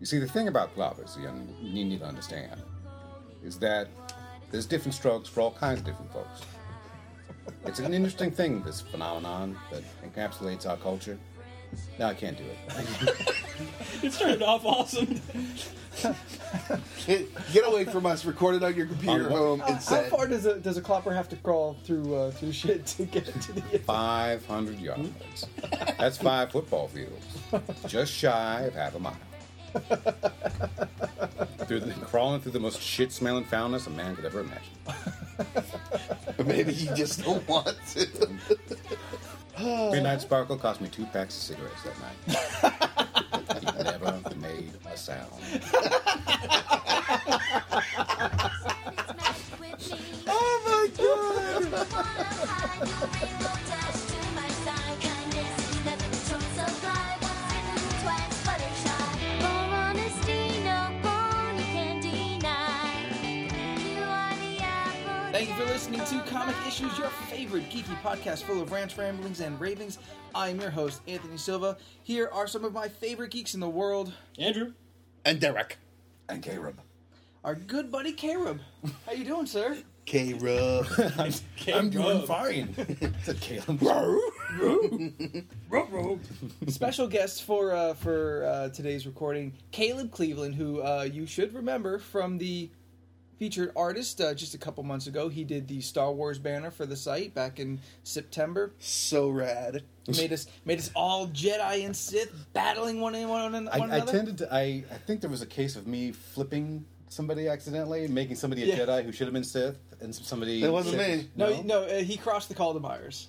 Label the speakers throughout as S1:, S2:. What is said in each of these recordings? S1: You see, the thing about love is you un- you need to understand is that there's different strokes for all kinds of different folks. It's an interesting thing, this phenomenon that encapsulates our culture. No, I can't do it.
S2: It started off awesome.
S3: It, get away from us. Record it on your computer at home.
S4: How,
S3: and
S4: how
S3: send.
S4: far does a does a clopper have to crawl through uh, through shit to get to the?
S1: 500 yards. That's five football fields. Just shy of half a mile. through the, crawling through the most shit smelling foulness a man could ever imagine.
S3: Maybe you just don't want to.
S1: Midnight Sparkle cost me two packs of cigarettes that night. he never made a sound.
S3: Oh my god!
S2: Thank you for listening to Comic Issues, your favorite geeky podcast full of rants, ramblings, and ravings. I'm your host, Anthony Silva. Here are some of my favorite geeks in the world.
S5: Andrew,
S3: And Derek. And Caleb.
S2: Our good buddy Caleb. How you doing, sir?
S3: Caleb.
S1: I'm doing
S5: Caleb.
S1: fine. said Caleb.
S4: Special guest for uh, for uh, today's recording, Caleb Cleveland, who uh, you should remember from the featured artist uh, just a couple months ago. He did the Star Wars banner for the site back in September.
S3: so rad.
S4: Made us made us all Jedi and Sith battling one and one, and one
S1: I, I
S4: another.
S1: tended to. I, I think there was a case of me flipping somebody accidentally, making somebody a
S4: Yeah.
S1: Jedi who should have been Sith, and somebody.
S3: That wasn't
S1: Sith-
S3: me.
S4: no, no, uh, he crossed the Caldemirers.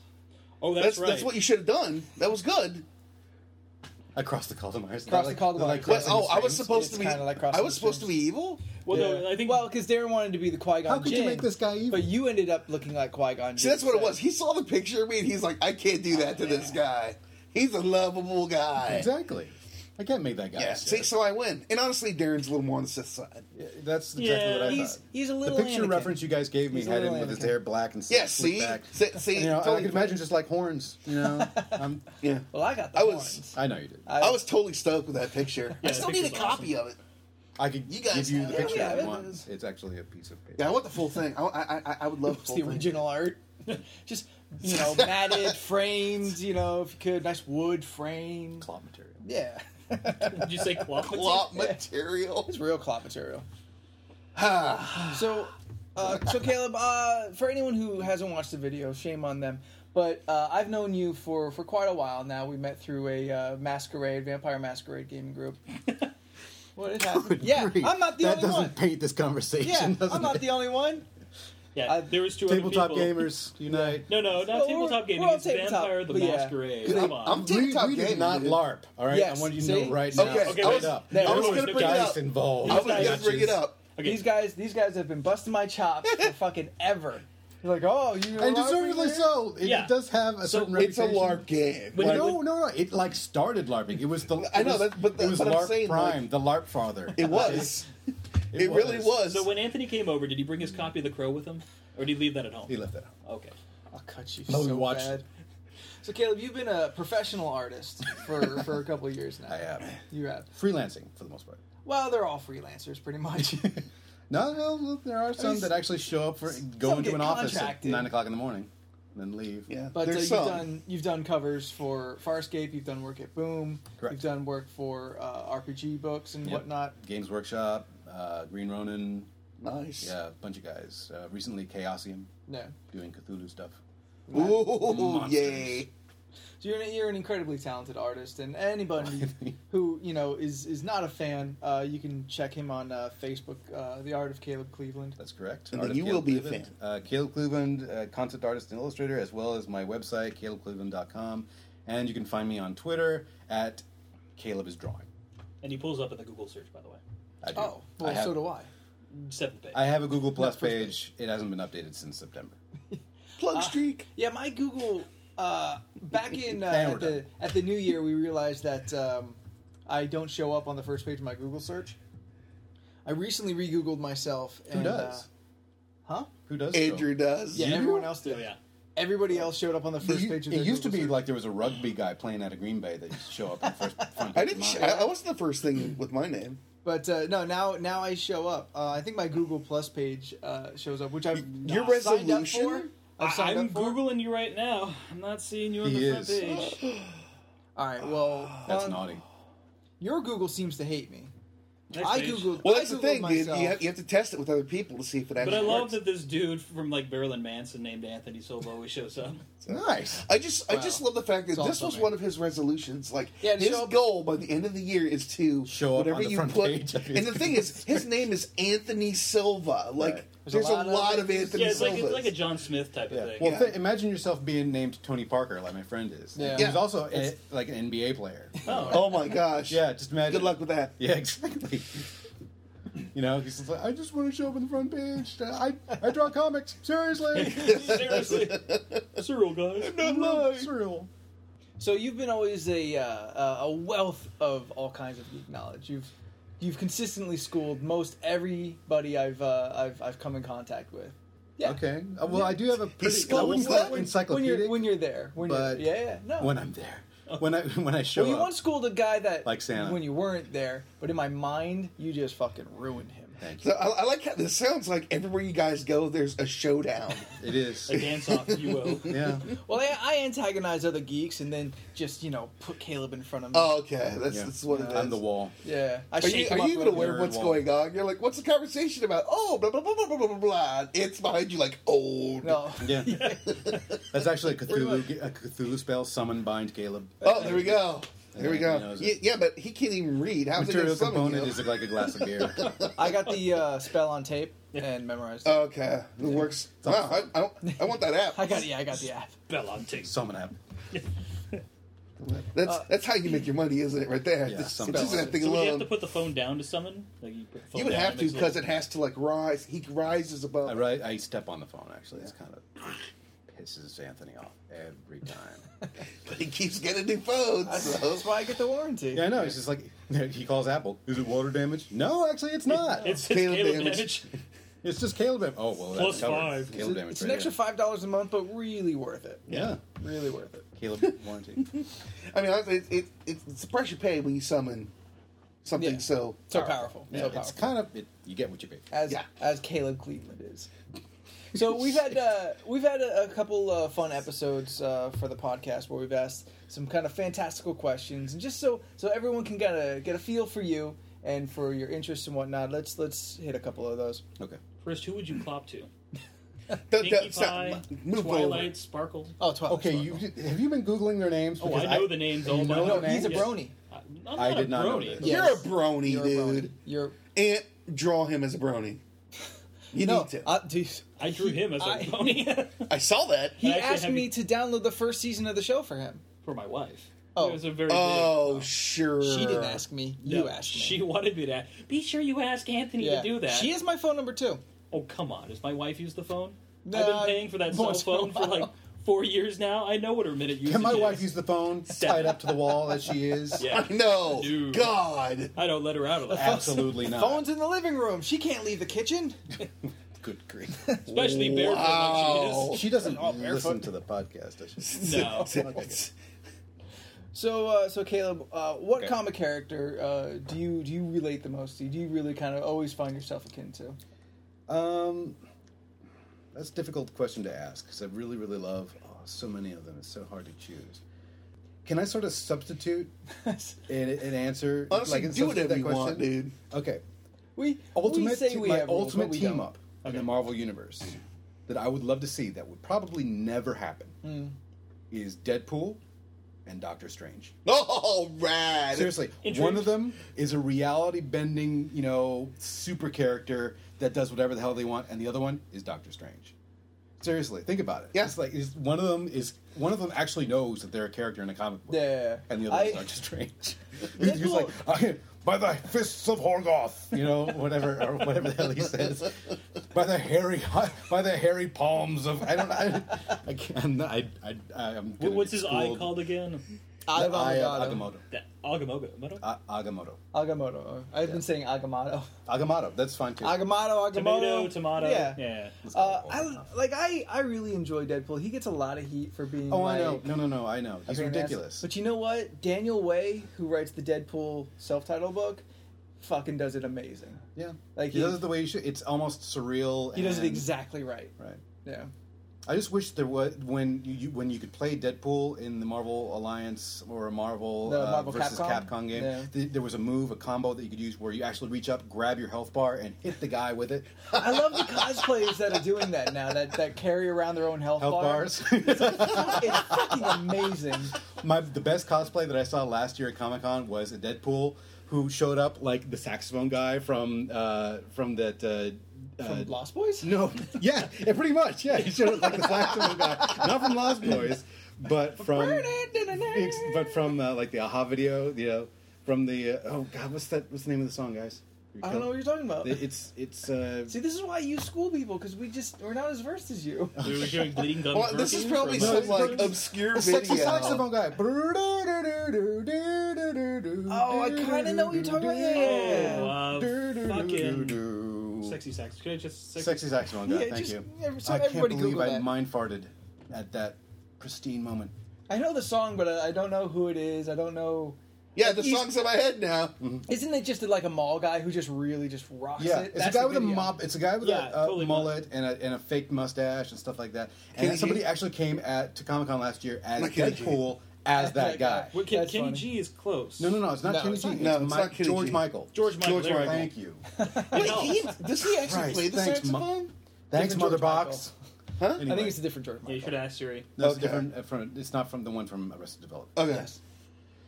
S5: Oh, that's,
S3: That's,
S5: right.
S3: that's what you should have done. That was good.
S1: I crossed the Caldemires.
S4: Crossed the Caldemires.
S3: But,
S1: crossing
S3: oh,
S1: the
S3: I was
S1: streams.
S3: supposed
S4: It's
S3: to be.
S4: kinda like crossing
S3: I was
S4: the
S3: supposed to be evil.
S5: well, no,
S4: Yeah.
S5: I think.
S4: Well, because Darren wanted to be the Qui Gon.
S1: How could you make this guy evil?
S4: But you ended up looking like Qui Gon.
S3: See, that's what it was. He saw the picture of me, and he's like, "I can't do that to this guy. He's a lovable guy."
S1: Exactly. I can't make that guy.
S3: Yeah.
S1: a
S3: See,
S1: Sith.
S3: so I win. And honestly, Darren's a little more on the Sith side.
S1: That's exactly
S5: Yeah,
S1: what I
S4: He's
S1: thought.
S4: he's a
S1: The
S4: little.
S1: picture
S4: Anakin.
S1: reference you guys gave me
S4: He's a
S1: had him
S4: little
S1: with his
S4: Anakin.
S1: hair black and
S3: Yeah.
S1: slicked
S3: See,
S1: back.
S3: see, see
S1: And, you know, I
S3: totally
S1: could imagine just like horns. You know, I'm,
S3: Yeah.
S4: Well, I got the
S3: I was-
S4: horns.
S1: I know you did. I,
S3: I was totally stoked with that picture.
S5: Yeah,
S3: I
S5: that
S3: still need a
S5: picture's
S3: copy of it.
S1: could
S3: You guys
S1: give you the
S3: have-
S1: picture
S4: yeah,
S1: if
S4: it
S1: you want.
S4: is.
S1: It's actually a piece of paper.
S3: Yeah, I want the full thing. I, I, I, I would love the
S4: It's
S3: full
S4: the
S3: thing.
S4: original art. Just you know, matted frames. You know, if you could, nice wood frame.
S1: Cloth material.
S4: Yeah,
S5: Did you say cloth?
S3: Plot material.
S4: it's real cloth material.
S3: Ah,
S4: So, uh, so Caleb, uh, for anyone who hasn't watched the video, shame on them. But uh, I've known you for, for quite a while now. We met through a uh, masquerade, vampire masquerade gaming group. what did happen? Yeah, I'm not the
S1: that
S4: only
S1: doesn't
S4: one.
S1: paint this conversation.
S4: Yeah,
S1: doesn't
S4: I'm not
S1: it?
S4: the only one.
S5: Yeah,
S4: I-
S5: there was two
S1: tabletop
S5: other people.
S1: gamers unite.
S5: No, no, not
S4: Well, we're-
S5: tabletop gaming.
S4: we're on
S5: It's
S4: tabletop,
S5: Vampire the
S4: but yeah.
S5: Masquerade.
S3: Good.
S5: Come on.
S3: I'm
S1: We,
S3: Tabletop
S1: we did
S3: gaming,
S1: not
S3: dude.
S1: LARP. All right,
S4: Yes,
S1: I want you to
S4: see?
S1: know right now.
S3: Okay,
S5: Okay,
S1: straight
S5: I was-
S1: up.
S4: I was
S1: There
S5: gonna
S1: no
S5: bring it
S1: dice
S3: up.
S1: involved.
S3: I was gonna
S5: Gotcha.
S3: bring it up.
S5: okay.
S4: These guys, these guys have been busting my chops for fucking ever. You're like, oh, you
S1: and deservedly so. It,
S5: Yeah.
S1: does have a
S5: So
S1: certain
S3: It's a
S1: reputation.
S3: LARP game.
S5: But
S3: Like,
S5: it
S1: no, no, no. It like started LARPing. It was the
S3: I know,
S1: it was,
S3: that- but
S1: it
S3: that-
S1: was
S3: but I'm
S1: LARP
S3: saying, like-
S1: Prime, the LARP father.
S3: it was. It, really was.
S5: So when Anthony came over, did he bring his copy of The Crow with him, or did he leave that at home?
S1: He left that out.
S5: Okay.
S4: I'll cut you
S1: No, we
S4: so
S1: watched
S4: bad.
S1: it.
S4: So Caleb, you've been a professional artist for, for a couple of years now.
S1: I have
S4: You have.
S1: freelancing for the most part.
S4: Well, they're all freelancers, pretty much.
S1: No, no, look, there are some
S4: mean,
S1: that actually show up for
S4: some
S1: go into
S4: get
S1: an office at
S4: contracted.
S1: nine o'clock in the morning, and then leave.
S3: yeah,
S4: But uh,
S3: there's
S4: you've
S3: some.
S4: done you've done covers for Farscape, you've done work at Boom,
S1: Correct.
S4: you've done work for uh, RPG books and
S1: Yep.
S4: whatnot.
S1: Games Workshop, uh, Green Ronin,
S3: nice.
S1: yeah, a bunch of guys. Uh, recently, Chaosium
S4: No,
S1: doing Cthulhu stuff.
S3: Ooh,
S1: Monsters.
S3: yay!
S4: so you're an, you're an incredibly talented artist, and anybody who you know is is not a fan, uh, you can check him on uh, Facebook, uh, The Art of Caleb Cleveland.
S1: That's correct.
S3: And
S1: Art
S3: then
S1: of
S3: you will be a
S1: Cleveland.
S3: fan.
S1: Uh, Caleb Cleveland, uh, concept artist and illustrator, as well as my website, calebcleveland.com. And you can find me on Twitter at Caleb is drawing.
S5: And he pulls up at the Google search, by the way,
S1: I do.
S4: Oh, well,
S1: I have,
S4: so do I.
S5: seventh page.
S1: I have a Google Plus
S4: first page.
S1: page. It hasn't been updated since September.
S4: Ah.
S3: Plug streak.
S4: Yeah, my Google. Uh, back in uh,
S1: And we're
S4: at the
S1: done.
S4: at the new year, we realized that um, I don't show up on the first page of my Google search. I recently re-googled myself.
S1: Who
S4: and,
S1: does?
S4: Uh, huh?
S1: Who does?
S3: Andrew does.
S4: Yeah,
S1: You?
S4: everyone else
S5: Oh
S4: did.
S5: yeah.
S4: Everybody else showed up on the first
S1: It,
S4: page. Of
S1: it
S4: their
S1: used to
S4: Google
S1: be
S4: search.
S1: like there was a rugby guy playing out of Green Bay that used to show up on the first front page.
S3: I
S1: of
S3: didn't.
S1: mine.
S3: Sh- I, I wasn't the first thing with my name.
S4: but uh, no, now now I show up. Uh, I think my Google Plus page uh, shows up, which I've
S3: Your
S4: not signed up
S3: resolution?
S4: for. I've
S5: I,
S4: signed
S5: am
S4: up for.
S5: googling you right now. I'm not seeing you on
S1: He
S5: the front
S1: is.
S5: page.
S4: All right, well,
S3: Ah,
S1: That's
S4: um,
S1: naughty.
S4: your Google seems to hate me.
S5: Next
S4: I
S5: page.
S4: googled.
S3: Well,
S4: I
S3: that's the
S4: Googled
S3: thing, dude.
S4: myself.
S3: You have, you have to test it with other people to see if it
S5: But
S3: actually
S5: I love
S3: works.
S5: that this dude from like Marilyn Manson named Anthony Silva always shows up.
S1: Nice.
S3: I just, I just love the fact that
S4: It's
S3: this
S4: awesome,
S3: was
S4: man.
S3: one of his resolutions. Like
S4: Yeah, to
S3: his
S4: show up-
S3: goal by the end of the year is to
S1: Show up
S3: whatever
S1: on the
S3: you
S1: front
S3: put.
S1: page of his
S3: and the thing is, his name is Anthony Silva. Like
S1: Right.
S3: there's, a lot, of Anthony
S5: Yeah, it's like
S3: Silva.
S5: it's like a John Smith type of
S1: Yeah.
S5: thing.
S1: Well,
S3: Yeah.
S1: thi- imagine yourself being named Tony Parker, like my friend is.
S4: Yeah.
S1: He
S4: Yeah.
S1: was also a, like an NBA player.
S5: oh,
S3: oh my gosh.
S1: Yeah, just imagine.
S3: Good luck with that.
S1: Yeah, exactly. You know, he's just like, I just want to show up on the front page. I, I draw comics. Seriously.
S5: seriously, Cyril guys.
S1: Surreal.
S4: So you've been always a uh, a wealth of all kinds of geek knowledge. You've you've consistently schooled most everybody I've uh, I've I've come in contact with. Yeah.
S1: Okay. Uh, Well, I do have a pretty
S3: schools
S1: I wouldn't
S3: them?
S1: call it
S3: When
S4: When
S1: encyclopedic
S4: you're when you're there. When
S1: But-
S4: you're, yeah, yeah. No.
S1: when I'm there. When I when I show
S4: well, you
S1: up.
S4: once schooled a guy that
S1: Like Santa.
S4: when you weren't there, but in my mind you just fucking ruined him.
S1: Thank
S3: So
S1: you.
S3: I, I like how this sounds like everywhere you guys go, there's a showdown.
S1: It is.
S5: A dance off, if you will.
S1: Yeah.
S4: Well, I, I antagonize other geeks and then just you know put Caleb in front of me.
S3: oh, okay, that's,
S1: Yeah.
S3: that's what it is.
S1: I'm the wall.
S4: yeah. I
S3: Are
S4: shake
S3: you,
S4: him
S3: are
S4: up
S3: you even
S4: real
S3: aware
S4: good.
S3: of what's
S1: Wall.
S3: going on? You're like, what's the conversation about? Oh, blah blah blah blah blah blah blah. It's behind you, like oh, old.
S4: No.
S1: Yeah. That's actually a
S4: Pretty
S1: Cthulhu, a Cthulhu spell. Summon, bind, Caleb.
S3: Oh, there we go. There we
S1: Yeah, he
S3: go.
S1: knows
S3: Yeah,
S1: it.
S3: yeah, but he can't even read. How's
S1: Material
S3: it going to summon
S1: component
S3: you?
S1: is like a glass of beer.
S4: I got the uh, spell on tape and memorized. it.
S3: Okay, it works. Wow, I, I, don't, I want that app.
S4: I got yeah, I got the app.
S5: Bell on tape.
S1: Summon app.
S3: That's that's how you make your money, isn't it? Right there.
S1: Yeah,
S3: just,
S1: some-
S3: just that thing
S5: Uh, So would you have
S3: alone.
S5: to put the phone down to summon? Like you, put the phone
S3: You would
S5: down,
S3: have
S5: it
S3: to
S5: makes a
S3: because it
S5: little-
S3: has to like rise. He rises above.
S1: I, ri- I step on the phone, actually. It's kind of pisses Anthony off every time.
S3: But he keeps getting new phones. So.
S4: That's why I get the warranty.
S1: Yeah, I know. He's just like, he calls Apple. Is it water damage? No, actually, it's not.
S5: It's, it's
S3: Caleb
S5: Caleb,
S3: damage.
S5: damage.
S1: It's just Caleb damage. Oh, well, that's
S5: Plus
S1: covered.
S5: five.
S1: Caleb damage.
S4: It's an
S1: right
S4: extra
S1: here.
S4: five dollars a month, but really worth it.
S1: Yeah.
S4: Really worth it.
S1: Caleb warranty.
S3: I mean, it, it, it, it's the price you pay when you summon something.
S4: Yeah.
S3: So
S4: So powerful.
S1: Yeah,
S4: so
S1: it's
S4: powerful.
S1: kind of, it, you get what you pay.
S4: as
S3: yeah.
S4: as Caleb Cleveland is. So we've had uh, we've had a, a couple uh, fun episodes uh, for the podcast where we've asked some kind of fantastical questions, and just so so everyone can kind of get a feel for you and for your interests and whatnot. Let's let's hit a couple of those.
S1: Okay.
S5: First, who would you clop to?
S3: don't,
S5: Pinkie
S3: don't,
S5: Pie,
S3: uh, stop, move
S5: Twilight,
S3: forward.
S5: Sparkle.
S4: Oh, Twilight
S1: Okay, you,
S4: Sparkle.
S1: have you been Googling their names?
S5: Oh,
S1: Because
S5: I know the names all
S1: you
S5: by
S1: know
S4: No,
S5: heart.
S1: the
S4: he's a
S1: names?
S4: brony.
S5: I, I'm not
S1: I
S5: a
S1: did not know
S5: brony.
S1: this.
S4: Yeah.
S3: You're a brony,
S4: You're a brony.
S3: dude.
S4: You're
S3: And draw him as a brony. You
S4: no,
S3: need to. I,
S4: uh, dude,
S5: I drew him as a
S4: I-
S5: brony
S3: saw that.
S4: he
S5: actually
S4: asked
S5: have
S4: me
S5: you-
S4: to download the first season of the show for him.
S5: for my wife.
S4: Oh.
S5: it was a very big-
S3: Oh, sure.
S4: She didn't ask me.
S5: No,
S4: you asked me.
S5: She wanted me to. ask- Be sure you ask Anthony to
S4: Yeah.
S5: do that.
S4: She has my phone number too.
S5: Oh come on! Does my wife use the phone? I've
S4: No,
S5: been paying for that cell
S4: once in a
S5: phone for like
S4: while.
S5: four years now. I know what her minute usage
S1: Can my
S5: is.
S1: wife use the phone tied up to the wall as she is?
S5: Yeah,
S3: No,
S5: Dude.
S3: God.
S5: I don't let her out of the house,
S1: Absolutely not.
S4: Phone's in the living room. She can't leave the kitchen.
S1: Good grief.
S5: especially barefoot
S3: Wow.
S5: like
S1: She doesn't
S4: Oh, barefoot.
S1: listen to the podcast, does she?
S5: No.
S4: So, uh, so Caleb, uh, what
S1: Okay.
S4: comic character uh, do you do you relate the most to? Do you really kind of always find yourself akin to?
S1: Um, that's a difficult question to ask because I really, really love oh, so many of them. It's so hard to choose. Can I sort of substitute an, an answer?
S3: Honestly,
S1: and
S3: do whatever
S1: substitute
S3: you
S1: that
S3: want,
S1: question?
S3: dude.
S1: Okay.
S4: we
S1: Ultimate,
S4: we say
S1: te-
S4: we
S1: my
S4: have rules,
S1: ultimate
S4: but we
S1: team
S4: don't.
S1: up in the Marvel Universe that I would love to see that would probably never happen is Deadpool and Doctor Strange.
S3: All right.
S1: Seriously,
S5: Intrigued.
S1: one of them is a reality bending, you know, super character that does whatever the hell they want, and the other one is Doctor Strange. Seriously, think about it.
S3: Yeah.
S1: It's like is one of them is one of them actually knows that they're a character in a comic book.
S4: Yeah, yeah, yeah.
S1: And the other is
S4: I-
S1: Doctor Strange. Who's who's like, I, by the fists of Horgoth, you know, whatever or whatever the hell he says. By the hairy, by the hairy palms of I don't I, I can't I I I'm
S5: is.
S1: gonna
S5: What's
S1: get
S5: his eye
S1: schooled.
S5: called again?
S6: Ivan
S1: I, uh,
S6: Agamato.
S1: Agamotto.
S5: That Agamotto.
S1: A- Agamotto.
S4: Agamotto. I've been saying Agamotto.
S1: Agamotto. That's fine too.
S4: Agamotto, Agamotto.
S5: Tomato, tomato.
S4: Yeah.
S5: yeah.
S4: Uh, I like I, I really enjoy Deadpool. He gets a lot of heat for being.
S1: oh,
S4: like,
S1: I know. No, no, no. I know. He's
S4: being an ass-
S1: ridiculous.
S4: But you know what? Daniel Way, who writes the Deadpool self-titled book, fucking does it amazing.
S1: yeah,
S4: like,
S1: he,
S4: he-
S1: does it the way he should. It's almost surreal.
S4: He does it
S1: and-
S4: exactly right.
S1: right.
S4: Yeah.
S1: I just wish there was when you, you when you could play Deadpool in the Marvel Alliance or a Marvel,
S4: The
S1: uh,
S4: Marvel
S1: versus
S4: Capcom?
S1: Capcom, game.
S4: Yeah.
S1: th- there was a move, a combo that you could use where you actually reach up, grab your health bar, and hit the guy with it.
S4: I love the cosplayers that are doing that now. That that carry around their own health,
S1: Health
S4: bar.
S1: bars.
S4: it's fucking amazing.
S1: My the best cosplay that I saw last year at Comic Con was a Deadpool who showed up like the saxophone guy from uh, from that. Uh, uh,
S4: From Lost Boys.
S1: no, yeah, yeah, pretty much. Yeah, he showed up like the saxophone guy, not from Lost Boys, but from Ex- but from uh, like the Aha video, you know, from the uh, oh god, what's that? What's the name of the song, guys?
S4: I don't know what you're talking about.
S1: It's it's uh,
S4: See, this is why you school people because we just we're not as versed as you.
S5: We were hearing bleeding gum.
S3: Well, this is
S5: Gherkin
S3: probably
S5: from- uh,
S1: No,
S3: some
S1: it's
S3: like
S1: just-
S3: obscure
S1: the sexy saxophone
S3: video.
S1: guy.
S4: Oh,
S1: Oh,
S4: I kinda know what you're talking about. Yeah, yeah,
S5: Oh, uh, fucking
S1: Sexy,
S5: sexy sax. Could I just sexy?
S1: sexy saxophone guy.
S4: Yeah,
S1: Thank
S4: just-
S1: you.
S4: yeah, so
S1: I can't
S4: everybody
S1: believe
S4: Google
S1: I
S4: that.
S1: mind farted at that pristine moment.
S4: I know the song, but I, I don't know who it is. I don't know.
S3: Yeah, the
S4: He's-
S3: song's in my head now.
S4: Isn't it just like a mall guy who just really just rocks
S1: Yeah,
S4: it?
S1: it's
S4: That's
S1: a
S4: the
S1: guy with a
S4: video.
S1: mop. It's a guy with
S5: Yeah,
S1: a uh,
S5: totally
S1: mullet and a, and a fake mustache and stuff like that. And
S3: Kenny
S1: somebody
S3: G.
S1: actually came at to Comic Con last year as
S3: Not Kenny G.
S1: Deadpool as that
S4: that guy.
S1: guy.
S5: Wait, Ken-
S4: That's
S5: Kenny
S4: funny.
S5: G is close.
S1: No, no, no. It's not
S4: No,
S1: Kenny
S4: it's
S1: G.
S4: not-
S3: no,
S1: it's
S3: it's
S1: Mi-
S3: not Kenny
S1: George
S3: G.
S1: Michael.
S5: George Michael.
S3: George
S5: there we go.
S3: Michael.
S1: Thank you.
S3: Wait,
S5: No.
S3: he, does he actually
S1: Christ,
S3: play the
S1: thanks, Mo-
S3: saxophone?
S1: Thanks,
S4: Different
S1: Mother
S4: George
S1: Box.
S3: Huh?
S1: Anyway,
S4: I think it's a different George
S5: Yeah, you
S4: Michael.
S5: should ask Siri.
S1: no, it's
S3: Okay.
S1: different. uh, From, it's not from the one from Arrested Development.
S3: Okay.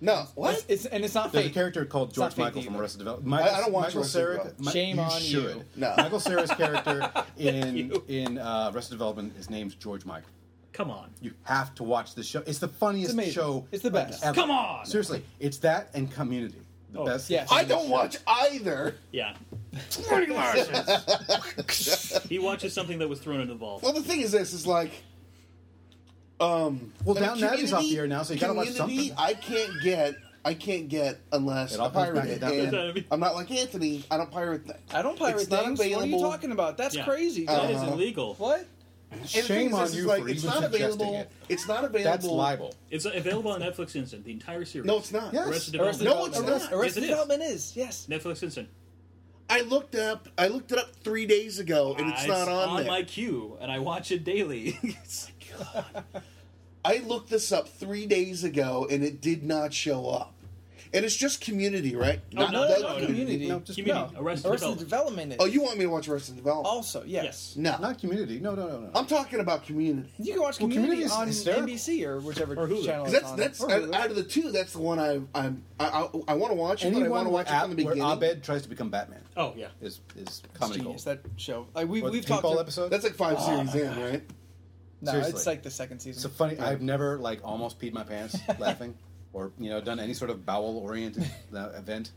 S3: No. What?
S4: It's, it's- and it's not
S1: There's
S4: fake.
S1: a character called
S4: not
S1: George
S4: fake
S1: Michael from
S4: either.
S1: Arrested Development. Michael,
S3: I don't watch
S1: Michael
S3: Arrested
S1: Sarah.
S3: Development.
S1: Mi-
S4: Shame
S1: you
S4: on
S1: should.
S4: you.
S3: No.
S1: Michael Sarah's character in
S5: you.
S1: in uh, Arrested Development. His name's George Michael.
S5: Come on.
S1: You have to watch the show. It's the funniest
S4: It's amazing.
S1: show.
S4: It's the
S1: like,
S4: best.
S1: ever.
S5: Come on!
S1: Seriously, it's that and Community. The
S5: Oh,
S1: best.
S4: yes.
S3: I don't watch either.
S5: Yeah. Marty Larson. he watches something that was thrown into the vault.
S3: Well, the thing is, this is like, um,
S1: Well,
S3: I mean,
S1: Downton Abbey's off the
S3: Community-
S1: air now, so you gotta watch
S3: Community,
S1: something.
S3: I can't get, I can't get unless
S1: It
S3: I
S1: all comes
S3: pirate
S1: back to
S3: it.
S1: Downton
S3: and
S5: Abbey.
S3: I'm not like Anthony. I don't pirate things.
S4: I don't pirate
S3: It's not
S4: things. What are you
S3: available.
S4: talking about? That's
S5: Yeah.
S4: crazy.
S5: That is
S3: Uh-huh.
S5: illegal.
S4: What?
S3: And the thing
S1: Shame
S3: is,
S1: on
S3: this is
S1: you
S3: like,
S1: for
S3: it's
S1: even
S3: not
S1: suggesting
S3: available.
S1: it.
S3: It's not available.
S1: That's libel.
S5: It's available on Netflix Instant, the entire series.
S3: No, it's not.
S1: Yes.
S5: Arrested Development.
S4: Arrested
S3: No, it's
S4: Development.
S3: not.
S5: Yes, it
S4: Arrested
S5: is.
S4: Development is. Yes.
S5: Netflix Instant.
S3: I looked up. I looked it up three days ago, and it's
S5: Uh,
S3: not on, there.
S5: my queue, and I watch it daily. It's- oh,
S3: I looked this up three days ago, and it did not show up. And it's just Community, right?
S5: Oh,
S3: Not
S5: no,
S3: the-
S5: no, no, no.
S4: Community.
S1: No, just
S5: Community.
S1: no.
S5: Arrested,
S4: Arrested
S5: Development.
S4: Development is.
S3: Oh, you want me to watch Arrested Development?
S4: also yes.
S5: Yes.
S3: no,
S1: Not Community. No, no, no, no.
S3: I'm talking about Community.
S4: You can watch
S1: Well,
S4: Community,
S1: Community is
S4: on
S1: hysterical.
S4: NBC or whichever
S5: Or Hulu.
S4: channel
S3: 'Cause
S4: it's
S3: that's
S4: on.
S3: that's
S4: Or
S3: out,
S4: Hulu.
S3: out of the two, that's the one I I'm I I, I want to watch, it, but I
S1: Anyone
S3: want to
S1: with
S3: watch it
S1: Ab-
S3: from the
S1: where
S3: beginning.
S1: Abed tries to become Batman
S5: Oh yeah.
S1: is is
S4: It's
S1: comedy gold.
S4: genius that show. Like we
S1: Or the
S4: we've talked.
S1: paintball
S4: to-
S1: episode.
S3: That's like five series in, right?
S4: No, it's
S1: Seriously.
S4: like the second
S1: It's a
S4: season.
S1: funny. I've never like almost peed my pants laughing, or you know, done any sort of bowel-oriented uh, event,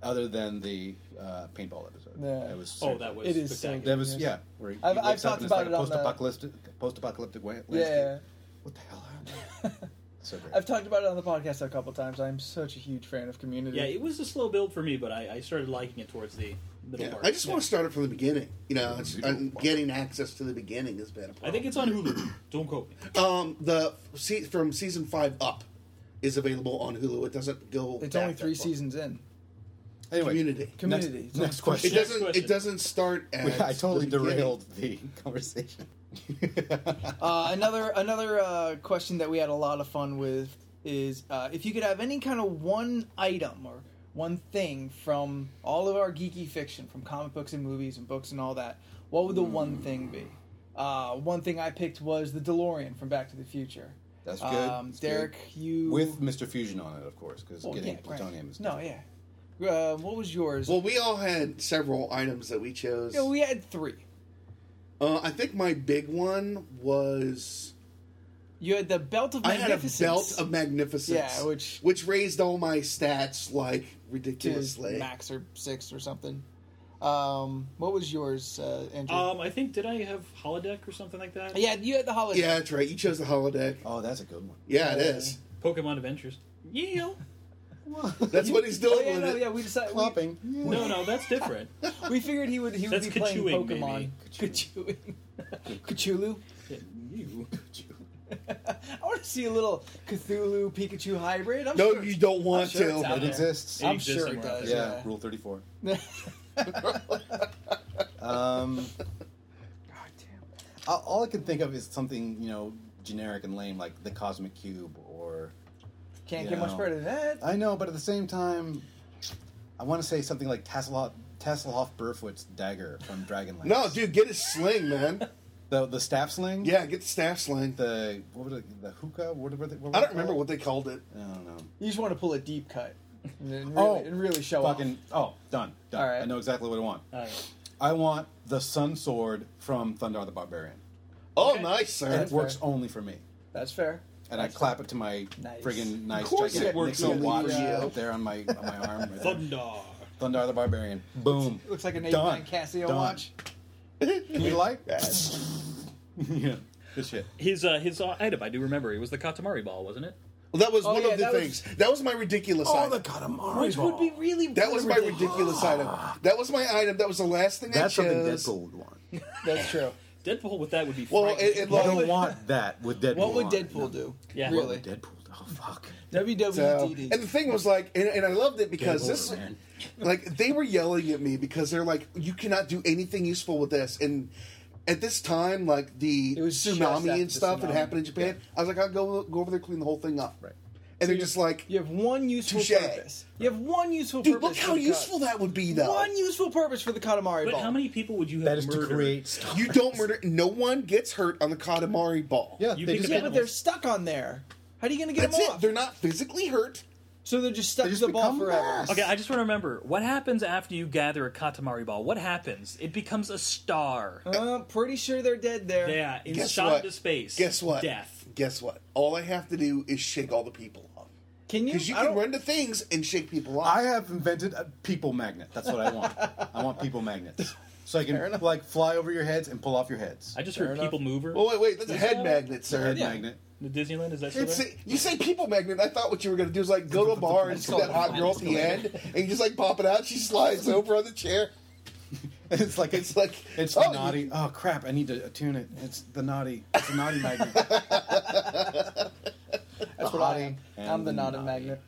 S1: other than the uh, paintball episode.
S4: Yeah.
S1: That was
S5: Oh, that was
S4: It is so
S5: spectacular.
S1: that was
S4: Yes.
S1: yeah. Where he
S4: I've-
S1: wakes
S4: I've
S1: up
S4: talked
S1: and it's like
S4: about
S1: a
S4: it on the-
S1: post-apocalyptic post-apocalyptic wa- landscape.
S4: Yeah.
S1: What the hell? so great.
S4: I've talked about it on the podcast a couple times. I'm such a huge fan of Community.
S5: Yeah, it was a slow build for me, but I, I started liking it towards the middle
S3: Yeah.
S5: part.
S3: I just want to start it from the beginning. You know, it's,
S1: Zero.
S3: and getting access to the beginning has been a problem.
S5: I think it's on Hulu. Don't quote me.
S3: um the se- from season five up is available on Hulu. It doesn't go.
S4: it's
S3: back
S4: only
S3: that
S4: three
S3: far.
S4: seasons in.
S1: anyway,
S3: Community.
S4: Community.
S1: Next,
S4: It's
S1: next
S4: on-
S3: It
S1: question.
S3: doesn't.
S5: question.
S3: It doesn't start. At
S1: I totally
S3: the beginning.
S1: derailed the conversation.
S4: Uh, another another uh, question that we had a lot of fun with is uh, if you could have any kind of one item or one thing from all of our geeky fiction, from comic books and movies and books and all that, what would the one thing be? Uh, one thing I picked was the DeLorean from Back to the Future. Um,
S1: That's good. That's good.
S4: Derek, you
S1: With Mr. Fusion on it, of course, because
S4: Oh,
S1: getting
S4: yeah, right.
S1: plutonium is
S4: no, yeah. Uh, what was yours?
S3: Well, we all had several items that we chose.
S4: Yeah, we had three.
S3: uh, I think my big one was
S4: You had the belt of
S3: I had a
S4: magnificence.
S3: belt of magnificence.
S4: Yeah, which-
S3: which raised all my stats like
S4: to
S3: ridiculously.
S4: max or six or something. Um, what was yours, uh, Andrew?
S5: Um, I think did I have holodeck or something like that?
S4: yeah, you had the holiday.
S3: yeah, that's right. You chose the holodeck.
S1: Oh, that's a good one.
S3: Yeah, it is.
S5: Pokemon Adventures. Yeo.
S3: That's what he's doing
S4: Oh, yeah,
S3: with
S4: no,
S3: it.
S4: yeah, we decided. We,
S1: Flopping.
S5: No, no, that's different.
S4: we figured he would he would
S5: That's
S4: be playing
S5: Kachewing,
S4: Pokemon. Kachewing. Cthulhu.
S5: You.
S4: I want to see a little Cthulhu Pikachu hybrid. I'm
S3: No,
S4: sure.
S3: you don't want
S4: sure it's
S3: to.
S4: out
S1: It exists.
S5: It
S4: I'm
S5: exists
S4: sure it
S5: somewhere out
S4: does.
S5: there.
S1: Yeah,
S4: Yeah.
S1: Rule 34. um, God damn. All, all I can think of is something, you know, generic and lame like the Cosmic Cube or.
S4: Can't
S1: Yeah.
S4: get much better than that.
S1: I know, but at the same time, I want to say something like Tasselhoff, Tasselhoff Burfoot's dagger from Dragonlance.
S3: No, dude, get his sling, man.
S1: The, the staff sling?
S3: Yeah, get the staff sling.
S1: The, what was it, the hookah? What were they, what were
S3: I
S1: they
S3: don't remember what
S1: called?
S3: they called it.
S1: I don't know.
S4: You just want to pull a deep cut and, then really,
S1: Oh,
S4: and really show up.
S1: Fucking, oh, done. Done.
S4: All right.
S1: I know exactly what I want.
S5: All right.
S1: I want the Sun Sword from Thundar the Barbarian.
S3: Oh,
S5: Okay.
S3: nice,
S1: And
S3: sir.
S1: it works
S4: fair.
S1: only for me.
S4: That's fair.
S1: And I clap it to my
S4: Nice.
S1: friggin' nice
S3: Of course it
S1: gigantic
S3: works
S1: Nixon
S3: only
S1: watch
S3: for you.
S1: up there on my on my arm. right there.
S5: Thunder.
S1: Thundar the Barbarian. Boom.
S4: It looks like an 8
S1: Done.
S4: Casio
S1: Done.
S4: watch.
S1: You like?
S3: Yes.
S1: yeah. Good shit.
S5: His uh, his uh, item I do remember. It was the Katamari ball, wasn't it?
S3: Well, that was
S4: Oh,
S3: one
S4: yeah,
S3: of the
S4: that was-
S3: things. That was my ridiculous
S1: Oh,
S3: item.
S1: Katamari
S4: Which would be really
S3: That was my ridiculous item. That was my item. That was the last thing
S1: That's
S3: I
S1: something
S3: chose.
S1: Deadpool would want. You
S4: That's true.
S5: Deadpool with that would be.
S3: Well,
S5: frightening.
S3: it, it
S4: What
S1: don't
S4: would-
S1: want that with Deadpool.
S4: What would
S1: on.
S4: Deadpool do?
S5: Yeah. What
S4: Really?
S5: would
S1: Deadpool. Oh fuck.
S3: So,
S4: WWDD.
S3: and the thing was like, and, and I loved it because
S1: Deadpool,
S3: this,
S1: man.
S3: like, they were yelling at me because they're like, you cannot do anything useful with this. And at this time, like the
S4: It was soon after
S3: tsunami
S4: the
S3: and stuff that
S4: tsunami.
S3: happened in Japan, I was like, I'll go go over there clean the whole thing up.
S1: Right.
S3: And they're just like,
S4: you have one useful
S3: Touche.
S4: purpose. You have one useful
S3: dude, look
S4: purpose.
S3: how
S4: for the
S3: useful that would be,
S4: cut.
S3: though.
S4: One useful purpose for the Katamari
S5: But
S4: ball.
S5: how many people would you have
S1: That is to
S5: murdered?
S1: create stuff.
S3: You don't murder. No one gets hurt on the Katamari ball.
S1: Yeah,
S5: You
S1: they
S5: think
S1: just
S4: Yeah,
S1: get-
S4: but they're stuck on there. How are you going to get
S3: That's
S4: them
S3: it.
S4: off?
S3: They're not physically hurt.
S4: so they're just stuck
S1: They
S4: to
S1: just
S4: the ball
S1: become
S4: forever.
S1: mass.
S5: Okay, I just want to remember what happens after you gather a Katamari ball. What happens? It becomes a star.
S4: Uh, pretty sure they're dead there.
S5: Yeah, and
S3: Guess
S5: shot
S3: what?
S5: into space.
S3: Guess what?
S5: Death.
S3: Guess what? All I have to do is shake all the people off.
S4: Can you?
S3: Because you
S4: I
S3: can
S4: don't-
S3: run to things and shake people off.
S1: I have invented a people magnet. That's what I want. I want people magnets. So I can like fly over your heads and pull off your heads.
S5: I just
S4: Fair
S5: heard
S4: enough.
S5: people mover.
S3: oh wait, wait, that's a head
S5: that-
S3: magnet, sir.
S1: Head
S4: Yeah.
S1: magnet.
S5: The Disneyland is that still
S3: It's
S5: there?
S3: you say people magnet. I thought what you were gonna do is like go to a bar and see that hot girl at the end, and you just like pop it out. She slides over on the chair.
S1: It's like
S3: It's like
S1: It's
S3: oh,
S1: the naughty. Oh crap! I need to attune it. It's the naughty. It's the naughty magnet.
S4: That's what I am.
S1: and
S4: I'm
S1: the
S4: the not a
S1: naughty.
S4: magnet.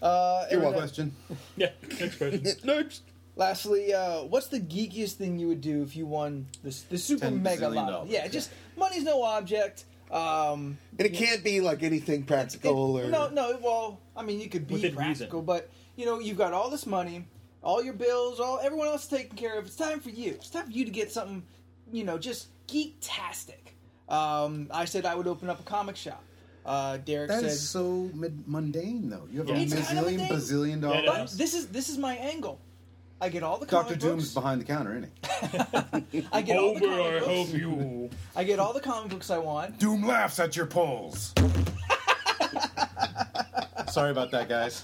S4: uh,
S1: Your
S4: Internet-
S1: question.
S5: Yeah. Next question. Next.
S4: Lastly, uh, what's the geekiest thing you would do if you won the, the super
S1: Ten
S4: mega
S1: bazillion
S4: lotto?
S1: dollars.
S4: Yeah, just money's no object. Um,
S3: And it can't be like anything
S4: it-
S3: practical or
S4: no, no. Well, I mean, you could be
S5: Within
S4: practical, but you know, you've got all this money, all your bills, all everyone else is taken care of. It's time for you. It's time for you to get something, you know, just geek-tastic. Um, I said I would open up a comic shop. Uh, Derek
S1: That
S4: said
S1: is so mid- mundane, though. You have
S5: Yeah.
S1: a
S5: It's
S1: bazillion,
S4: kind of mundane.
S1: bazillion dollars.
S5: Yeah, it
S4: But
S5: is.
S4: this is this is my angle. I get all the
S1: Doctor
S4: comic
S1: Doom's
S4: books.
S1: behind the counter, isn't he?
S4: I get all the
S5: Over, I
S4: comic
S5: hope
S4: books.
S5: you.
S4: I get all the comic books I want.
S1: Doom laughs at your polls. Sorry about that, guys.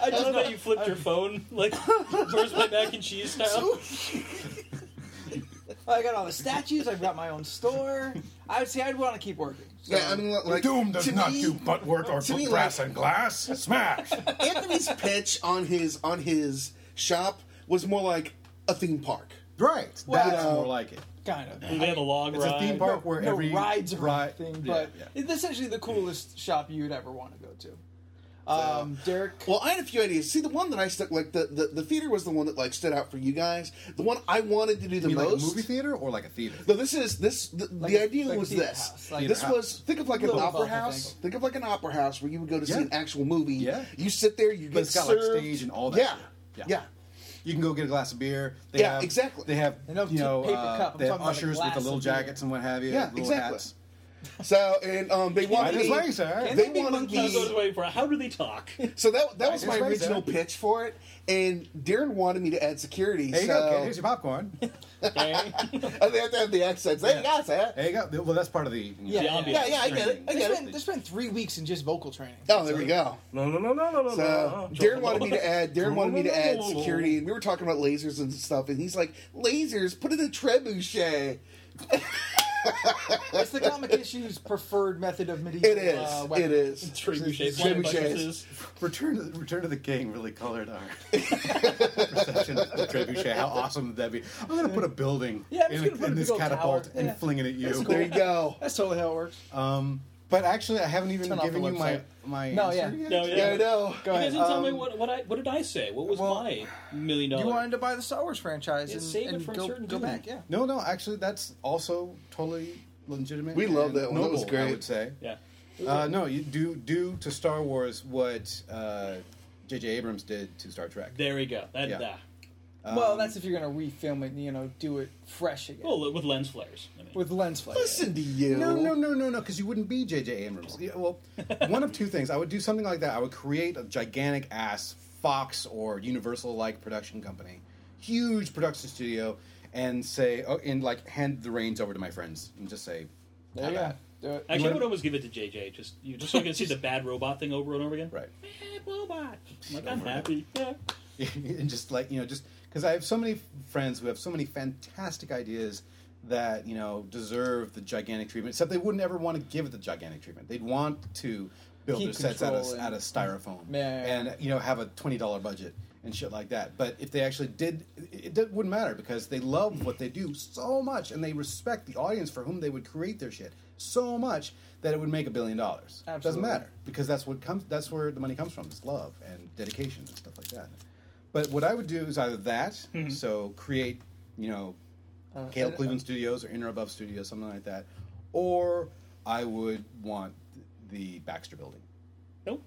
S5: I just thought you flipped your phone like where's my mac and cheese style.
S4: I got all the statues. I've got my own store. I would say I'd want to keep working. So,
S3: Yeah, I mean, like to me-
S1: butt work or
S3: to me, brass like-
S1: and glass. Smash.
S3: Anthony's pitch on his on his shop was more like a theme park.
S1: right.
S4: Well,
S1: That's
S3: uh,
S1: more like it.
S4: kind of.
S5: They had a log
S1: It's
S5: ride.
S1: a theme park where
S4: no
S1: every
S4: rides or
S1: ri-
S4: anything,
S1: yeah,
S4: but
S1: yeah.
S4: it's essentially the coolest shop you'd ever want to go to. Um, Derek,
S3: Well, I had a few ideas. See, the one that I stuck like the, the the theater was the one that like stood out for you guys. The one I wanted to do the
S1: You mean like a
S3: most.
S1: movie theater or like a theater?
S3: No, this is this. The,
S4: Like
S3: the
S4: a-
S3: idea
S4: like a
S3: was
S4: theater
S3: this.
S4: house, like-
S3: this
S1: Theater
S3: was think of like an
S4: Little
S3: opera
S4: above, I
S3: house.
S4: think.
S3: Think of like an opera house where you would go to see
S1: Yeah.
S3: an actual movie.
S1: Yeah.
S3: You sit there. You get
S1: But it's got like
S3: served.
S1: stage and all that.
S3: Yeah.
S1: shit.
S3: yeah.
S1: You can go get a glass of beer. They
S3: Yeah,
S1: have,
S3: exactly.
S1: They have
S4: And no
S1: you know
S4: paper
S1: uh,
S4: cup. I'm
S1: they have
S4: talking about a
S1: ushers with
S4: glass
S1: the little
S4: of beer.
S1: jackets and what have you.
S3: Yeah,
S1: little
S3: exactly.
S1: Hats.
S3: So and um, they
S1: Right
S3: wanted
S1: this
S3: me.
S1: way, sir.
S4: And
S3: They
S4: they big
S3: wanted
S5: I was
S4: monkeys.
S3: me.
S5: always waiting for how do they talk?
S3: So that that was
S1: Right
S3: my
S1: this way,
S3: original
S1: sir.
S3: pitch for it, and Darren wanted me to add security.
S1: There you
S3: so
S1: go, kid. Here's your popcorn.
S3: and they have to have the accents. There you
S1: Yeah.
S3: go, sir.
S1: There you go. Well, that's part of the. You know,
S4: Yeah, yeah,
S5: ambiance.
S3: Yeah, yeah, I get it. I
S4: they
S3: get
S4: spent,
S3: it.
S4: they spent three weeks in just vocal training.
S3: Oh, there we go.
S5: La, la, la, la, la, la, la.
S3: So Darren wanted me to add. Darren wanted me to add security, and we were talking about lasers and stuff. And he's like, "Lasers, put in a trebuchet."
S4: It's the comic issues preferred method of medieval.
S3: It is.
S4: Uh,
S3: it
S4: weapon.
S3: is.
S6: Trebuchets,
S3: Trebuchets.
S6: buttresses.
S1: Return to, Return to the King really colored our perception of the trebuchet. How awesome would that be? I'm going to put a building
S4: Yeah, I'm just
S1: in,
S4: gonna put
S1: in
S4: a
S1: this
S4: big old
S1: catapult
S4: tower.
S1: and
S4: Yeah.
S1: fling it at you.
S3: There you go.
S4: That's totally how it works.
S1: Um, But actually, I haven't even
S4: Turn off
S1: given
S4: the
S1: you my
S4: website.
S1: my
S4: No,
S1: answer
S4: yeah.
S1: yet.
S6: No, yeah.
S3: Yeah, I know.
S4: Go
S6: You
S4: ahead.
S6: guys didn't tell me
S4: Um,
S6: what, what I what did I say? What was
S4: well,
S6: my million dollar?
S4: you wanted to buy the Star Wars franchise
S6: Yeah,
S4: and,
S6: save it
S4: and
S6: for a
S4: go,
S6: certain
S4: go
S6: doom.
S4: back. Yeah.
S1: No, no, actually, that's also totally legitimate.
S3: We love
S1: and
S3: that one. That was
S1: noble, I
S3: great.
S1: would say.
S6: Yeah.
S1: Uh, no, you do do to Star Wars what uh, J.J. Abrams did to Star Trek.
S6: There we go. That,
S1: Yeah.
S6: that.
S4: well, that's if you're gonna refilm it. and, You know, do it fresh again
S6: Well, with lens flares. I mean,
S4: with lens flares.
S3: Listen to you.
S1: No, no, no, no, no, because you wouldn't be J.J. Abrams. Yeah, well, one of two things. I would do something like that. I would create a gigantic ass Fox or Universal like production company, huge production studio, and say, oh, and like hand the reins over to my friends and just say,
S4: There
S1: have
S4: you go.
S1: at
S4: Do it.
S6: actually, I would almost give it to JJ. Just you, just so you can see the bad robot thing over and over again.
S1: it. Right.
S6: Bad robot. I'm like I'm happy. Yeah.
S1: and just like you know just because i have so many friends who have so many fantastic ideas that you know deserve the gigantic treatment except they wouldn't ever want to give it the gigantic treatment they'd want to build their
S4: Keep
S1: sets out of,
S4: control and-
S1: out of styrofoam
S4: Yeah, yeah, yeah.
S1: and you know have a $20 budget and shit like that but if they actually did it, it wouldn't matter because they love what they do so much and they respect the audience for whom they would create their shit so much that it would make a billion dollars doesn't
S4: Absolutely.
S1: matter because that's what comes that's where the money comes from is love and dedication and stuff like that but what i would do is either that so create you know Cale Cleveland Studios or Inner Above Studios, something like that, or I would want the Baxter Building.
S6: Nope.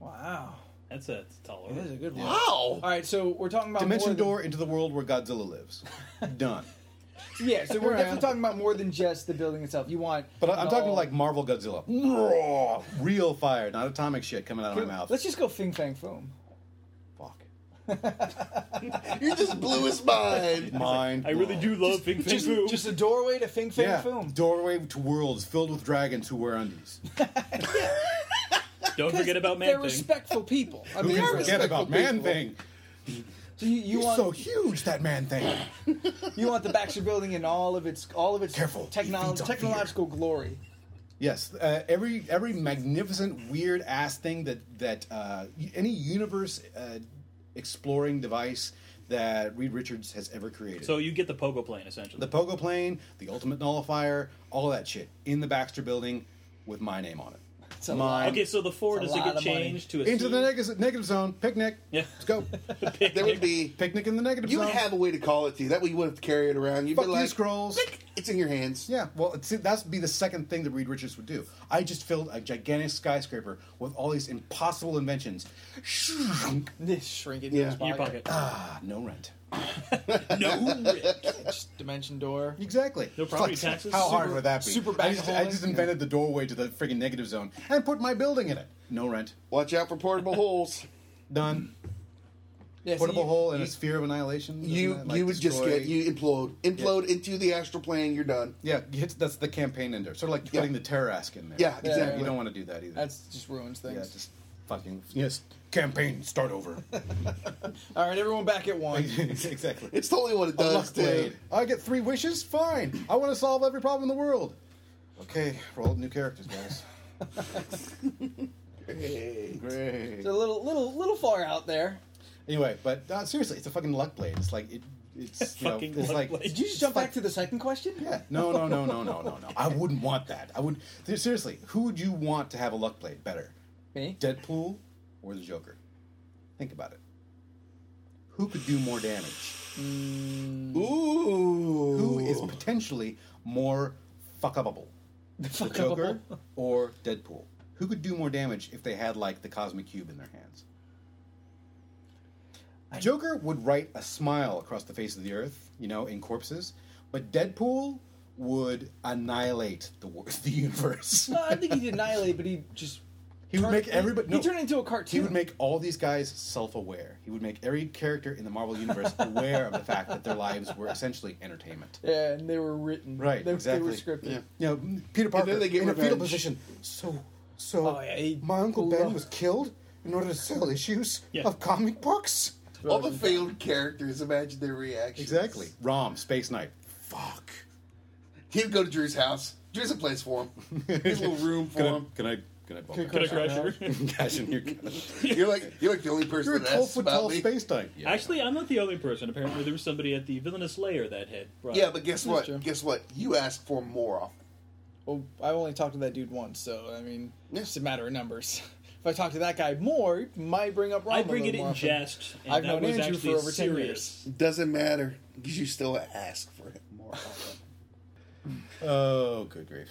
S4: Wow,
S6: That's a, that's a tall
S4: this is
S6: order.
S4: a good one.
S3: Wow.
S4: All right, so we're talking about
S1: Dimension
S4: more than-
S1: door into the world where Godzilla lives. Done.
S4: Yeah, so we're definitely talking about more than just the building itself. You want,
S1: But I- I'm
S4: the
S1: talking
S4: whole-
S1: like Marvel Godzilla. Raw, Real fire, not atomic shit coming out of my mouth.
S4: Let's just go Fing Fang Foom.
S1: Fuck.
S3: You just blew his mind.
S1: Mind.
S6: I really
S1: blown.
S6: do love Big Fang Boo.
S4: Just a doorway to Fing Fang
S1: Yeah.
S4: Foom.
S1: Doorway to worlds filled with dragons who wear undies.
S6: Don't forget about
S4: They're
S6: Man Thing.
S4: respectful people. I
S1: Who
S4: mean,
S1: can forget
S4: respectful
S1: about Man
S4: people.
S1: Thing?
S4: So you, you
S1: He's
S4: want
S1: so huge, that Man Thing.
S4: you want the Baxter Building and all of its all of its
S1: Careful, he
S4: technol-
S1: feeds on
S4: technological glory.
S1: Yes, uh, every every magnificent weird ass thing that that uh, y- any universe uh, exploring device that Reed Richards has ever created.
S6: So you get the pogo plane essentially.
S1: the pogo plane, the ultimate nullifier, all that shit in the Baxter building with my name on it.
S4: It's a
S1: Mine.
S6: okay, so the four
S4: It's a
S6: does it
S4: lot
S6: get
S4: of money.
S6: changed to a
S1: Into the neg- negative zone, picnic.
S6: Yeah.
S1: Let's go.
S6: next?
S3: There would be.
S1: picnic in the negative
S3: You
S1: zone.
S3: would have a way to call it to you. That way you wouldn't have to carry it around. You'd
S1: Fuck
S3: be
S1: you,
S3: like,
S1: scrolls.
S3: it's in your hands.
S1: Yeah, well, it's, that's be the second thing that Reed Richards would do. I just filled a gigantic skyscraper with all these impossible inventions.
S4: This shrink it in
S3: Yeah.
S4: his
S3: In
S6: your
S4: pocket. Ah.
S6: pocket.
S1: Ah, no rent.
S6: no. Rick.
S4: Just dimension door.
S1: Exactly.
S6: No property
S1: Flex.
S6: taxes?
S1: How hard
S4: Super-
S1: would that be?
S4: super
S1: I just, I
S4: backholing.
S1: just invented the doorway to the friggin' negative zone and put my building in it. No rent.
S3: Watch out for portable holes.
S1: Done.
S4: Yeah, so
S1: Portable
S4: you-
S1: hole in
S4: you-
S1: a sphere of annihilation. doesn't
S3: You
S1: that, like,
S3: you would
S1: destroy-
S3: just get you implode implode into the astral plane. You're done.
S1: Yeah, you hit- that's the campaign ender. Sort of like putting the terror ask in there.
S3: Yeah, exactly.
S1: You don't want to do that either.
S4: That's just ruins things.
S1: yeah, just fucking yes. Campaign start over.
S4: All right, everyone back at one.
S1: exactly.
S3: It's totally what it does,
S1: Luck blade.
S3: dude.
S1: I get three wishes. Fine. I want to solve every problem in the world. Okay, roll new characters, guys.
S3: Hey.
S1: Great.
S4: It's a little little little far out there.
S1: Anyway, but uh, seriously, it's a fucking luck blade. It's like it, it's you know,
S6: Fucking
S1: it's
S6: luck
S1: like
S6: blade.
S4: Did you just jump back to the second question?
S1: yeah. No, no, no, no, no, no, no. I wouldn't want that. I would there- seriously. Who would you want to have a luck blade better,
S4: Me?
S1: Deadpool or the Joker? Think about it. Who could do more damage?
S3: Ooh.
S1: Who is potentially more fuck upable, the Joker or Deadpool? Who could do more damage if they had like the cosmic cube in their hands? Joker would write a smile across the face of the earth, you know, in corpses, but Deadpool would annihilate the wor- the universe.
S4: No, Uh, I think he did annihilate, but he just
S1: he would
S4: turned-
S1: make everybody.
S4: He,
S1: No,
S4: turned into a cartoon.
S1: he would make all these guys self-aware. He would make every character in the Marvel universe aware of the fact that their lives were essentially entertainment.
S4: Yeah, and they were written.
S1: Right,
S4: they,
S1: exactly.
S4: They were scripted.
S3: Yeah.
S1: You know, Peter Parker
S3: then they get
S1: in a fetal
S3: revenge.
S1: position. So, so
S4: Oh, yeah, he
S1: my uncle
S4: pulled
S1: Ben
S4: off-
S1: was killed in order to sell issues
S6: Yeah.
S1: of comic books.
S3: All the failed characters. Imagine their reactions.
S1: Exactly. Rom, Space Knight. Fuck.
S3: He would go to Drew's house. Drew's a place for him. He's a little room for
S1: Can I,
S3: him.
S1: can I, can I bump
S6: Could I crash
S4: Yeah.
S6: over?
S1: it? Cash in your
S3: You're like you're like the only person
S1: You're a
S3: that asks
S1: 12 foot
S3: about
S1: tall
S3: me.
S1: space tank. Yeah.
S6: Actually, I'm not the only person. Apparently, there was somebody at the villainous lair that had. Brought
S3: Yeah, but guess what?
S4: true.
S3: Guess what? You ask for more often.
S4: Well, I only talked to that dude once, so I mean,
S3: Yeah.
S4: it's a matter of numbers. If I talk to that guy more, it might bring up.
S6: I
S4: Rom a
S6: bring it
S4: little
S6: in
S4: more often.
S6: jest, and
S4: I've
S6: that
S4: known
S6: was
S4: Andrew
S6: actually
S4: for over 10
S6: serious.
S3: Doesn't matter because you still ask for it more often.
S1: Oh, good grief.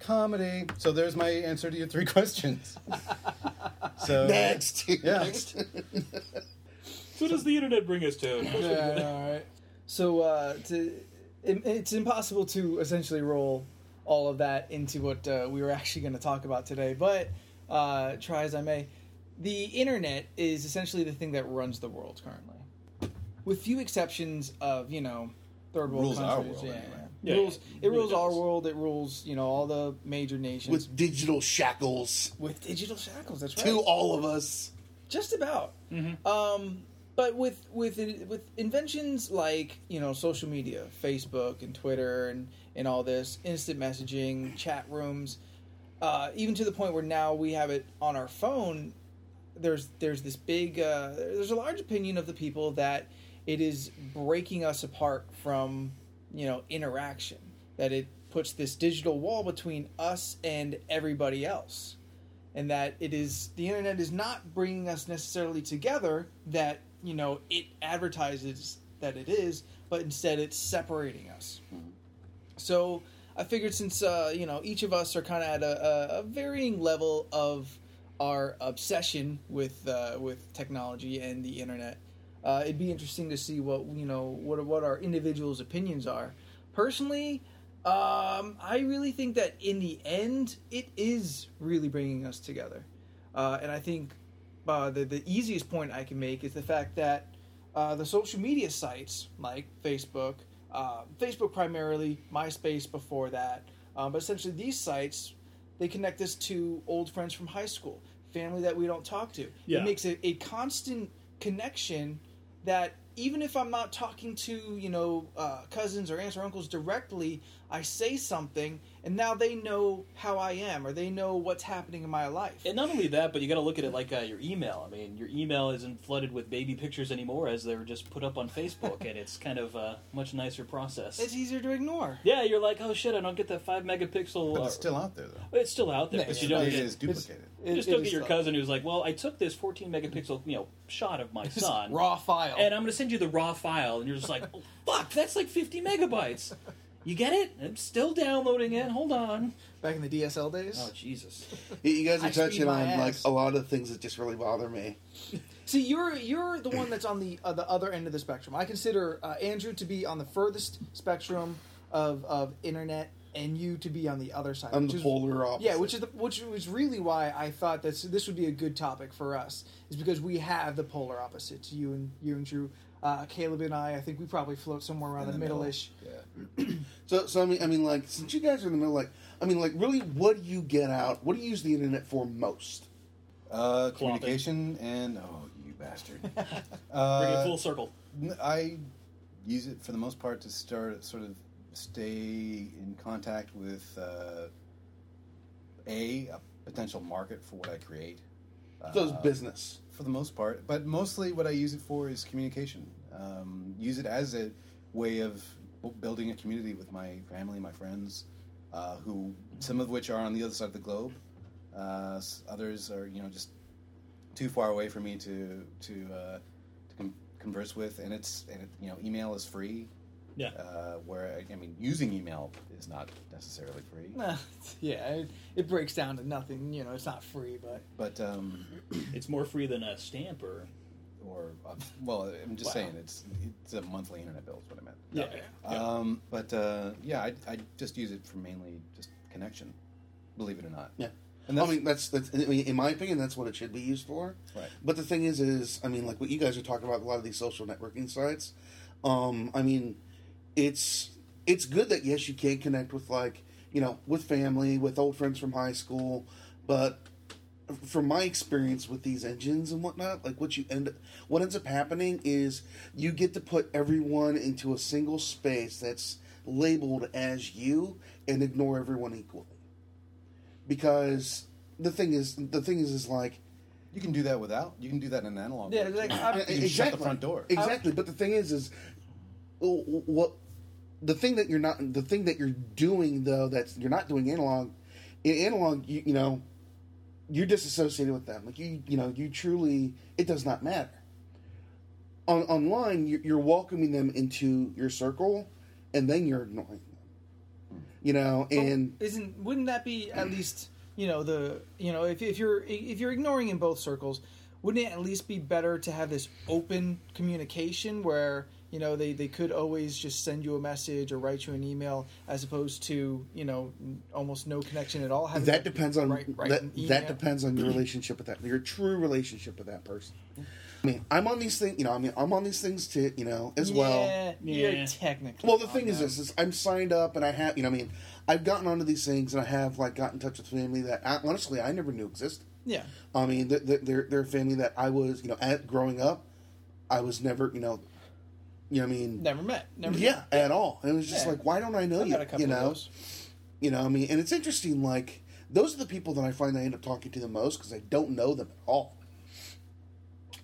S1: Comedy. So there's my answer to your three questions. so
S3: Next.
S1: Uh, Yeah.
S3: Next.
S6: So does the internet bring us to?
S4: Yeah, all right. So uh, to, it, it's impossible to essentially roll all of that into what uh, we were actually going to talk about today. But uh, try as I may, the internet is essentially the thing that runs the world currently, with few exceptions of you know third world
S1: Rules our
S4: countries.
S1: world,
S4: yeah,
S1: anyway.
S6: Yeah,
S4: rules.
S6: yeah,
S4: It,
S6: it really
S4: rules our
S6: does.
S4: world. It rules you know all the major nations with,
S3: With digital shackles
S4: digital shackles. That's right
S3: to all of us.
S4: just about. Um, but with with with inventions like you know social media, Facebook and Twitter and and all this instant messaging, chat rooms, uh, even to the point where now we have it on our phone. There's there's this big uh, there's a large opinion of the people that it is breaking us apart from you know interaction. That it puts this digital wall between us and everybody else and that it is the internet is not bringing us necessarily together that you know it advertises that it is but instead it's separating us so i figured since uh, you know each of us are kind of at a, a, a varying level of our obsession with uh, with technology and the internet uh, it'd be interesting to see what you know what what our individuals opinions are personally um, I really think that in the end, it is really bringing us together. Uh, and I think uh, the, the easiest point I can make is the fact that uh, the social media sites like Facebook, uh, Facebook primarily, MySpace before that, um, but essentially these sites, they connect us to old friends from high school, family that we don't talk to.
S6: Yeah.
S4: It makes a, a constant connection that even if I'm not talking to you know uh, cousins or aunts or uncles directly, I say something, and now they know how I am, or they know what's happening in my life.
S6: And not only that, but you got to look at it like uh, your email. I mean, your email isn't flooded with baby pictures anymore, as they were just put up on Facebook, and it's kind of a much nicer process.
S4: it's easier to ignore.
S6: yeah, you're like, oh shit, I don't get that five megapixel.
S1: But
S6: uh,
S1: it's still out there, though.
S6: it's still out there,
S4: Yeah,
S6: but
S4: yeah,
S6: you don't
S1: it
S6: get.
S1: is duplicated.
S4: It-
S6: you just
S4: it
S6: don't
S4: is
S6: get your
S4: tough.
S6: cousin who's like, well, I took this 14 megapixel, you know, shot of my
S4: Just
S6: son,
S4: raw file.
S6: and uh, I'm going to send you the raw file, and you're just like, oh, fuck, that's like 50 megabytes. You get it? I'm still downloading it. Hold on.
S4: Back in the DSL days.
S6: Oh Jesus.
S3: You- You guys are
S4: I speed
S3: touching on
S4: my
S3: like
S4: ass.
S3: a lot of things that just really bother me.
S4: See, you're you're the one that's on the uh, the other end of the spectrum. I consider uh, Andrew to be on the furthest spectrum of of internet, and you to be on the other side.
S3: I'm
S4: which
S3: the
S4: is-
S3: polar opposite.
S4: Yeah, which is the, which was really why I thought that this would be a good topic for us is because we have the polar opposites. You and you and Drew, uh, Caleb and I. I think we probably float somewhere around the,
S3: the middle.
S4: middle-ish.
S3: So, so I mean, I mean, like, since you guys are in the middle, like, I mean, like, really, what do you get out? What do you use the internet for most?
S1: Uh, communication and oh, you bastard!
S6: Bring it
S1: uh,
S6: full circle.
S1: n- I use it for the most part to start sort of stay in contact with uh, a, a potential market for what I create.
S3: So it's business.
S1: for the most part. But mostly, what I use it for is communication. Um, use it as a way of bu- building a community with my family, my friends, uh, who some of which are on the other side of the globe. Uh, s- others are, you know, just too far away for me to to uh, to con converse with. And it's and it, you know, email is free.
S6: Yeah.
S1: Uh, where I mean, using email is not necessarily free,
S4: yeah, it, it breaks down to nothing. You know, it's not free, but
S1: but um,
S6: It's more free than a stamp or
S1: or uh, well, I'm just
S6: Wow.
S1: saying it's it's a monthly internet bill is what I meant.
S6: yeah.
S1: Um, but uh, yeah, I, I just use it for mainly just connection, believe it or not.
S3: Yeah.
S1: And that's,
S3: I mean, that's that's. I mean, in my opinion, that's what it should be used for.
S1: Right.
S3: But the thing is, is I mean, like what you guys are talking about, a lot of these social networking sites. Um, I mean, it's it's good that yes, you can connect with like you know with family, with old friends from high school, but from my experience with these engines and whatnot, like what you end what ends up happening is you get to put everyone into a single space that's labeled as you and ignore everyone equally. Because the thing is, the thing is, is like
S1: You can do that without. You can do that in an analog.
S4: Yeah,
S1: version.
S4: like, I,
S1: You can shut the front door.
S3: Exactly, but the thing is, is w- w- what the thing that you're not, the thing that you're doing though, that's you're not doing analog. In analog, you, you know, you're disassociated with them. Like you, you know, you truly, it does not matter. On online, you're, you're welcoming them into your circle, and then you're ignoring them. You know, and
S4: Oh, isn't wouldn't that be at least you know the you know if, if you're if you're ignoring in both circles, wouldn't it at least be better to have this open communication where you know they they could always just send you a message or write you an email as opposed to you know almost no connection at all. Having
S3: that depends on
S4: Right, right,
S3: that,
S4: an
S3: that
S4: email.
S3: depends on your relationship with that your true relationship with that person. I mean, I'm on these things, you know. I mean, I'm on these things to, you know, as well.
S4: Yeah, Oh, you're
S5: Yeah.
S4: technically.
S3: Well, the
S4: on
S3: thing is,
S4: that.
S3: this is I'm signed up, and I have, you know, I mean, I've gotten onto these things, and I have like got in touch with family that I, honestly I never knew existed.
S4: yeah,
S3: I mean, they're, they're they're a family that I was, you know, at growing up, I was never, you know, you know, what I mean,
S4: never met, never.
S3: yeah, at all. And it was just
S4: Yeah.
S3: like, why don't I know
S4: I've
S3: you?
S4: got a couple
S3: you
S4: of
S3: know,
S4: those.
S3: you know, I mean, and it's interesting. Like those are the people that I find I end up talking to the most because I don't know them at all.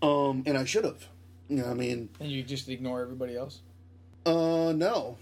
S3: Um, and I should have. You know, I mean,
S4: and you just ignore everybody else.
S3: uh, no.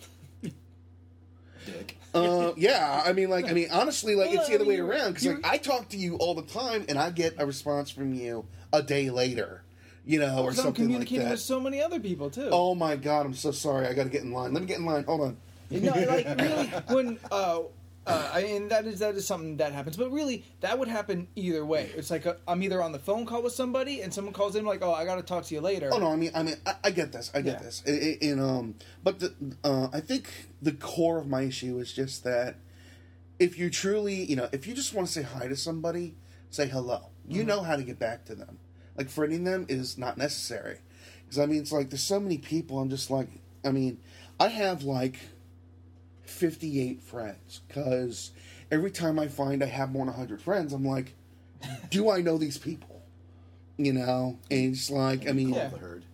S1: Dick.
S3: Uh, yeah, I mean, like, I mean, honestly, like, it's the other way around because,
S4: you're-
S3: like, I talk to you all the time, and I get a response from you a day later, you know, or
S4: Because I'm
S3: something like
S4: communicating
S3: that.
S4: with so many other people too.
S3: oh my god, I'm so sorry. I got to get in line. Let me get in line. Hold on.
S4: No, like really, when uh, uh, I- and that is that is something that happens. But really, that would happen either way. It's like i I'm either on the phone call with somebody, and someone calls in like, "Oh, I got to talk to you later."
S3: Oh no, I mean, I mean, I, I get this, I
S4: Yeah.
S3: get this, and, and- and, um, but the, uh, I think the core of my issue is just that if you truly, you know, if you just want to say hi to somebody, say hello. You know how to get back to them. Like friending them is not necessary, because I mean, it's like there's so many people. I'm just like, I mean, I have like 58 friends because every time I find I have more than 100 friends, I'm like, do I know these people? You know, and it's like, I mean,
S1: Call the herd.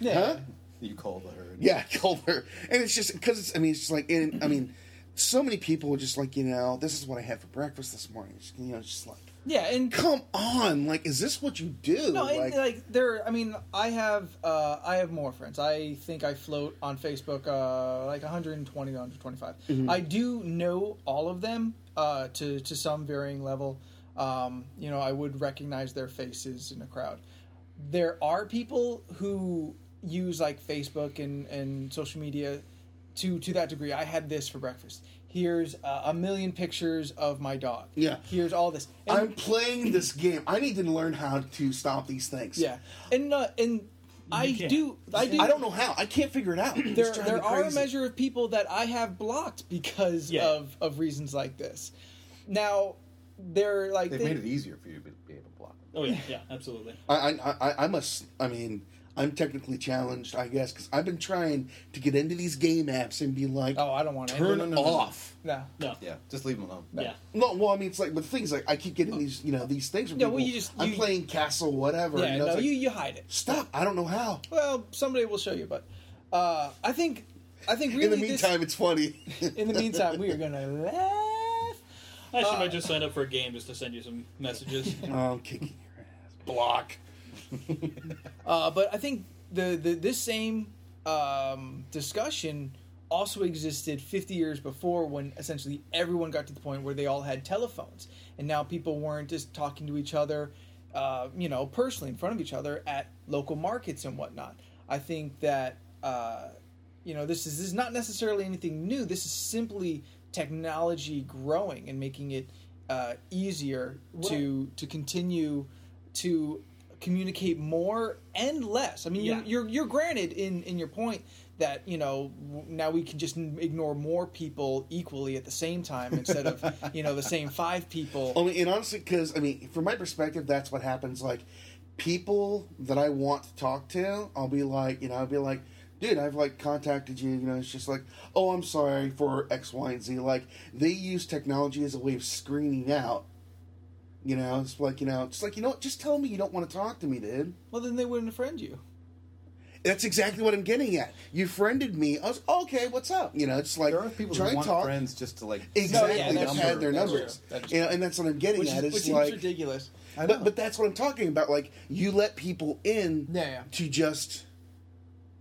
S4: yeah.
S3: Huh?
S1: You call the herd.
S3: Yeah, Culver. And it's just because it's. I mean, it's just like. And, I mean, so many people are just like, you know, this is what I had for breakfast this morning. It's, you know, it's just like,
S4: yeah, and
S3: come on, like, is this what you do?
S4: no, and, uh,
S3: like,
S4: like, there. I mean, I have uh, I have more friends. I think I float on Facebook uh, like 120, 125.
S3: Mm-hmm.
S4: I do know all of them uh, to to some varying level. Um, you know, I would recognize their faces in a crowd. there are people who use like Facebook and, and social media to to that degree. I had this for breakfast. Here's uh, a million pictures of my dog.
S3: Yeah.
S4: Here's all this. And,
S3: I'm playing this game. I need to learn how to stop these things.
S4: yeah. And uh, and I
S5: can't.
S4: do I do
S3: I don't know how. I can't figure it out. It's
S4: there
S3: driving me
S4: there are a
S3: crazy.
S4: measure of people that I have blocked because
S5: Yeah.
S4: of of reasons like this. Now they're like
S1: They've
S4: they-
S1: made it easier for you to be able to block them.
S6: Oh yeah, yeah, absolutely.
S3: I, I, I, I must. I mean, I'm technically challenged, I guess, because I've been trying to get into these game apps and be like,
S4: Oh, I don't want to
S3: turn
S1: no, no, no, no.
S3: off.
S4: No.
S6: No,
S1: Yeah, just leave them alone.
S6: yeah.
S3: No, well, I mean, it's like, but the things like I keep getting these, you know, these things. From
S4: Yeah,
S3: people.
S4: well, you just-
S3: I'm
S4: you-
S3: playing castle, whatever.
S4: Yeah,
S3: you know,
S4: no,
S3: it's like,
S4: you you hide it.
S3: stop. I don't know how.
S4: Well, somebody will show you, but uh, I think I think really
S3: In the meantime, it's funny.
S4: this, in the meantime, we are gonna laugh.
S6: I should
S4: Uh,
S6: might just sign up for a game just to send you some messages.
S3: oh, I'm kicking your ass. Block.
S4: Uh, but I think the, the this same um, discussion also existed 50 years before when essentially everyone got to the point where they all had telephones, and now people weren't just talking to each other, uh, you know, personally in front of each other at local markets and whatnot. I think that. Uh, you know this is this is not necessarily anything new this is simply technology growing and making it uh, easier to to continue to communicate more and less i mean
S6: Yeah.
S4: you're, you're you're granted in in your point that you know w- now we can just n- ignore more people equally at the same time instead of you know the same five people
S3: Only, and honestly, because I mean, from my perspective, that's what happens. Like, people that I want to talk to, I'll be like, you know, I'll be like, dude, I've like contacted you. You know, it's just like, oh, I'm sorry for X, Y, and Z. Like, they use technology as a way of screening out. You know, it's like you know, it's like you know, what, just tell me you don't want to talk to me, dude.
S4: well then they wouldn't friend you
S3: That's exactly what I'm getting at. You friended me. I was okay. What's up? You know, it's like
S1: There are people
S3: try
S1: who
S3: and
S1: want
S3: talk.
S1: friends just to like
S3: Exactly,
S4: yeah,
S3: they've
S4: that's
S3: had
S4: true.
S3: their
S4: That's
S3: numbers.
S4: true. That's
S3: You know, and that's what I'm getting
S4: which,
S3: at.
S4: is,
S3: Is,
S4: which seems
S3: like,
S4: ridiculous.
S1: I know.
S3: but but that's what I'm talking about. Like you let people in
S4: Yeah, yeah.
S3: to just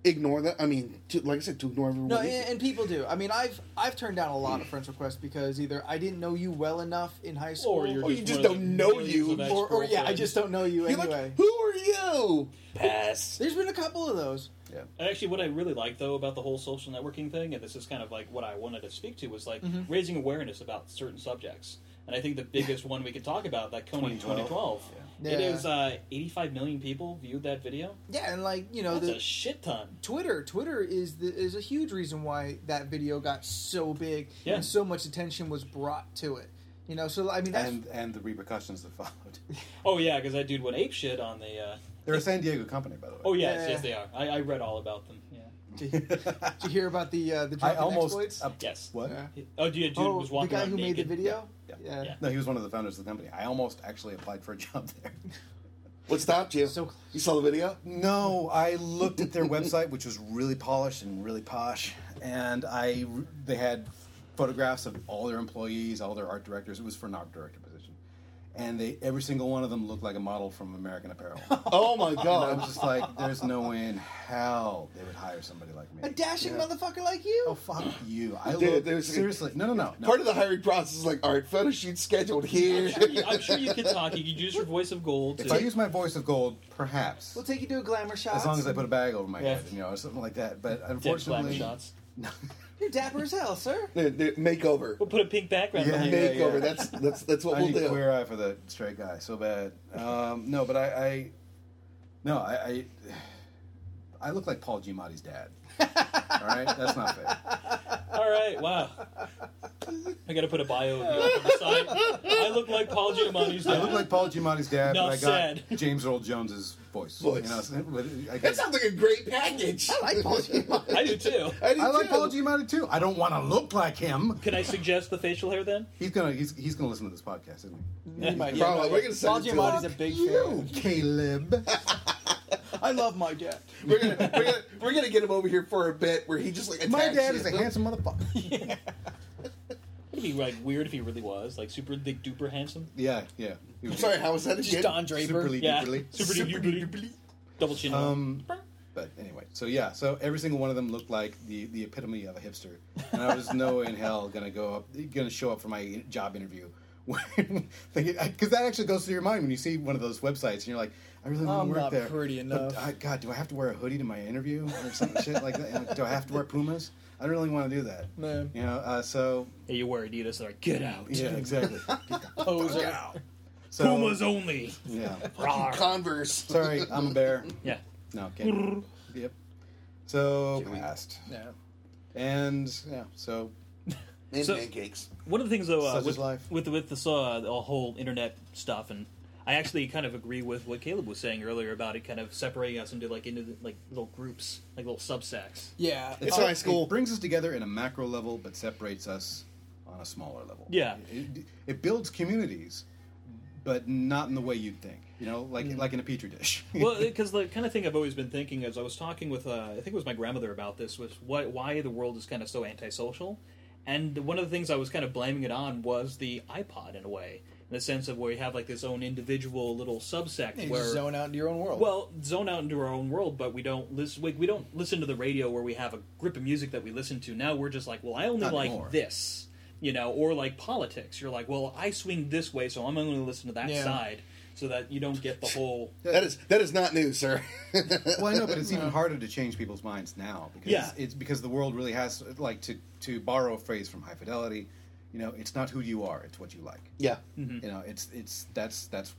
S3: ignore that. I mean, to, like I said, to ignore everyone.
S4: No, and, and people do. I mean, I've I've turned down a lot of friends requests because either I didn't know you well enough in high school,
S6: Or you're
S3: Or you just
S6: one of
S3: don't
S6: the
S3: know
S6: millions
S3: you,
S6: of
S4: or, or, yeah, I
S6: ex-girlfriends.
S4: just don't know you
S3: You're
S4: anyway.
S3: like, who are you?
S6: pass.
S4: There's been a couple of those.
S1: yeah.
S6: Actually, what I really like though about the whole social networking thing, and this is kind of like what I wanted to speak to, was like
S4: Mm-hmm.
S6: raising awareness about certain subjects. And I think the biggest one we could talk about, that Coney
S1: 2012.
S6: 2012,
S4: Yeah.
S6: it
S4: Yeah.
S6: is uh, 85 million people viewed that video.
S4: Yeah, and like you know
S6: That's
S4: the
S6: a shit ton.
S4: Twitter. Twitter is the, is a huge reason why that video got so big
S6: Yeah.
S4: and so much attention was brought to it. You know, so I mean, that's,
S1: and and the repercussions that followed.
S6: Oh yeah, because that dude went ape shit on the. Uh...
S1: They're a San Diego company, by the way.
S6: Oh yes,
S4: Yeah.
S6: yes they are. I, I read all about them. Yeah.
S4: did, you hear about the uh, the
S1: I
S4: drunken
S1: almost
S4: exploits?
S1: uh,
S6: Yes.
S1: what?
S4: Yeah.
S6: Oh, dude, dude
S4: oh,
S6: was walking
S4: the guy
S6: around
S4: who made the
S6: naked.
S4: video.
S1: Yeah.
S4: Yeah.
S6: Yeah.
S1: No, he was one of the founders of the company. I almost actually applied for a job there.
S3: What stopped you?
S4: So close.
S3: you saw the video?
S1: No, I looked at their website, which was really polished and really posh, and I they had photographs of all their employees, all their art directors. It was for an art director position, and they every single one of them looked like a model from American Apparel. and
S3: Oh my
S1: I
S3: god!
S1: was just like, "There's no way in hell they would hire somebody like
S4: A
S1: me."
S4: dashing motherfucker like you.
S1: Oh fuck you! I
S3: Dude,
S1: look,
S3: there's-
S1: seriously no no no. no.
S3: Part of the hiring process is like, all right, photo shoot scheduled
S6: I'm
S3: here.
S6: sure, you, I'm sure you can talk. You could use your voice of gold.
S1: if
S6: to-
S1: I use my voice of gold, perhaps
S4: We'll take you to a glamour shot.
S1: as long as I put a bag over my
S6: Yeah.
S1: head, you know, or something like that. But
S6: Dead flap
S1: unfortunately,
S6: shots.
S4: You're dapper as hell, sir.
S3: The- the makeover.
S6: We'll put a pink background
S1: Yeah.
S6: behind
S1: Big-
S6: it.
S3: Makeover.
S1: yeah.
S3: That's that's that's what
S1: I
S3: we'll
S1: need
S3: do.
S1: queer eye for the straight guy so bad. Um, no, but I, I no, I, I, I look like Paul Giamatti's dad. All right, that's not fair.
S6: All right, wow. I got to put a bio of you up on the side. I look like Paul Giamatti's
S1: I look
S6: dad.
S1: like Paul Giamatti's dad, but
S6: Not
S1: I got
S6: sad.
S1: James Earl Jones's voice.
S3: Voice.
S1: You know, so with- I,
S3: That
S1: got,
S3: sounds like a great package.
S4: I like Paul Giamatti.
S6: I do too.
S3: I, do
S1: I like
S3: too.
S1: Paul Giamatti too. I don't want to look like him.
S6: Can I suggest the facial hair then?
S1: He's gonna he's, he's gonna listen to this podcast, isn't he?
S4: Probably.
S3: Probably. We're gonna
S4: Paul
S3: send it to
S4: Giamatti's a
S3: him.
S4: big
S1: You,
S4: fan.
S1: Caleb.
S4: I love my dad.
S3: We're gonna, we're gonna we're gonna get him over here for a bit where he just like
S1: My
S3: attacks
S1: dad
S3: you.
S1: is a handsome motherfucker.
S6: It'd be like weird if he really was like super dick duper handsome.
S1: Yeah, yeah. He
S3: I'm
S1: was
S3: sorry, how was that again?
S4: Just Don Draper.
S1: Superly
S6: Yeah,
S1: duperly.
S6: super duper double chin.
S1: Um, But anyway, so yeah, so every single one of them looked like the, the epitome of a hipster, and I was no in hell gonna go up, gonna show up for my job interview, because that actually goes through your mind when you see one of those websites and you're like, I really want
S4: I'm
S1: to work
S4: not
S1: there.
S4: pretty
S1: But,
S4: enough.
S1: I, God, do I have to wear a hoodie to my interview or some shit like that? And, like, do I have to wear Pumas? I don't really want to do that.
S4: Man.
S1: You know, uh, so
S6: hey, you wear Adidas? They're like, get out.
S1: yeah, exactly.
S4: Poser.
S1: So,
S6: Pumas only.
S1: Yeah.
S6: Rawr.
S3: Converse.
S1: Sorry, I'm a bear.
S6: Yeah.
S1: No, okay. yep. So passed.
S4: Yeah.
S1: And yeah, so
S3: And
S6: So-
S3: pancakes.
S6: One of the things though, uh,
S1: Such is
S6: with,
S1: life.
S6: with with this uh, the whole internet stuff, and I actually kind of agree with what Caleb was saying earlier about it, kind of separating us into like into the, like little groups, like little subsects.
S4: Yeah.
S3: It's
S4: Uh,
S3: high school.
S1: It brings us together in a macro level, but separates us on a smaller level.
S6: Yeah.
S1: It, it builds communities, but not in the way you'd think. You know, like like in a petri dish.
S6: Mm. well, because the kind of thing I've always been thinking as I was talking with, uh, I think it was my grandmother about this, was why, why the world is kind of so antisocial. And one of the things I was kind of blaming it on was the iPod in a way, in the sense of where you have like this own individual little subsect
S4: You
S6: where
S4: just zone out into your own world.
S6: well, zone out into our own world, but we don't listen. We, we don't listen to the radio where we have a group of music that we listen to. Now we're just like, well, I only
S1: Not
S6: like
S1: anymore.
S6: this, you know, or like politics. You're like, well, I swing this way, so I'm only going to listen to that
S4: Yeah.
S6: side, so that you don't get the whole.
S3: That is that is not new, sir.
S1: well, I know, but it's even harder to change people's minds now because
S6: Yeah.
S1: it's because the world really has like to to borrow a phrase from High Fidelity. You know, it's not who you are; it's what you like.
S3: yeah.
S1: You know, it's it's that's that's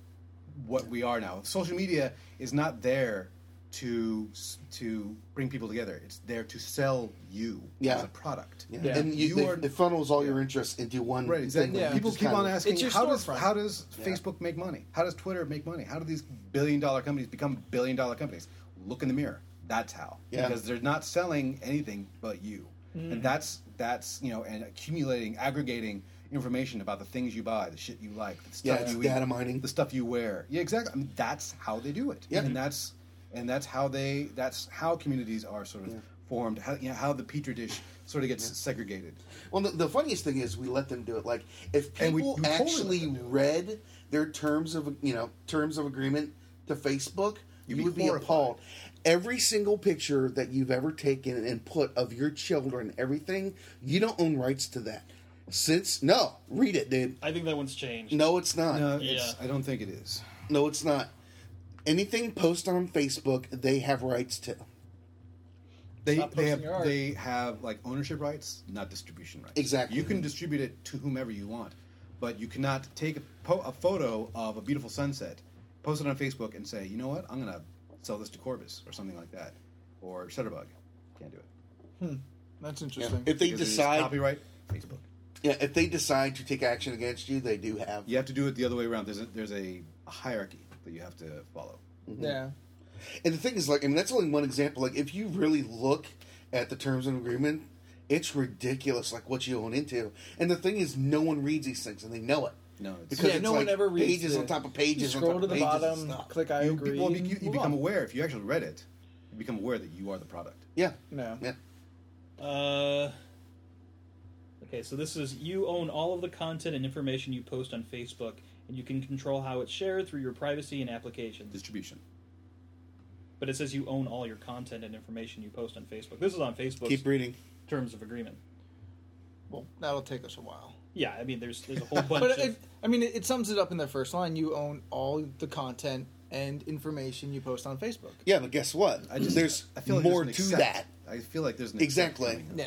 S1: what we are now. Social media is not there to s- to bring people together. It's there to sell you
S3: Yeah.
S1: as a product.
S3: Yeah.
S6: Yeah.
S3: And you,
S1: You
S3: they-
S1: are-
S3: it funnels all your interests into one
S1: Right,
S3: thing.
S1: exactly.
S4: Yeah.
S1: People
S3: Just
S1: keep
S3: kinda-
S1: on asking,
S4: It's your
S1: how does
S4: storefront.
S1: how does
S3: Yeah.
S1: Facebook make money? How does Twitter make money? How do these billion dollar companies become billion dollar companies? Look in the mirror. That's how.
S3: Yeah.
S1: Because they're not selling anything but you,
S4: Mm.
S1: and that's that's you know, and accumulating, aggregating information about the things you buy, the shit you like, the
S3: Yeah,
S1: stuff
S3: it's
S1: you eat,
S3: data mining.
S1: the stuff you wear. Yeah, exactly. I mean, that's how they do it.
S3: Yeah.
S1: and that's and that's how they that's how communities are sort of formed. How you know, how the petri dish sort of gets segregated.
S3: Well, the, the funniest thing is we let them do it. Like if
S1: And we-
S3: people
S1: we totally let
S3: actually
S1: them do it.
S3: read their terms of you know terms of agreement to Facebook,
S1: You'd
S3: you
S1: be
S3: would be
S1: horrified.
S3: appalled. Every single picture that you've ever taken and put of your children, everything you don't own rights to that. Since no, read it, dude.
S6: I think that one's changed.
S3: No, it's not.
S1: No,
S6: Yeah.
S1: it's, I don't think it is.
S3: No, it's not. Anything posted on Facebook, they have rights to.
S1: They
S4: not
S1: they
S4: posting
S1: have
S4: your art.
S1: they have like ownership rights, not distribution rights.
S3: Exactly.
S1: You can distribute it to whomever you want, but you cannot take a, po- a photo of a beautiful sunset, post it on Facebook, and say, you know what, I'm gonna sell this to Corbis or something like that, or Shutterbug. Can't do it.
S4: That's interesting.
S3: If they
S1: Because it is
S3: decide,
S1: copyright Facebook.
S3: yeah, if they decide to take action against you, they do have.
S1: You have to do it the other way around. There's a, there's a hierarchy that you have to follow.
S4: Yeah.
S3: And the thing is, like, I mean, that's only one example. Like, if you really look at the terms and agreement, it's ridiculous, like, what you own into. And the thing is, no one reads these things, and they know it.
S1: No, it's-
S3: because
S4: yeah,
S3: it's
S4: no
S3: like
S4: one ever reads
S3: pages
S4: the-
S3: on top of pages.
S4: You
S3: on
S4: scroll
S3: top
S4: to
S3: of
S4: the
S3: pages
S4: bottom,
S3: and stuff.
S4: click I
S1: you,
S4: agree.
S1: well, you, you
S4: move
S1: become
S4: on.
S1: aware if you actually read it. You become aware that you are the product.
S3: Yeah,
S4: No.
S3: yeah.
S6: Uh, okay, so this is you own all of the content and information you post on Facebook, and you can control how it's shared through your privacy and applications.
S1: Distribution.
S6: But it says you own all your content and information you post on Facebook. This is on Facebook's
S3: Keep reading.
S6: terms of agreement.
S4: Well, that'll take us a while.
S6: Yeah, I mean, there's there's a whole bunch.
S4: But
S6: of,
S4: it, it, I mean, it, it sums it up in the first line. You own all the content and information you post on Facebook.
S3: Yeah, but guess what?
S1: I just,
S3: there's
S1: I feel like
S3: more
S1: there's
S3: to
S1: an
S3: that.
S1: accept- I feel like there's an accept
S3: Exactly.
S1: coming up.
S4: Yeah.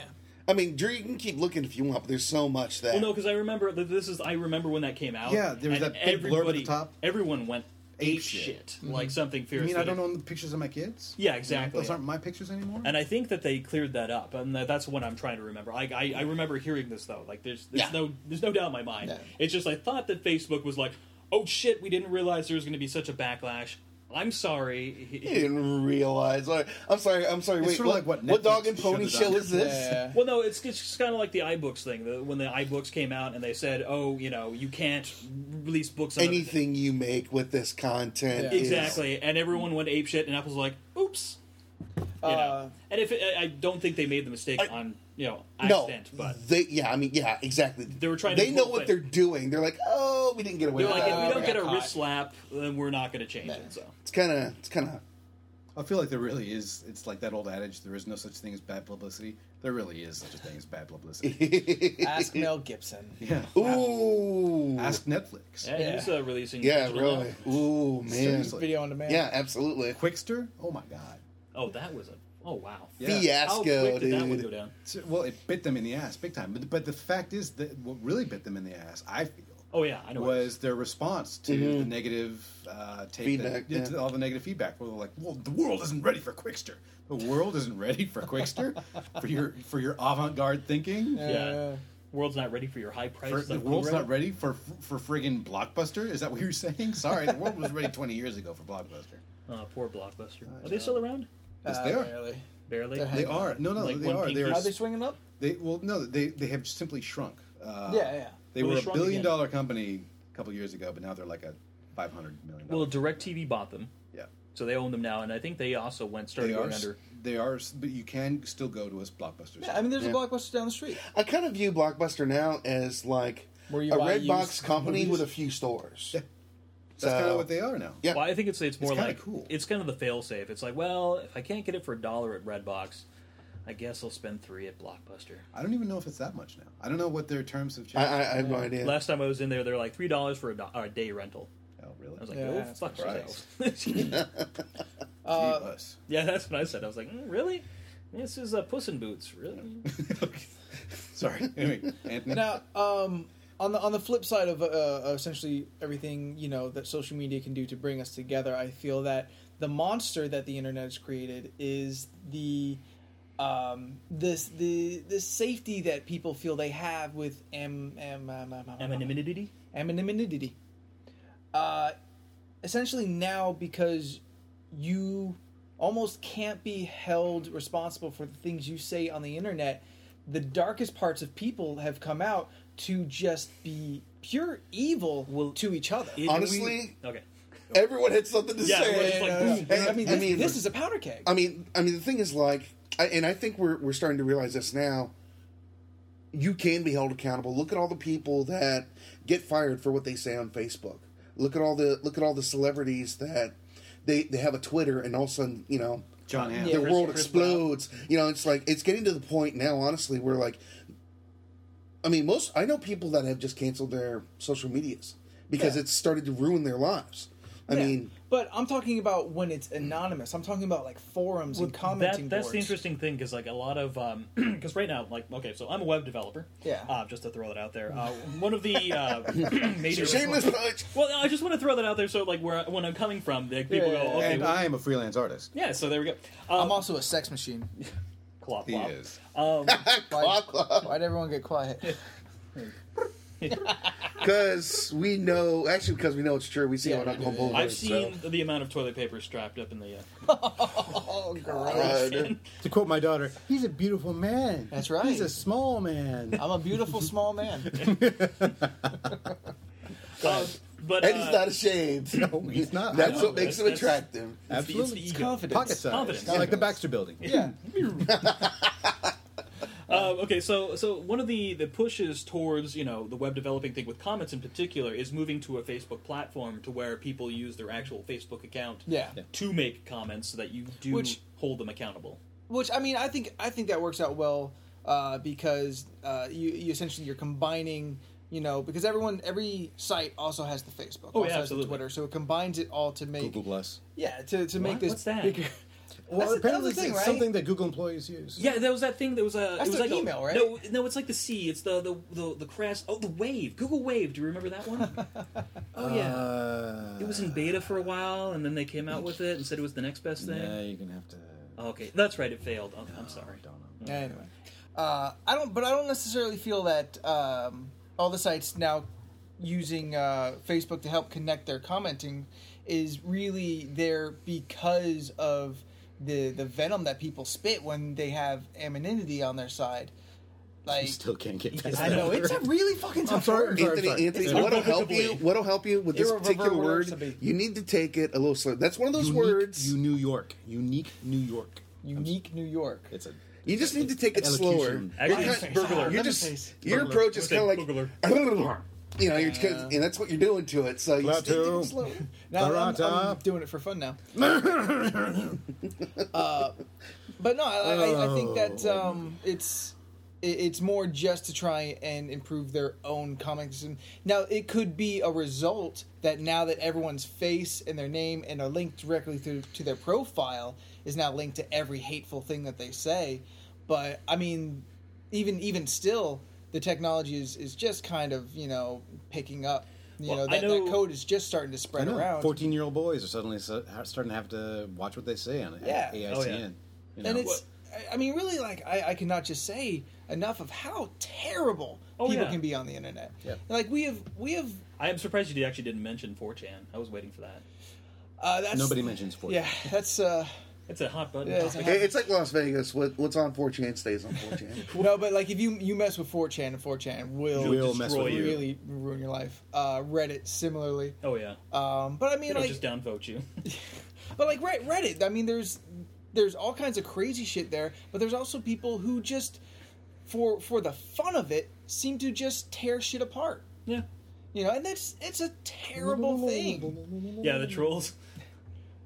S3: I mean, Drew, you can keep looking if you want, but there's so much that.
S6: well, no, because I remember that this is I remember when that came out.
S1: Yeah, there was
S6: and
S1: that big blurb at the
S6: everybody-
S1: top.
S6: Everyone went
S1: Ape
S6: ape
S1: shit. Mm-hmm.
S6: shit, like something fierce.
S1: You mean I
S6: that
S1: don't
S6: it-
S1: own the pictures of my kids?
S6: Yeah, exactly.
S1: Those aren't my pictures anymore.
S6: And I think that they cleared that up, and that- that's what I'm trying to remember. I, I, I remember hearing this though. Like there's there's
S3: Yeah.
S6: no there's no doubt in my mind.
S4: Yeah.
S6: It's just I thought that Facebook was like, oh shit, we didn't realize there was going to be such a backlash. I'm sorry.
S3: you didn't realize. Like, I'm sorry. I'm sorry.
S1: It's
S3: wait,
S1: sorta
S3: what,
S1: like what Netflix
S3: what dog and pony
S1: shut it
S3: show
S1: down.
S3: is this?
S4: Yeah.
S6: Well, no, it's it's just kind of like the iBooks thing. The, when the iBooks came out and they said, "Oh, you know, you can't release books." under the-
S3: Anything you make with this content,
S4: Yeah.
S3: is-
S6: Exactly, and everyone went ape shit, and Apple's like, "Oops." You know?
S4: Uh,
S6: and if it, I- I don't think they made the mistake
S3: I-
S6: on you know
S3: no,
S6: accident, but
S3: they yeah, I mean yeah, exactly. They
S6: were trying to
S3: They know
S6: move
S3: what
S6: it.
S3: they're doing. They're like, oh, we didn't get away
S6: they're
S3: with
S6: like, if
S3: that.
S6: we don't
S4: we
S6: get
S4: got
S6: a wrist
S4: caught.
S6: slap, then we're not going to change it. So
S3: It's kind of it's kind of
S1: I feel like there really is. It's like that old adage: there is no such thing as bad publicity. There really is such a thing as bad publicity.
S4: Ask Mel Gibson.
S1: yeah.
S3: ooh,
S1: Ask Netflix.
S6: yeah,
S4: Yeah.
S6: he's uh, releasing.
S3: yeah,
S6: digital
S3: really,
S6: now.
S3: ooh man,
S1: Seriously.
S4: Video on demand.
S3: yeah, absolutely.
S1: Quickster. Oh my god.
S6: Oh, that was a. Oh wow.
S1: Yeah.
S6: How
S3: Fiasco,
S6: quick did
S3: dude.
S6: that one go down?
S1: So- well, it bit them in the ass big time. But, but the fact is that what really bit them in the ass, I feel,
S6: Oh yeah, I know. what it is.
S1: was their response to the negative uh, take
S3: Feedback,
S1: that, yeah,
S3: yeah.
S1: to all the negative feedback. Where they're like, "Well, the world isn't ready for Quickster. The world isn't ready for Quickster for your for your avant-garde thinking."
S6: Yeah.
S4: Uh,
S6: World's not ready for your high price.
S1: For,
S6: like
S1: the world's
S6: Blu-ray.
S1: not ready for for friggin' blockbuster. Is that what you're saying? Sorry, the world was ready 20 years ago for blockbuster.
S6: Oh, poor Blockbuster. Are they still around?
S1: Yes,
S4: uh,
S1: they are.
S4: Really.
S6: Barely.
S4: They're
S1: They are no, no,
S6: Like
S1: they
S6: one
S1: are. They
S6: pinky.
S1: are.
S4: Are they swinging up?
S1: They well, no, they they have simply shrunk. Uh,
S4: Yeah, yeah.
S1: They
S6: Well,
S1: were
S6: they
S1: a
S6: shrunk
S1: billion
S6: again.
S1: dollar company a couple years ago, but now they're like a 500 million.
S6: Well,
S1: Dollar.
S6: DirecTV bought them,
S1: yeah,
S6: so they own them now, and I think they also went started
S1: they are.
S6: going under.
S1: They are, but you can still go to a blockbuster.
S4: Yeah, I mean, there's a blockbuster down the street.
S3: I kind of view Blockbuster now as like
S4: Where you
S3: a
S4: buy
S3: red box
S4: used
S3: company
S4: movies.
S3: with a few stores.
S1: Yeah. That's kind
S3: So-
S1: of what they are now.
S3: Yeah.
S6: Well, I think it's it's more
S1: kinda
S6: like
S1: cool.
S6: it's kind of the fail safe. It's like, well, if I can't get it for a dollar at Redbox, I guess I'll spend three at Blockbuster.
S1: I don't even know if it's that much now. I don't know what their terms have
S3: I,
S1: changed.
S3: I, I have no idea.
S6: Last time I was in there, they're like three dollars for a, do- or a day rental.
S1: oh, really?
S6: I was like,
S4: Yeah,
S6: go
S4: that's
S6: fuck
S1: Christ.
S6: yourself.
S1: Gee, bus.
S6: yeah, that's what I said. I was like, mm, really? This is uh, Puss in Boots, really?
S1: Sorry. Anyway, Anthony.
S4: Now, um, on the on the flip side of uh, essentially everything you know that social media can do to bring us together, I feel that the monster that the internet has created is the um, this the the safety that people feel they have with am am am am- am-
S6: Anonymity.
S4: anonymity. Uh, essentially now because you almost can't be held responsible for the things you say on the internet, the darkest parts of people have come out to just be pure evil to each other.
S6: It-
S3: Honestly,
S6: Okay.
S3: Everyone had something to
S6: Yeah,
S3: say.
S6: we're just like, boom.
S3: And-
S4: uh, I mean,
S3: I
S4: this,
S3: mean,
S4: this is a powder keg.
S3: I mean, I mean, the thing is, like, I, and I think we're we're starting to realize this now. You can be held accountable. Look at all the people that get fired for what they say on Facebook. Look at all the look at all the celebrities that they they have a Twitter, and all of a sudden, you know,
S7: John Hamm.
S3: the
S4: Chris-
S3: world
S4: Chris
S3: explodes. You know, it's like it's getting to the point now. Honestly, where like, I mean, most I know people that have just canceled their social medias because
S4: Yeah.
S3: it's started to ruin their lives. I
S4: Yeah.
S3: mean,
S4: but I'm talking about when it's anonymous. I'm talking about like forums and commenting
S6: That, that's
S4: boards.
S6: the interesting thing because like a lot of because right now like okay so I'm a web developer
S4: Yeah.
S6: uh, just to throw that out there uh, one of the uh, major
S3: shameless punch.
S6: well I just want to throw that out there so like where when I'm coming from like, people
S4: Yeah,
S6: go
S4: yeah,
S6: okay
S7: And
S6: well-
S7: I am a freelance artist.
S6: yeah so there we go
S4: I'm
S6: um,
S4: also a sex machine.
S6: clop,
S1: He
S6: clop.
S1: is.
S4: Why, why'd everyone get quiet?
S3: Because we know, actually, because we know it's true. We see
S4: Yeah,
S3: it on Alcohol Boulevard.
S6: I've
S3: so-
S6: seen the amount of toilet paper strapped up in the uh,
S4: Oh,
S3: Right.
S7: To quote my daughter, he's a beautiful man.
S4: That's right.
S7: He's a small man.
S4: I'm a beautiful small man.
S6: uh, but
S3: and
S6: uh,
S3: he's not ashamed.
S7: no, he's not.
S3: That's
S6: I know,
S3: what makes
S6: that's-
S3: him
S6: that's-
S3: attractive.
S7: Absolutely.
S6: it's the ego.
S4: Confidence.
S7: Pocket size.
S6: Confidence.
S7: Like the Baxter building.
S4: Yeah.
S6: Um, okay, so so one of the the pushes towards you know the web developing thing with comments in particular is moving to a Facebook platform to where people use their actual Facebook account
S4: Yeah.
S6: to make comments so that you do
S4: Which-
S6: hold them accountable.
S4: Which I mean, I think I think that works out well uh, because uh, you, you essentially you're combining, you know, because everyone every site also has the Facebook,
S6: Oh,
S4: also
S6: yeah,
S4: has
S6: absolutely.
S4: the Twitter, so it combines it all to make
S7: Google Plus.
S4: yeah to, to make
S6: What?
S4: this
S6: What's that?
S4: bigger.
S7: Well,
S4: That's the-
S7: apparently
S4: that's the thing,
S7: it's
S4: right?
S7: something that Google employees use.
S6: Yeah, there was that thing. There was a.
S4: That's
S6: it was
S4: their
S6: like a-
S4: email, right?
S6: No, no, it's like the C. It's the the the, the crest. Oh, the Wave. Google Wave. Do you remember that one? oh yeah.
S7: Uh,
S6: it was in beta for a while, and then they came out with it and said it was the next best thing.
S7: Yeah,
S6: Oh,
S7: you're gonna have to.
S6: Okay, that's right. It failed. Oh, I'm sorry.
S7: Don't know.
S4: Anyway, uh, I don't, but I don't necessarily feel that um, all the sites now using uh, Facebook to help connect their commenting is really there because of the the venom that people spit when they have anonymity on their side. Like,
S7: You still can't get past
S4: I know
S7: that.
S4: it's a really fucking tough.
S7: I'm sorry,
S4: word.
S7: I'm sorry.
S3: Anthony, Anthony,
S7: It's
S3: what'll help you?
S6: irrevocably.
S3: What'll help you with this particular
S4: Irrevocable
S3: word?
S4: to be.
S3: You need to take it a little slow. That's one of those
S7: Unique
S3: words.
S7: You
S3: You,
S7: New York. Unique New York.
S4: Unique New York.
S7: It's a.
S3: just need to take it slower.
S7: Elocution.
S6: Actually,
S3: You're
S6: it's
S3: kind-
S6: burglar.
S3: You're
S6: Lemon
S3: just
S4: taste.
S3: your
S6: Burglar.
S3: approach is
S6: I
S3: kind
S6: would
S3: of
S6: say
S3: like. You know, you're just kinda, and that's what you're doing to it. So you just need to take it
S7: Plateau.
S3: slower.
S4: Now I'm, I'm
S7: Barata.
S4: doing it for fun now. uh, but no, I, I, I think
S7: Oh,
S4: that um, it's it- it's more just to try and improve their own comics. And now it could be a result that now that everyone's face and their name and are linked directly to to their profile is now linked to every hateful thing that they say. But I mean, even even still, the technology is is just kind of you know picking up. You
S6: Well,
S4: know,
S6: I
S4: that,
S6: know-
S4: that code is just starting to
S7: I
S4: spread
S7: know.
S4: around.
S7: Fourteen-year-old boys are suddenly so- ha- starting to have to watch what they say on
S4: Yeah.
S7: AICN.
S6: Oh, yeah.
S7: You know?
S4: and it's I- I mean really like I, I cannot just say enough of how terrible
S6: Oh,
S4: people
S6: yeah.
S4: can be on the internet.
S7: Yep.
S4: Like we have we have
S6: I am surprised you actually didn't mention 4chan. I was waiting for that.
S4: uh, that's
S7: nobody mentions fourteen.
S4: Yeah, that's uh
S6: It's a hot button
S4: Yeah, it's a
S6: topic.
S4: hot-
S3: It- It's like Las Vegas. What, what's on 4chan stays on 4chan.
S4: no, but like if you you mess with 4chan and 4chan will
S7: Will mess
S6: destroy
S7: with you.
S4: really ruin your life. Uh, Reddit similarly.
S6: oh yeah,
S4: Um, but I mean
S6: it'll
S4: like
S6: just downvote you.
S4: But like Red- Reddit, I mean, there's there's all kinds of crazy shit there, but there's also people who just for for the fun of it seem to just tear shit apart.
S6: yeah,
S4: You know, and that's it's a terrible thing.
S6: yeah, the trolls.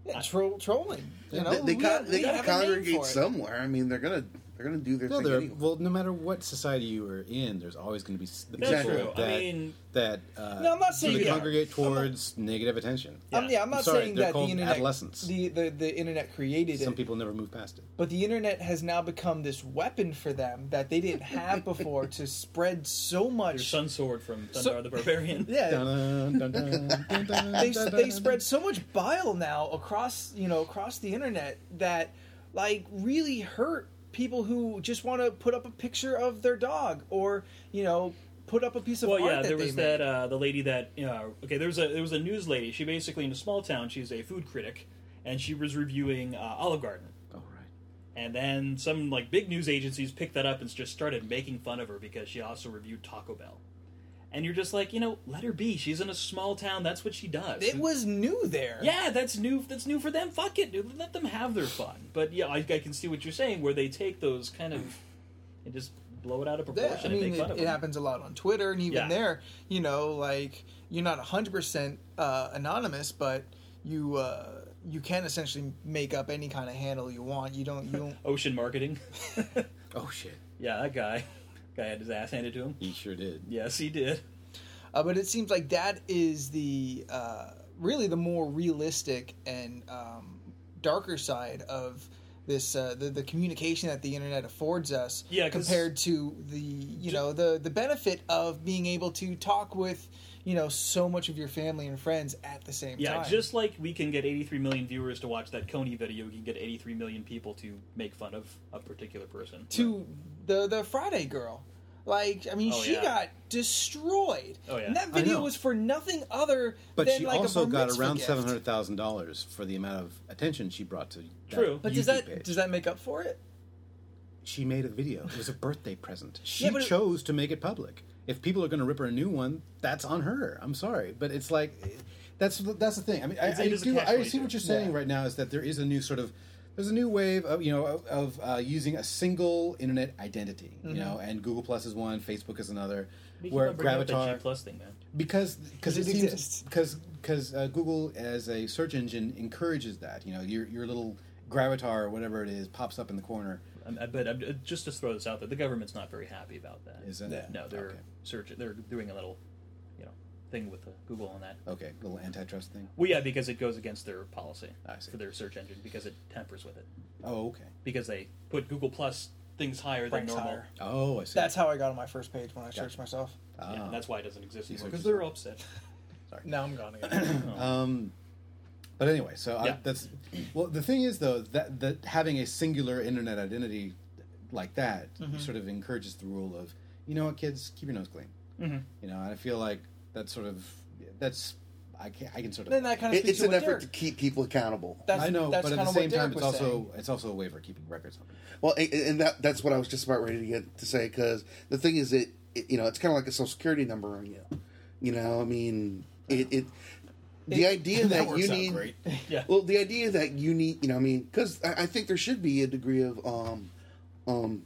S4: Yeah, troll, trolling. You know,
S3: they they
S4: We
S3: got
S4: have-
S3: they
S4: we
S3: got to
S4: Oh, have a name
S3: congregate
S4: for it.
S3: somewhere. I mean, they're gonna they're gonna do their
S7: No,
S3: thing
S7: there.
S3: anyway.
S7: Well, no matter what society you are in, there's always going to be s- the
S6: That's
S7: people
S6: true. I
S7: that
S6: mean-
S7: that uh,
S4: No, I'm not saying
S7: really
S4: that.
S7: congregate towards negative attention.
S4: I'm, Um, yeah, I'm
S7: I'm
S4: not
S7: sorry,
S4: saying
S7: they're
S4: that the
S7: called
S4: internet,
S7: adolescents.
S4: the the the internet created
S7: Some
S4: it,
S7: people never move past it.
S4: but the internet has now become this weapon for them that they didn't have before to spread so
S6: Your
S4: much.
S6: sun sword from Thunder
S4: So-
S6: the Barbarian.
S4: yeah,
S7: Dun, dun, dun, dun, dun,
S4: they,
S7: dun,
S4: they
S7: dun,
S4: spread so much bile now across you know across the internet that like really hurt people who just want to put up a picture of their dog or you know put up a piece of
S6: Well,
S4: art
S6: yeah,
S4: that
S6: there
S4: they
S6: was
S4: made.
S6: that uh, the lady that you know, okay, there was a there was a news lady. She basically in a small town, she's a food critic, and she was reviewing uh, Olive Garden.
S7: dun. Oh, right.
S6: And then some like big news agencies picked that up and just started making fun of her because she also reviewed Taco Bell. and you're just like, you know, let her be. She's in a small town. That's what she does.
S4: It was new there.
S6: Yeah, that's new. That's new for them. Fuck it, dude. Let them have their fun. But yeah, I, I can see what you're saying, where they take those kind of and just blow it out of proportion
S4: Yeah, I
S6: and
S4: mean,
S6: make fun
S4: it,
S6: of
S4: it
S6: them.
S4: happens a lot on Twitter, and even
S6: Yeah.
S4: there, you know, like you're not 100% uh, anonymous, but you uh, you can essentially make up any kind of handle you want. You don't, you don't.
S6: Ocean marketing.
S1: Oh shit,
S6: yeah, that guy. Guy had his ass handed to him.
S1: he sure did.
S6: Yes, he did.
S4: uh, but it seems like that is the uh, really the more realistic and um, darker side of this uh, the, the communication that the internet affords us
S6: Yeah, 'cause-
S4: compared to the you know the the benefit of being able to talk with you know so much of your family and friends at the same
S6: Yeah,
S4: time
S6: just like we can get 83 million viewers to watch that Coney video, you can get 83 million people to make fun of a particular person.
S4: to the the Friday girl. Like I mean,
S6: Oh,
S4: she
S6: yeah.
S4: got destroyed.
S6: Oh, yeah.
S4: And that
S6: I
S4: video
S1: know.
S4: was for nothing other
S1: But
S4: than
S1: she
S4: like a
S1: also
S4: bar
S1: got
S4: mitzvah
S1: around
S4: gift.
S1: seven hundred thousand dollars for the amount of attention she brought to. that
S6: True.
S4: But does
S1: YouTube
S4: that
S1: page.
S4: does that make up for it?
S1: she made a video? It was a birthday present. She
S4: but it-
S1: chose to make it public. If people are going to rip her a new one, that's on her. I'm sorry, but it's like that's that's the thing. I mean, I,
S6: It's-
S1: I,
S6: it is a
S1: do,
S6: catch
S1: I see
S6: 22.
S1: what you're saying right now is that there is a new sort of there's a new wave of you know of, of uh, using a single internet identity. You know, and Google Plus is one, Facebook is another.
S6: We keep
S1: Where
S6: on bringing up that
S1: Gravatar
S6: G plus thing, man.
S1: because because
S4: it
S1: it,
S4: exists.
S1: seems because because uh, Google as a search engine encourages that you know your your little gravatar or whatever it is pops up in the corner.
S6: I, I bet I'm, uh, just to throw this out there, the government's not very happy about that.
S1: Is it? Yeah.
S6: No, they're
S1: Okay.
S6: search. They're doing a little, you know, thing with uh, Google on that.
S1: Okay, little antitrust thing.
S6: Well, yeah, because it goes against their policy
S1: I see.
S6: for their search engine because it tempers with it
S1: Oh okay.
S6: because they put Google Plus things higher than
S4: Ranks
S6: normal.
S4: higher.
S1: Oh I see.
S4: That's how I got on my first page when I searched myself.
S1: Ah.
S6: Yeah, and that's why it doesn't exist anymore
S1: search
S6: because
S1: yourself.
S6: they're upset.
S4: Now I'm gone again.
S1: Um, but anyway, so I,
S6: Yeah.
S1: that's well. The thing is, though, that that having a singular internet identity like that
S4: Mm-hmm.
S1: sort of encourages the rule of, you know what, kids, keep your nose clean.
S4: Mm-hmm.
S1: You know, and I feel like that's sort of that's I can I can sort of
S4: then that kind of
S3: It,
S4: speaks
S3: it's
S4: to
S3: an
S4: what
S3: effort
S4: Derek.
S3: to keep people accountable.
S4: that's,
S1: I know,
S4: that's
S1: but at
S4: kinda
S1: the
S4: what
S1: same time,
S4: Derek
S1: it's
S4: was
S1: also
S4: saying.
S1: it's also a waiver keeping records. on it.
S3: Well, and, and that that's what I was just about ready to get to say because the thing is, it, it you know it's kind of like a social security number on you. You know, I mean, it, it the idea that, you need.
S6: Yeah.
S3: Well, the idea that you need, you know, I mean, because I, I think there should be a degree of um, um,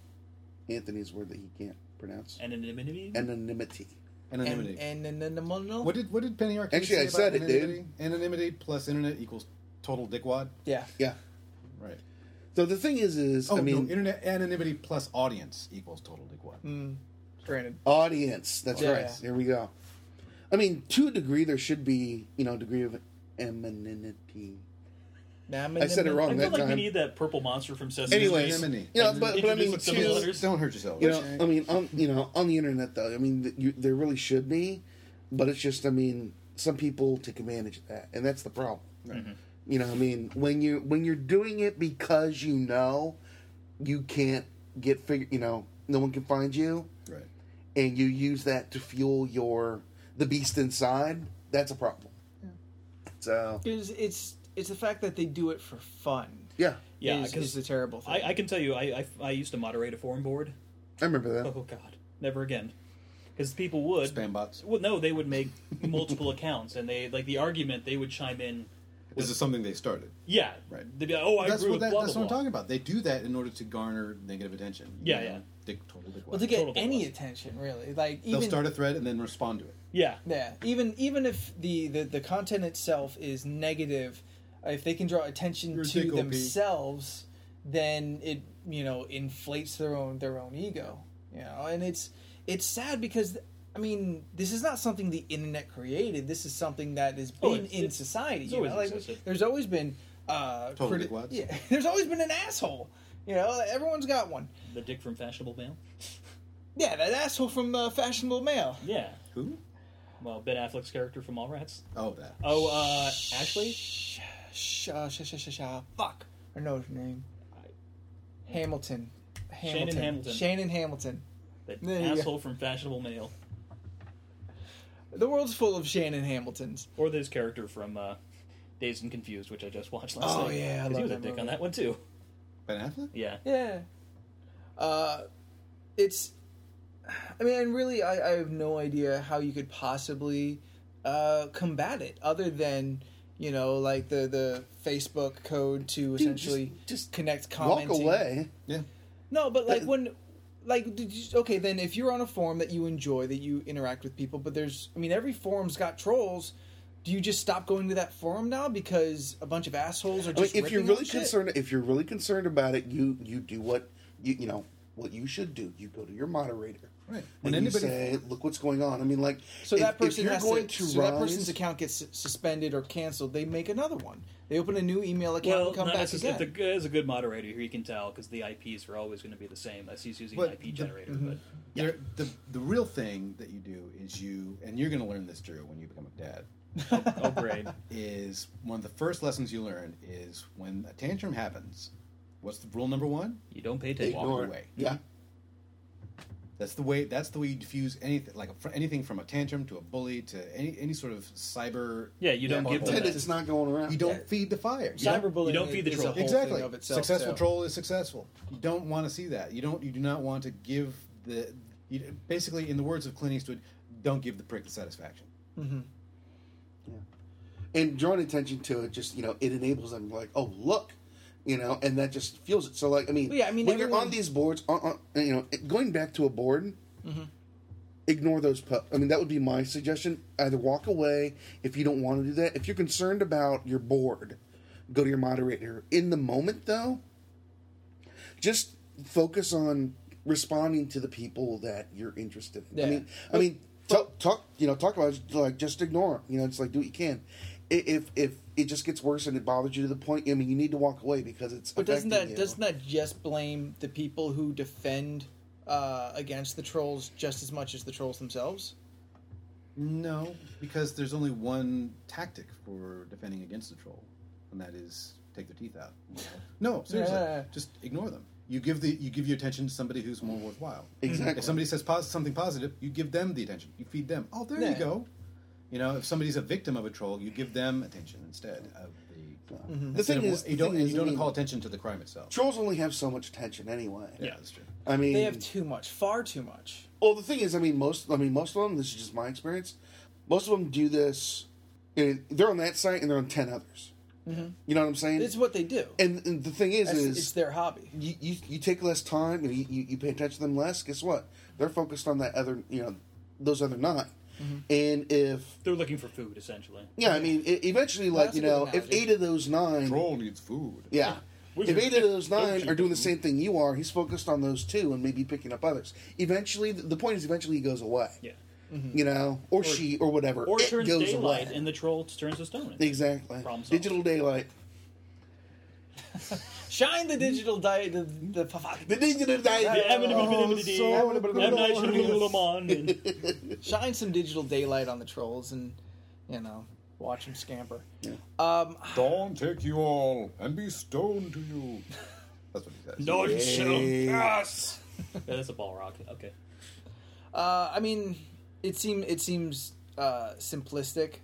S3: Anthony's word that he can't pronounce
S6: Anonymity.
S3: anonymity.
S1: Anonymity.
S4: and and and then the mono.
S1: what did what did Penny Arcade
S3: Actually,
S1: say
S3: I said
S1: about
S3: it, dude.
S1: anonymity? Anonymity plus internet equals total dickwad.
S4: Yeah,
S3: Yeah.
S1: Right.
S3: So the thing is, is
S1: Oh
S3: I mean,
S1: no, internet anonymity plus audience equals total dickwad.
S6: Mm.
S4: granted.
S3: audience. That's
S4: Yeah.
S3: right. Here we go. I mean, to a degree, there should be, you know, degree of anonymity.
S4: Now I'm
S3: I said it
S6: I
S3: wrong
S6: feel
S3: that
S6: like we
S3: time.
S6: need that purple monster from Sesame
S3: Anyways,
S6: Street.
S1: Anonymity.
S3: You know, but, but I
S6: Introduce
S3: mean,
S6: it to the
S3: to-
S6: letters.
S1: Don't hurt yourself.
S3: you know, I mean, on you know, on the internet though, I mean, th- you, there really should be, but it's just, I mean, some people take advantage of that, and that's the problem. You know, I mean, when you when you're doing it because you know you can't get figure, you know, no one can find you,
S1: right.
S3: and you use that to fuel your the beast inside. That's a problem. So
S4: It's, it's it's the fact that they do it for fun.
S3: yeah,
S6: Yeah,
S4: is, is
S6: because
S4: the terrible thing.
S6: I, I can tell you, I, I I used to moderate a forum board.
S3: I remember that.
S6: Oh God, never again. Because people would
S1: Spam bots.
S6: Well, no, they would make multiple accounts, and they like the argument they would chime in.
S1: This is something they started.
S6: Yeah,
S1: Right.
S6: They'd be like, "Oh, I
S1: that's
S6: agree
S1: what
S6: with
S1: that,
S6: blah
S1: that's
S6: blah
S1: what I'm
S6: blah."
S1: talking about. They do that in order to garner negative attention. You
S6: Yeah,
S1: know,
S6: yeah.
S1: Dick, total dickwad.
S4: well, to get
S6: Total
S4: any
S6: dickwad.
S4: attention, really, like
S1: They'll
S4: even
S1: start a thread and then respond to it.
S6: Yeah,
S4: yeah, even even if the, the the content itself is negative, if they can draw attention
S1: You're a
S4: to
S1: dick, OP.
S4: themselves, then it you know inflates their own their own ego, you know, and it's it's sad because. I mean, this is not something the internet created. This is something that has
S6: Oh,
S4: been
S6: it's-
S4: in
S6: it's-
S4: society.
S6: it's
S4: you
S6: always
S4: know? Like,
S6: existed.
S4: there's always been uh,
S1: Total
S4: criti-
S1: dickwads.
S4: Yeah, there's always been an asshole. You know, everyone's got one.
S6: the dick from Fashionable Mail.
S4: Yeah, that asshole from uh, Fashionable Mail.
S6: Yeah,
S1: Who?
S6: well, Ben Affleck's character from Mallrats.
S1: Oh, that.
S6: Oh, uh, Ashley.
S4: Sh- sh- uh, sh- sh- sh- sh- uh, fuck. I know his name. Hamilton. Hamilton.
S6: Hamilton.
S4: Shannon Hamilton.
S6: That
S4: There you go.
S6: asshole from Fashionable Mail,
S4: The world's full of Shannon Hamiltons.
S6: or this character from uh, Dazed and Confused, which I just watched last
S4: Oh,
S6: night.
S4: yeah, I
S6: 'Cause
S4: love
S6: he was a
S4: that
S6: dick on
S4: movie.
S6: that one too.
S1: Ben Affleck?
S6: Yeah,
S4: Yeah. Uh, it's I mean, and really, I, I have no idea how you could possibly uh, combat it other than you know, like the the Facebook code to essentially
S3: just- just
S4: connect
S3: Walk
S4: commenting.
S3: away.
S1: Yeah.
S4: No, but
S3: Uh,
S4: like when, like, did you, okay, then if you're on a forum that you enjoy, that you interact with people, but there's, I mean, every forum's got trolls. Do you just stop going to that forum now because a bunch of assholes are
S3: I mean,
S4: just?
S3: if you're
S4: ripping on
S3: really
S4: shit?
S3: concerned, if you're really concerned about it, you you do what you you know what you should do. You go to your moderator.
S1: Right. When
S3: When and
S1: anybody-
S3: you say, "Look what's going on." I mean, like,
S4: so
S3: if-
S4: that
S3: if
S4: person
S3: you're
S4: has
S3: going
S4: to, so that
S3: rise-
S4: person's account gets s- suspended or canceled. They make another one. They open a new email account
S6: Well,
S4: and come
S6: not
S4: back
S6: necessarily-
S4: again.
S6: if the, there's a good moderator here, you can tell because the IPs are always going to be the same. Unless he's using
S1: But
S6: an IP
S1: the-
S6: generator, but
S1: There, the the real thing that you do is you, and you're going to learn this, Drew, when you become a dad.
S6: oh great,
S1: Is one of the first lessons you learn is when a tantrum happens. What's the rule number one?
S6: you don't pay attention.
S1: Walk
S3: Ignore it.
S1: away.
S3: Yeah.
S1: That's the way. That's the way you diffuse anything, like fr- anything from a tantrum to a bully to any any sort of cyber.
S6: Yeah, you don't give
S1: butthole.
S6: them
S3: Then
S6: that.
S3: it's not going around.
S1: You don't feed the fire. You don't-
S4: Cyberbullying
S6: you don't feed the
S4: is a
S6: troll.
S4: whole
S1: exactly.
S4: thing of itself.
S1: successful
S4: so-
S1: troll is successful. You don't want to see that. You don't. You do not want to give the. You, basically, in the words of Clint Eastwood, don't give the prick the satisfaction.
S3: and drawing attention to it just you know it enables them like oh look you know and that just fuels it so like i mean,
S4: Well, yeah, I mean,
S3: when you're
S4: everyone-
S3: on these boards on, on, you know going back to a board
S4: Mm-hmm.
S3: ignore those pu- i mean that would be my suggestion either walk away if you don't want to do that if you're concerned about your board go to your moderator in the moment though just focus on responding to the people that you're interested in. I
S4: Yeah.
S3: mean, I mean, talk, talk, you know, talk about it, like just ignore. 'em. You know, it's like do what you can. I- If if it just gets worse and it bothers you to the point, I mean, you need to walk away because it's.
S4: But doesn't
S3: affecting
S4: that
S3: you.
S4: doesn't that just blame the people who defend uh, against the trolls just as much as the trolls themselves?
S1: No, because there's only one tactic for defending against the troll, and that is take their teeth out. No, seriously,
S4: Yeah.
S1: just ignore them. You give the you give your attention to somebody who's more worthwhile.
S3: Exactly.
S1: If somebody says pos- something positive, you give them the attention. You feed them. Oh, there you
S4: Yeah.
S1: go. You know, if somebody's a victim of a troll, you give them attention instead of the. uh,
S4: Mm-hmm.
S3: The
S1: instead
S3: thing
S1: of-
S3: is, the
S1: you don't
S3: thing is,
S1: you
S3: I
S1: don't
S3: mean,
S1: call attention to the crime itself.
S3: Trolls only have so much attention anyway.
S1: Yeah, that's true.
S3: I mean,
S4: They have too much, far too much.
S3: Well, the thing is, I mean, most I mean, most of them. This is just my experience. Most of them do this. You know, they're on that site and they're on ten others. You know what I'm saying?
S4: Mm-hmm. It's what they do.
S3: and, and the thing is,
S4: That's-
S3: is
S4: it's their hobby.
S3: you, you, you take less time and you, you, you pay attention to them less, guess what? They're focused on that other, you know, those other 9
S4: Mm-hmm.
S3: And if,
S6: They're looking for food essentially.
S3: yeah, I mean, e- eventually, like,
S4: that's
S3: you
S4: a good
S3: know, if
S4: analogy.
S3: eight of those nine,
S1: Troll needs food.
S3: yeah,
S6: Where's
S3: if
S6: your-
S3: eight of those
S6: don't
S3: nine
S6: you
S3: are doing the
S6: do?
S3: same thing you are, he's focused on those two and maybe picking up others. Eventually, the the point is eventually he goes away.
S6: Yeah,
S4: Mm-hmm.
S3: You know, or, she, or whatever.
S6: or
S3: it
S6: turns
S3: goes
S6: daylight
S3: away.
S6: and the troll turns to stone.
S3: exactly.
S6: Problem solved.
S3: Digital daylight.
S4: Shine the digital diet, the, the papa-
S3: The digital
S6: The
S3: daylight.
S6: eminent- M. Night Shyamalan and-
S4: shine some digital daylight on the trolls, and you know, watch them scamper.
S1: Dawn take you all and be stoned to you. That's what he says.
S6: Don't shoot us. Yeah, that's a ball rock. Okay.
S4: Uh, I mean, it seem it seems uh, simplistic.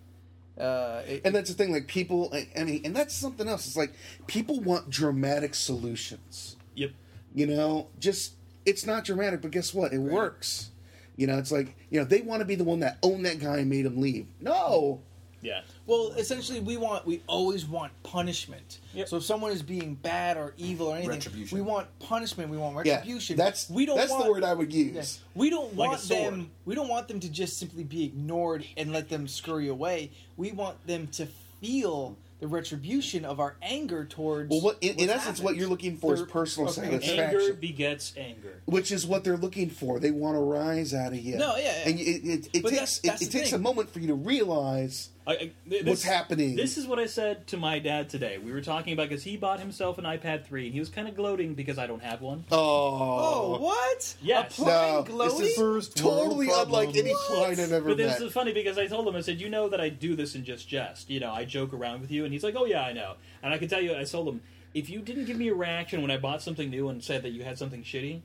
S4: Uh, it,
S3: And that's the thing, like people, I I mean, and that's something else. It's like people want dramatic solutions.
S6: Yep.
S3: You know, just it's not dramatic, but guess what? It works. You know, it's like you know they want to be the one that owned that guy and made him leave. No,
S6: Yeah.
S4: Well, essentially, we want we always want punishment.
S6: Yep.
S4: So if someone is being bad or evil or anything,
S1: Retribution.
S4: we want punishment. We want
S3: yeah,
S4: retribution.
S3: that's
S4: we don't.
S3: That's
S4: want,
S3: the word I would use.
S4: Yeah. We don't
S6: Like a
S4: want
S6: sword.
S4: them. We don't want them to just simply be ignored and let them scurry away. We want them to feel the retribution of our anger towards.
S3: Well, what in, in
S4: what's
S3: essence, what
S4: happened.
S3: you're looking for is
S4: They're-
S3: personal
S4: okay.
S3: satisfaction,
S6: Anger begets anger.
S3: which is what they're looking for. They want to rise out of you.
S4: No, yeah, yeah.
S3: and it, it, it
S4: But that's-
S3: takes
S4: that's
S3: it, it
S4: the
S3: takes a
S4: thing.
S3: moment for you to realize.
S6: I, I, this,
S3: What's happening?
S6: This is what I said to my dad today. We were talking about because he bought himself an iPad 3. He was kind of gloating because I don't have one.
S3: Oh,
S4: Oh, what?
S6: Yes.
S4: A
S3: no,
S4: blind gloating?
S3: this is
S1: First world
S3: totally unlike any client I've ever
S6: But this
S3: met.
S6: is funny because I told him, I said, you know that I do this in just jest. You know, I joke around with you. And he's like, oh, yeah, I know. And I can tell you, I told him, if you didn't give me a reaction when I bought something new and said that you had something shitty,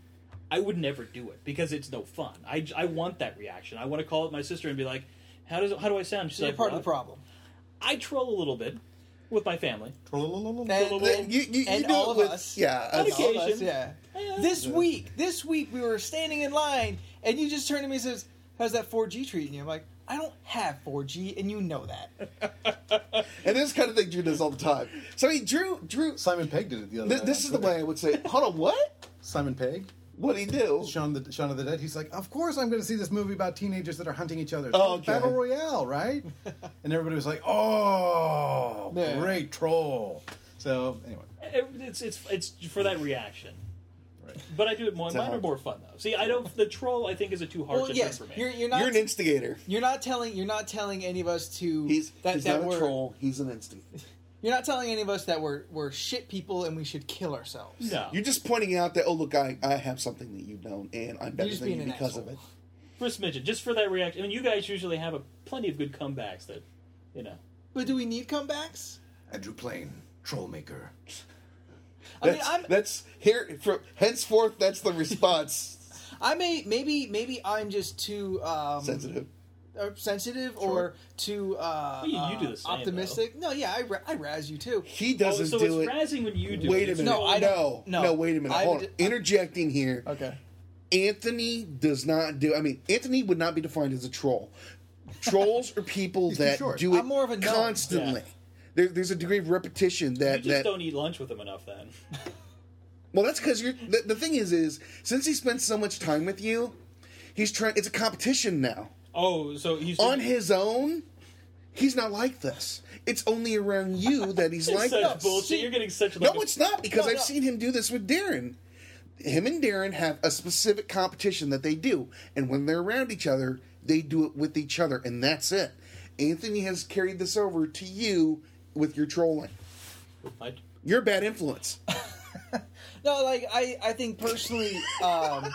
S6: I would never do it because it's no fun. I, j- I want that reaction. I want to call up my sister and be like, how does how do I sound? She's
S4: You're
S6: like,
S4: part of
S6: "What?"
S4: the problem.
S6: I troll a little bit. with my family.
S4: And,
S3: Th- You, you,
S4: and
S3: you do
S4: all
S3: it
S4: of
S3: with,
S4: us.
S3: Yeah.
S6: On
S3: that's-
S4: All of us,
S6: Occasion.
S4: yeah. This week, this week we were standing in line, and you just turned to me and says, "How's that 4G treating you?" I'm like, "I don't have 4G, and you know that."
S3: And this kind of thing Drew does all the time. So I mean, Drew, Drew.
S7: Simon Pegg did it the other
S3: Th-
S7: night
S3: this
S7: on
S3: is the
S7: Twitter.
S3: way I would say. Hold on, what?
S7: Simon Pegg,
S3: What would he do?
S7: Shaun, the, Shaun of the Dead. He's like, of course I'm going to see this movie about teenagers that are hunting each other. It's
S3: Oh,
S7: called
S3: okay.
S7: Battle Royale, right? and everybody was like, oh,
S4: Yeah.
S7: great troll. So anyway,
S6: It- It's it's it's for that reaction.
S7: Right.
S6: But I do it more.
S3: a
S6: Mine are
S3: hard-
S6: more fun though. See, I don't. The troll I think is a too hard
S4: Well,
S6: to
S4: yes,
S6: for me.
S4: you're, you're not.
S3: You're an instigator.
S4: You're not telling. You're not telling any of us to.
S3: He's,
S4: that,
S3: he's
S4: that
S3: not
S4: we're,
S3: a troll. He's an instigator.
S4: You're not telling any of us that we're we're shit people and we should kill ourselves.
S6: no,
S3: You're just pointing out that oh look, I, I have something that you don't, and I'm better
S4: just
S3: than
S4: being
S3: you
S4: an
S3: because of it.
S4: asshole.
S6: Chris Midget, just for that reaction. I mean, you guys usually have a plenty of good comebacks that, you know.
S4: But do we need comebacks?
S7: Andrew Plain, troll maker.
S4: I mean,
S3: That's,
S4: I'm,
S3: that's here from henceforth. That's the response.
S4: I may, maybe, maybe I'm just too um,
S3: Sensitive.
S4: uh, sensitive or too uh,
S6: Well, you- you do
S4: uh,
S6: the same,
S4: optimistic. No, yeah, I, ra- I razz you too.
S3: He
S6: Oh,
S3: doesn't
S6: so
S3: do
S6: it's
S3: it.
S6: razzing when you do.
S3: Wait
S6: it.
S3: a
S6: It's
S3: minute.
S4: No, I
S3: no,
S4: don't- no.
S3: no, wait a minute.
S4: I
S3: Hold
S4: would-
S3: on. Interjecting here.
S4: Okay.
S3: Anthony does not do. I mean, Anthony would not be defined as a troll. Trolls are people
S7: too
S3: that
S7: short.
S3: do it
S4: I'm more of a gnome.
S3: constantly. There, there's a degree of repetition
S6: You
S3: that
S6: just
S3: that.
S6: don't eat lunch with them enough then.
S3: Well, that's because you're. The, the thing is, is since he spends so much time with you, he's trying. It's a competition now.
S6: Oh, so he's
S3: On his own, he's not like this. It's only around you that he's
S6: It's
S3: like
S6: such
S3: this.
S6: bullshit. You're getting such
S3: No,
S6: like a-
S3: it's not because
S4: No,
S3: I've
S4: no.
S3: seen him do this with Darren. Him and Darren have a specific competition that they do, and when they're around each other, they do it with each other, and that's it. Anthony has carried this over to you with your trolling.
S6: I-
S3: You're a bad influence.
S4: No, like I, I think personally, um,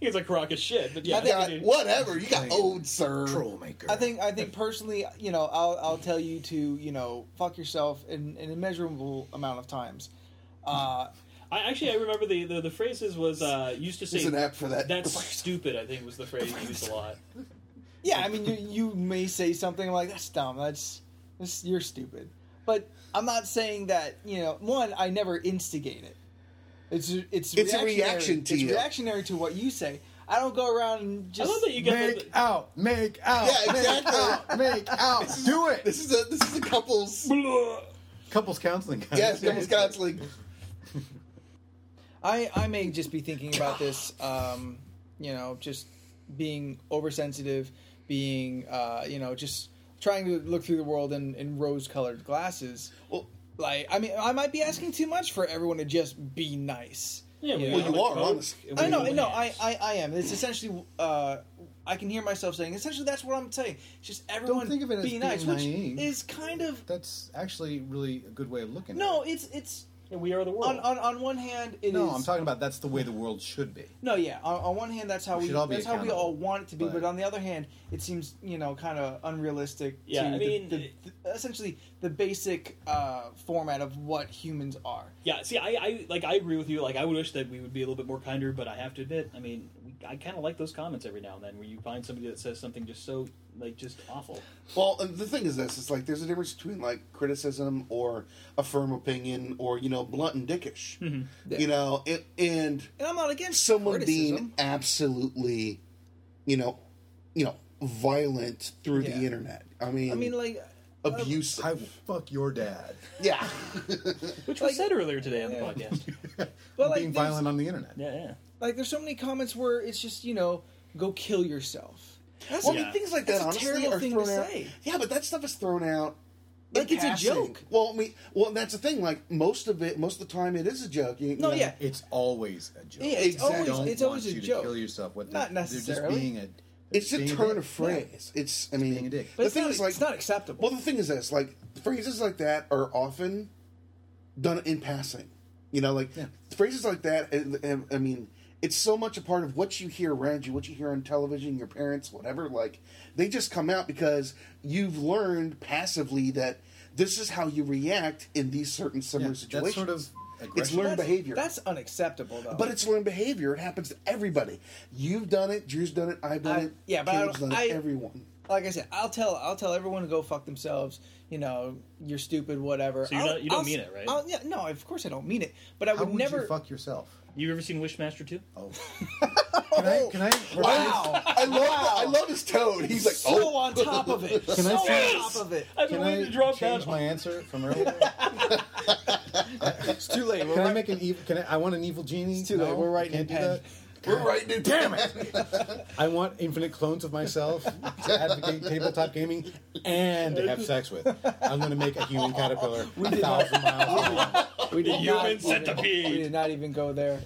S6: He's like a rock of shit, but yeah.
S4: I think-
S6: I
S3: God,
S6: mean,
S3: whatever. You got old, sir.
S7: Troll maker.
S4: I think I think personally, you know, I'll I'll tell you to you know fuck yourself in, an immeasurable amount of times. Uh,
S6: I actually I remember the the, the phrases was uh used to say
S3: There's an app for that.
S6: That's stupid. I think was the phrase used a lot.
S4: yeah, I mean, you you may say something like that's dumb, that's, that's you're stupid, but I'm not saying that you know. One, I never instigate it. It's it's
S3: It's a
S4: reactionary.
S3: reaction to
S4: it's
S3: you.
S4: reactionary to what you say. I don't go around and
S6: I
S4: just.
S6: love that you got
S7: Make
S6: the,
S7: out, make out,
S3: Yeah, exactly.
S7: make out, make out. Do it.
S3: This is a this is a couples.
S7: Couples counseling. Guys.
S3: Yes, couples counseling.
S4: I, I may just be thinking about this, um, you know, just being oversensitive, being, uh, you know, just trying to look through the world in, in rose colored glasses.
S3: Well,
S4: Like, I mean, I might be asking too much for everyone to just be nice.
S6: Yeah,
S4: you
S6: we
S4: know?
S3: Well,
S6: all
S3: you
S6: like
S3: are,
S6: Coke,
S3: honestly.
S6: and we
S4: I know,
S6: all
S4: no,
S6: like
S4: I,
S6: Coke.
S4: I, I am. It's essentially, uh, I can hear myself saying, essentially, that's what I'm saying. It's Just everyone
S7: think of it as
S4: be
S7: being
S4: nice,
S7: naive.
S4: which is kind of
S7: That's actually really a good way of looking.
S4: no.
S7: at
S4: It's it's
S6: Yeah, we are the world.
S4: on on, on one hand,
S7: it.
S4: it is.
S7: no, I'm talking about that's the way the world should be.
S4: No, yeah. On, on one hand, that's how
S7: We
S4: we,
S7: should all be
S4: that's how we
S7: accountable,
S4: all want it to be. But,
S7: but-
S4: on the other hand, it seems you know kind of unrealistic.
S6: Yeah,
S4: to the-
S6: I mean,
S4: the,
S6: it-
S4: the- essentially the basic uh, format of what humans are.
S6: Yeah, see, I, I like I agree with you. Like, I would wish that we would be a little bit more kinder, but I have to admit, I mean, we, I kind of like those comments every now and then, where you find somebody that says something just so like just awful.
S3: Well, and the thing is this: it's like there's a difference between like criticism or a firm opinion or you know blunt and dickish,
S4: Mm-hmm.
S3: you know, it, and
S4: And I'm not against
S3: someone
S4: criticism.
S3: being absolutely, you know, you know, violent through
S4: Yeah.
S3: the internet. I mean,
S4: I mean, like
S3: abusive.
S7: I will fuck your dad.
S3: yeah,
S6: Which was said earlier today on the
S4: Yeah.
S6: podcast.
S4: But, like,
S7: being
S4: there's-
S7: violent on the internet.
S6: yeah, yeah.
S4: like there's so many comments where it's just you know go kill yourself. That's
S3: well,
S4: like,
S3: I mean, things like that
S4: That's a
S3: honestly
S4: terrible
S3: are
S4: thing
S3: thrown
S4: to
S3: out.
S4: say.
S3: Yeah, but that stuff is thrown out. in
S4: Like it's a
S3: passing.
S4: joke.
S3: Well, I mean, well, and that's the thing. Like most of it, most of the time, it is a joke. You, you
S4: No,
S3: know,
S4: yeah.
S7: It's always a joke.
S4: Yeah, it's
S7: They
S4: always-
S7: don't
S4: it's always
S7: want
S4: a
S7: you
S4: joke.
S7: To kill yourself. What
S4: Not
S7: they're- they're
S4: necessarily.
S7: just being a.
S3: It's a
S7: being
S3: turn
S7: dick.
S3: of phrase. It's, I mean,
S7: being a dick.
S4: But
S3: the
S4: it's
S3: thing
S4: not-
S3: is, like,
S4: it's not acceptable.
S3: Well, the thing is this: like phrases like that are often done in passing. You know, like
S7: Yeah.
S3: phrases like that. and- and- I mean, it's so much a part of what you hear around you, what you hear on television, your parents, whatever. Like they just come out because you've learned passively that this is how you react in these certain
S7: Yeah,
S3: similar situations.
S7: That's sort of
S3: it's
S7: aggression.
S3: learned
S4: That's-
S3: behavior.
S4: That's unacceptable though.
S3: but it's learned behavior. It happens to everybody. You've done it. Drew's done it. I've done
S4: I-
S3: it.
S4: yeah, but I
S3: Caleb's
S4: don't-
S3: done it.
S4: I-
S3: everyone.
S4: like I said, I'll tell I'll tell everyone to go fuck themselves. You know, you're stupid, whatever.
S6: So you're
S4: I'll-
S6: not- you don't
S4: I'll-
S6: mean it, right?
S4: I'll- yeah, no, of course I don't mean it. But I
S1: How
S4: would,
S1: would
S4: never.
S1: you fuck yourself?
S6: You ever seen Wishmaster two?
S1: Oh, can I? Can I?
S4: wow,
S3: I love I love his tone. He's like,
S4: so
S3: oh,
S4: on top of it,
S1: I
S4: so
S1: say-
S4: on top of it.
S6: I've been
S1: Can
S6: waiting
S1: I
S6: to drop
S1: change
S6: that.
S1: my answer from earlier?
S4: It's too late. We're
S1: Can I
S4: right-
S1: make an evil? Can I? I want an evil genie.
S4: It's too late.
S1: No,
S4: We're
S1: I
S4: writing
S1: can't
S4: in
S1: do
S4: pen.
S1: that.
S3: we're right, dude. Damn it.
S1: I want infinite clones of myself to advocate tabletop gaming and have sex with. I'm going to make a human caterpillar a thousand miles long.
S4: we did
S6: Human
S4: not even-
S6: centipede.
S4: We did not even go there.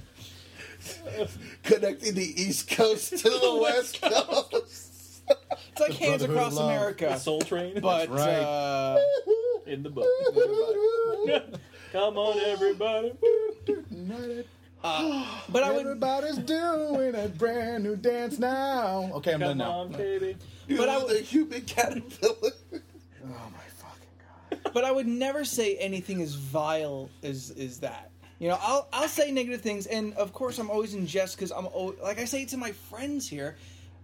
S3: Connecting the East Coast to the West Coast.
S4: It's like hands
S1: brotherhood
S4: across
S1: of love.
S4: America,
S6: Soul Train,
S4: but
S1: right.
S4: uh,
S6: in the book. Come on, everybody.
S4: but I would.
S1: Everybody's doing a brand new dance now. Okay, I'm done
S6: Come
S1: now.
S6: on, baby.
S3: You
S4: But I
S3: know, the human caterpillar.
S1: Oh
S4: but I would never say anything as vile as is that. You know, I'll I'll say negative things, and of course I'm always in jest because I'm al- like I say it to my friends here,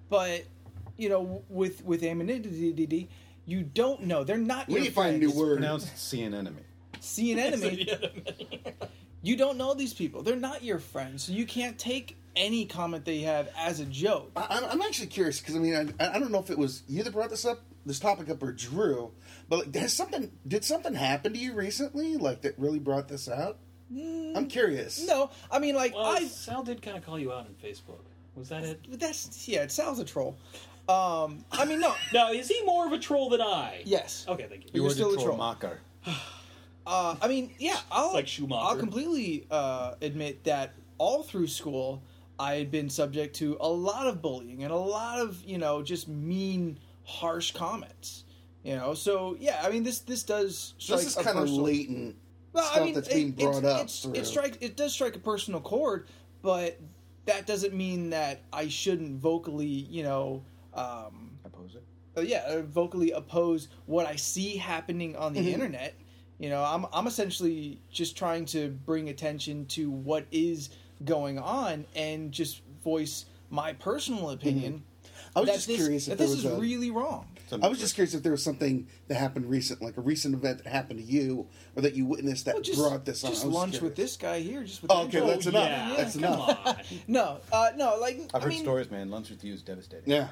S4: but you know, with with anonymity, you don't know they're not.
S3: We
S4: your
S3: need to find a new
S4: friends.
S3: word.
S1: Pronounced sea an enemy.
S4: See an enemy. you don't know these people; they're not your friends, so you can't take any comment they have as a joke.
S3: I- I'm, I'm actually curious because I mean I, I don't know if it was you that brought this up this topic up or Drew, but like, has something did something happen to you recently like that really brought this out? I'm curious.
S4: Mm, No, I mean like
S6: Well,
S4: I
S6: Sal did kind of call you out on Facebook. Was that it?
S4: but that's yeah, it sounds a troll. Um, I mean no,
S6: No, is he more of a troll than I?
S4: yes.
S6: Okay, thank you.
S4: You're
S1: the
S4: still a
S1: troll
S4: troll.
S1: mocker.
S4: Uh, I mean, yeah, I'll
S6: like Schumacher.
S4: I'll completely uh, admit that all through school, I had been subject to a lot of bullying and a lot of you know just mean, harsh comments. You know, so yeah, I mean this this does
S3: So
S4: strike
S3: this
S4: a
S3: is kind of
S4: personal-
S3: latent.
S4: Well,
S3: stuff that's being
S4: it-
S3: brought
S4: it's-
S3: up
S4: it's-
S3: through.
S4: it strike it does strike a personal chord, but that doesn't mean that I shouldn't vocally you know. Um,
S1: Oppose it.
S4: uh, yeah, uh, vocally oppose what I see happening on
S3: Mm-hmm.
S4: the internet. You know, I'm I'm essentially just trying to bring attention to what is going on and just voice my personal opinion.
S3: Mm-hmm. I was
S4: that
S3: just
S4: this,
S3: curious
S4: that
S3: if there
S4: this
S3: was
S4: is
S3: a-
S4: really wrong.
S3: I was just curious if there was something that happened recent, like a recent event that happened to you or that you witnessed that
S4: Well, just
S3: brought this on.
S4: just
S3: I was
S4: lunch
S3: curious.
S4: with this guy here. Just with
S3: Oh, okay,
S4: Andrew.
S3: that's enough. that's
S6: come
S3: enough.
S6: on.
S4: no, uh, no. Like
S1: I've
S4: I
S1: heard
S4: mean,
S1: stories, man. Lunch with you is devastating.
S3: Yeah,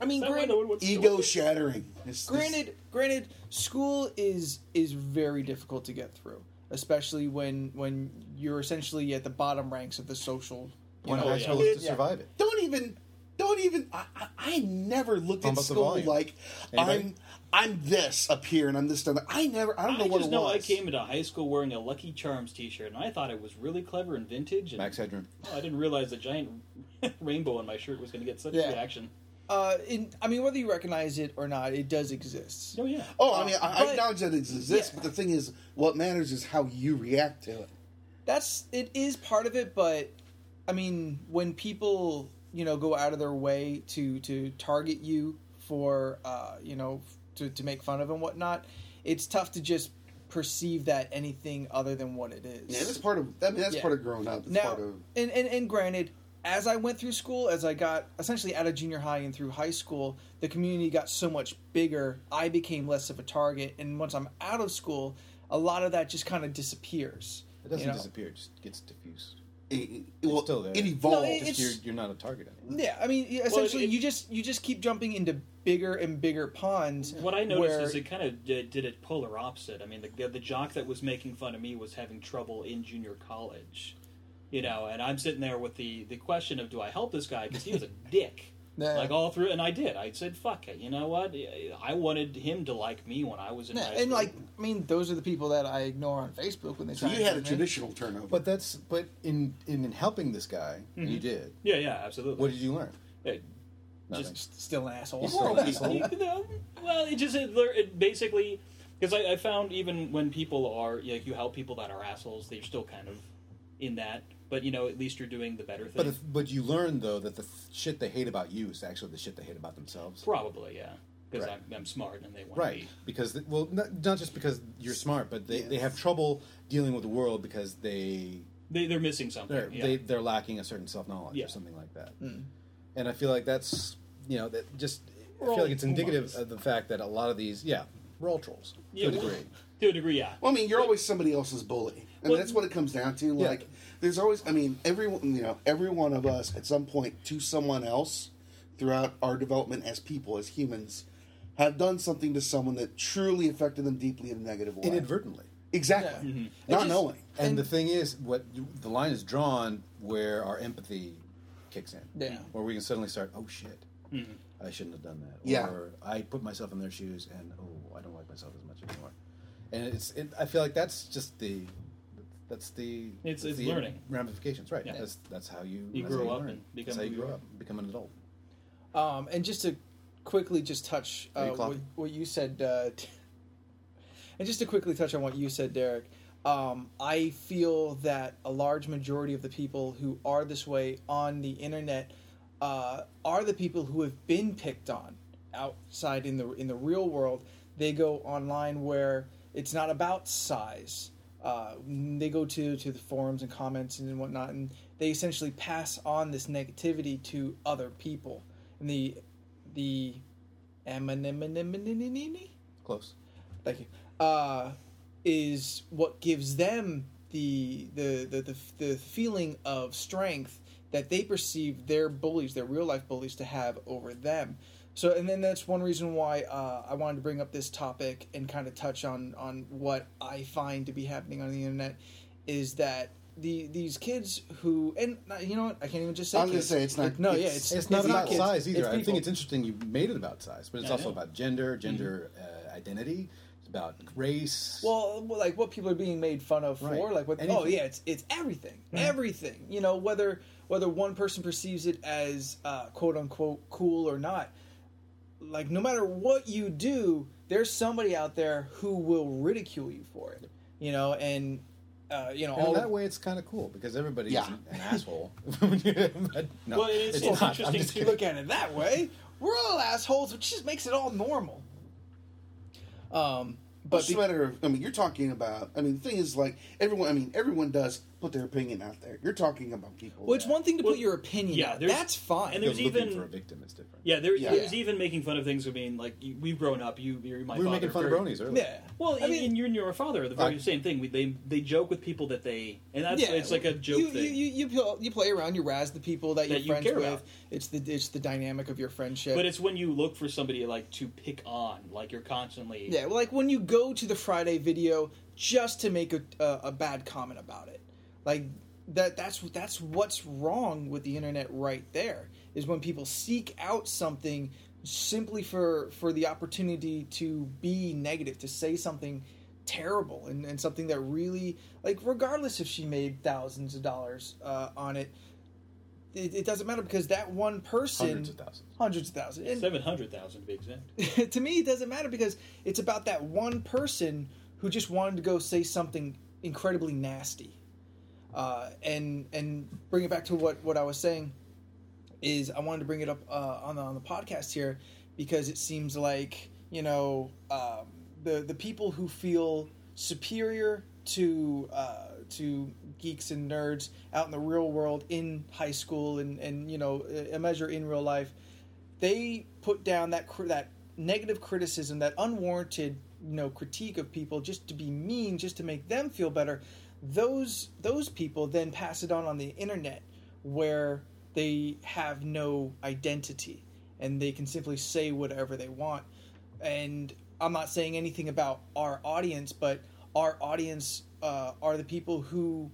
S4: I mean,
S6: That one,
S4: granted,
S6: no one wants to deal
S3: ego
S6: with it.
S3: shattering. It's-
S4: granted granted school is is very difficult to get through especially when when you're essentially at the bottom ranks of the social you
S1: One
S4: know,
S1: high
S6: yeah.
S1: school is to
S4: Oh, Yeah.
S1: survive it.
S3: this- don't even, don't even. I, I, I never looked
S1: Bump up
S3: at
S1: the
S3: school
S1: volume.
S3: like
S1: Anybody?
S3: I'm, I'm this up here and I'm this down there. I never. I don't know
S6: I
S3: what
S6: just
S3: it
S6: know
S3: was.
S6: I came into high school wearing a Lucky Charms T-shirt, and I thought it was really clever and vintage. And oh,
S1: Max Headroom.
S6: I didn't realize the giant rainbow on my shirt was going to get such
S4: Yeah.
S6: reaction.
S4: uh in, i mean whether you recognize it or not it does exist
S6: Oh yeah.
S3: Oh, I mean, I, I
S4: But-
S3: acknowledge that it exists, but the thing is, what matters is how you react to it.
S4: that's it is part of it but i mean when people you know go out of their way to to target you for uh you know to, to make fun of and whatnot it's tough to just perceive that anything other than what it is
S3: Yeah, that's part of. I mean, that's
S4: Yeah.
S3: part of growing up. It's
S4: now,
S3: part of.
S4: and, and and granted, as I went through school, as I got essentially out of junior high and through high school, the community got so much bigger. I became less of a target, and once I'm out of school, a lot of that just kind of disappears.
S1: It doesn't
S4: you know?
S1: disappear. It just gets diffused.
S3: It, it, well,
S1: still there.
S3: it evolved.
S4: No, it-
S1: Just
S4: It's-
S1: you're, you're not a target anymore.
S4: Yeah, I mean, essentially,
S6: it-
S4: you just you just keep jumping into bigger and bigger ponds.
S6: What I noticed
S4: where-
S6: is it kind of did, did it polar opposite. I mean, the the jock that was making fun of me was having trouble in junior college, you know, and I'm sitting there with the the question of do I help this guy because he was a dick,
S4: Yeah.
S6: like all through. And I did. I said, "Fuck it." You know what? I wanted him to like me when I was in
S4: Yeah,
S6: high
S4: and
S6: school.
S4: like, I mean, those are the people that I ignore on Facebook when they
S3: So
S4: try.
S3: you
S4: and
S3: had a
S4: find me.
S3: traditional turnover.
S1: But that's but in in, in helping this guy, and you did.
S6: yeah, yeah, absolutely.
S1: What did you learn?
S6: Yeah,
S1: Nothing.
S4: S- Still an asshole.
S1: still an asshole.
S6: You know, well, it just it, it basically because I, I found even when people are like you help people that are assholes, they're still kind of in that. But you know, at least you're doing the better thing.
S1: But if, but you learn though that the th- shit they hate about you is actually the shit they hate about themselves.
S6: Probably, yeah, because
S1: Right.
S6: I'm, I'm smart and they want
S1: Right.
S6: to be.
S1: Because th- well, not, not just because you're smart, but they, they have trouble dealing with the world because they
S6: They, they're missing something.
S1: they're
S6: yeah.
S1: they, they're lacking a certain self knowledge
S6: Yeah. Mm.
S1: or something like that. And I feel like that's you know that just
S7: I feel like it's indicative of the fact that a lot of these, yeah, we're all trolls
S6: Yeah,
S7: to a
S6: well,
S7: degree.
S6: To a degree, yeah.
S3: Well, I mean, you're always somebody else's bully, and
S6: Well-
S3: that's what it comes down to. Like, there's always, I mean, everyone, you know, every one of us at some point to someone else throughout our development as people, as humans, have done something to someone that truly affected them deeply in a negative way.
S7: Inadvertently.
S3: exactly, not
S4: Mm-hmm. just-
S3: knowing.
S7: And, the thing is, what the line is drawn where our empathy kicks in.
S4: Yeah.
S7: Where we can suddenly start, oh shit,
S6: Mm-hmm.
S7: I shouldn't have done that.
S3: Yeah.
S7: Or I put myself in their shoes and oh, I don't like myself as much anymore. And it's, it, I feel like that's just the, that's the,
S6: It's-
S7: that's
S6: it's
S7: the
S6: learning.
S7: ramifications, right?
S6: Yeah.
S7: That's that's how you
S6: You
S7: that's
S6: grow
S7: how
S6: up
S7: learn.
S6: and become
S7: that's how
S6: who
S7: you
S6: you
S7: grow
S6: are.
S7: up, and become an adult.
S4: Um, and just to quickly just touch
S7: Are
S4: uh,
S7: you
S4: what,
S7: clocking?
S4: what you said, uh, and just to quickly touch on what you said, Derek. Um, I feel that a large majority of the people who are this way on the internet uh, are the people who have been picked on outside in the in the real world. They go online where it's not about size. Uh, they go to to the forums and comments and whatnot, and they essentially pass on this negativity to other people. And the the Amanimini?
S7: Close.
S4: Thank you. Uh, is what gives them the the, the the the feeling of strength that they perceive their bullies, their real life bullies, to have over them. So, and then that's one reason why uh, I wanted to bring up this topic and kind of touch on on what I find to be happening on the internet is that the these kids who and uh, you know what I can't even just say.
S3: I was gonna
S4: kids.
S3: say, it's not-
S4: It- no, yeah,
S3: it's-
S4: it's
S7: It's not about
S4: kids.
S7: size either. I
S4: people.
S7: think it's interesting you made it about size, but it's
S6: Yeah, Mm-hmm. I
S7: also
S6: know.
S7: about gender, gender uh, identity. It's about race.
S4: Well, well, like what people are being made fun of
S7: Right.
S4: for, like what? Oh
S7: Anything.
S4: yeah, it's it's everything, everything. You know, whether whether one person perceives it as uh, quote unquote cool or not, like no matter what you do, there's somebody out there who will ridicule you for it. You know, and uh, you know
S7: And
S4: all
S7: in that way, it's kind of cool because everybody's
S3: Yeah.
S7: an, an asshole. But no,
S6: Well, it is- it's
S7: not. I'm
S6: interesting
S7: just
S6: too.
S7: kidding.
S4: look at it that way, we're all assholes, which just makes it all normal. Um, but
S3: It's just a matter of, I mean, you're talking about, I mean, the thing is, like, everyone, I mean, everyone does put their opinion out there. You're talking about people.
S4: well, it's
S3: that-
S4: one thing to
S6: Well,
S4: put your opinion
S6: yeah,
S4: out.
S6: there's-
S4: That's fine.
S6: and there's
S7: Looking
S6: even-
S7: for a victim is different.
S6: Yeah, there,
S3: Yeah.
S6: there's even making fun of things. I mean, like you, we've grown up. You, you're my
S7: we were
S6: father.
S7: making fun of
S6: very-
S7: bronies earlier.
S4: yeah.
S6: Well,
S4: I mean-
S6: and you and your father are the very
S7: Right.
S6: same thing. We, they they joke with people that they, and that's it's like a joke
S4: you,
S6: thing.
S4: You, you, you, pl- you play around, you razz the people that,
S6: That you
S4: you're friends
S6: care
S4: with.
S6: about.
S4: It's the it's the dynamic of your friendship.
S6: but it's when you look for somebody like to pick on, like you're constantly.
S4: yeah, well, like when you go to the Friday video just to make a, a, a bad comment about it, like that that's that's what's wrong with the internet right there is when people seek out something simply for for the opportunity to be negative to say something terrible and, and something that really like regardless if she made thousands of dollars uh, on it it, it doesn't matter because that one person
S7: Hundreds of thousands.
S4: hundreds of thousands And
S6: Seven hundred thousand to be exact.
S4: to me it doesn't matter because it's about that one person who just wanted to go say something incredibly nasty uh, and and bring it back to what what i was saying is i wanted to bring it up uh, on the on the podcast here because it seems like you know um, the the people who feel superior to uh, to geeks and nerds out in the real world in high school and and you know a measure in real life they put down that cri- that negative criticism, that unwarranted you know critique of people just to be mean, just to make them feel better. Those those people then pass it on on the internet, where they have no identity and they can simply say whatever they want. And I'm not saying anything about our audience, but our audience uh, are the people who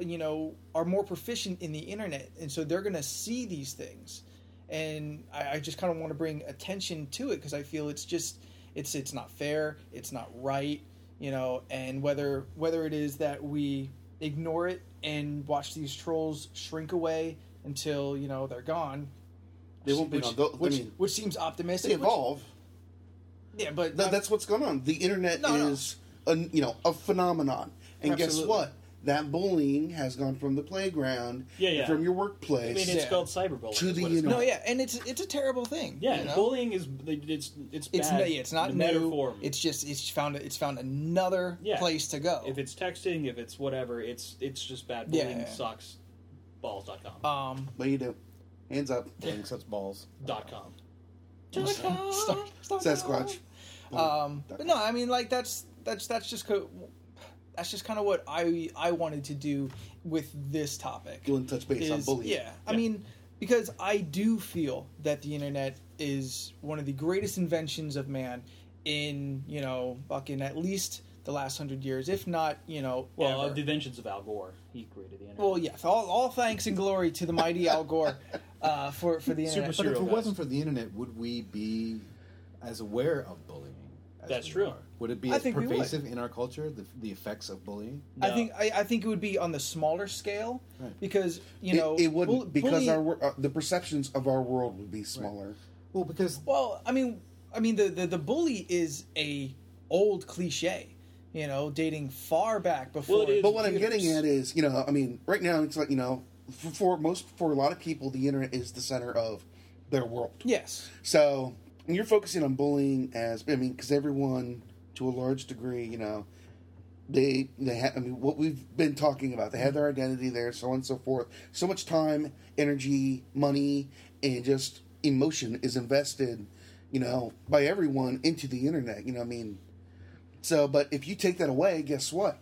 S4: you know are more proficient in the internet and so they're going to see these things and I, I just kind of want to bring attention to it because I feel it's just it's it's not fair, it's not right, you know. And whether whether it is that we ignore it and watch these trolls shrink away until you know they're gone,
S3: They won't be
S4: which,
S3: on the- I
S4: which,
S3: mean,
S4: which seems optimistic.
S3: They
S4: which-
S3: evolve.
S4: yeah, but
S3: Th- that's what's going on. The internet
S4: No, no.
S3: is, A, you know, a phenomenon. And guess
S4: Absolutely.
S3: what? That bullying has gone from the playground,
S6: Yeah, yeah.
S3: from your
S6: I mean,
S3: workplace.
S6: it's
S4: Yeah.
S6: called cyberbullying.
S3: To
S6: is
S3: the
S6: what it's
S3: uni-
S4: no,
S6: called.
S4: yeah, and it's it's a terrible thing.
S6: Yeah,
S4: you know?
S6: bullying is it's it's bad.
S4: It's no, yeah, it's not
S6: in better
S4: new.
S6: form.
S4: It's just it's found it's found another
S6: Yeah.
S4: place to go.
S6: if it's texting, if it's whatever, it's it's just bad. Bullying
S4: Oh. Yeah.
S6: sucks. Balls.com.
S4: um,
S3: What do you do? Hands up.
S7: Getting such balls.
S6: dot com.
S8: Stop, stop.
S3: Sasquatch.
S4: Um, but no, I mean, like that's that's that's just co- that's just kind of what I I wanted to do with this topic.
S3: Doing touch base on
S4: is-
S3: bullying.
S4: Yeah, I mean, because I do feel that the internet is one of the greatest inventions of man in you know fucking at least the last hundred years, if not you know
S6: Well,
S4: ever.
S6: the inventions of Al Gore, he created the internet.
S4: well, yes, all, all thanks and glory to the mighty Al Gore uh, for for the internet.
S1: But if it
S6: Serial
S1: wasn't for the internet, would we be as aware of bullying? as
S6: That's
S1: we
S6: true.
S1: are? Would it be
S4: I
S1: as
S4: think we would.
S1: pervasive in our culture the, the effects of bullying?
S4: I think I, I think it would be on the smaller scale
S1: Right.
S4: because you
S3: It-
S4: know
S3: it, wouldn't
S4: bull-
S3: because
S4: bullying-
S3: our wor- uh, the perceptions of our world would be smaller.
S1: Well, because
S4: well I mean I mean the, the the bully is a old cliche you know dating far back before
S6: Well, it is-
S3: But what I'm
S4: computers.
S3: getting at is, you know, I mean, right now it's like you know, for, for most for a lot of people, the internet is the center of their world.
S4: yes
S3: So when you're focusing on bullying as I mean, because everyone to a large degree, you know, they they have. I mean, what we've been talking about, they have their identity there, so on and so forth. So much time, energy, money, and just emotion is invested, you know, by everyone into the internet. You know, what I mean, so but if you take that away, guess what?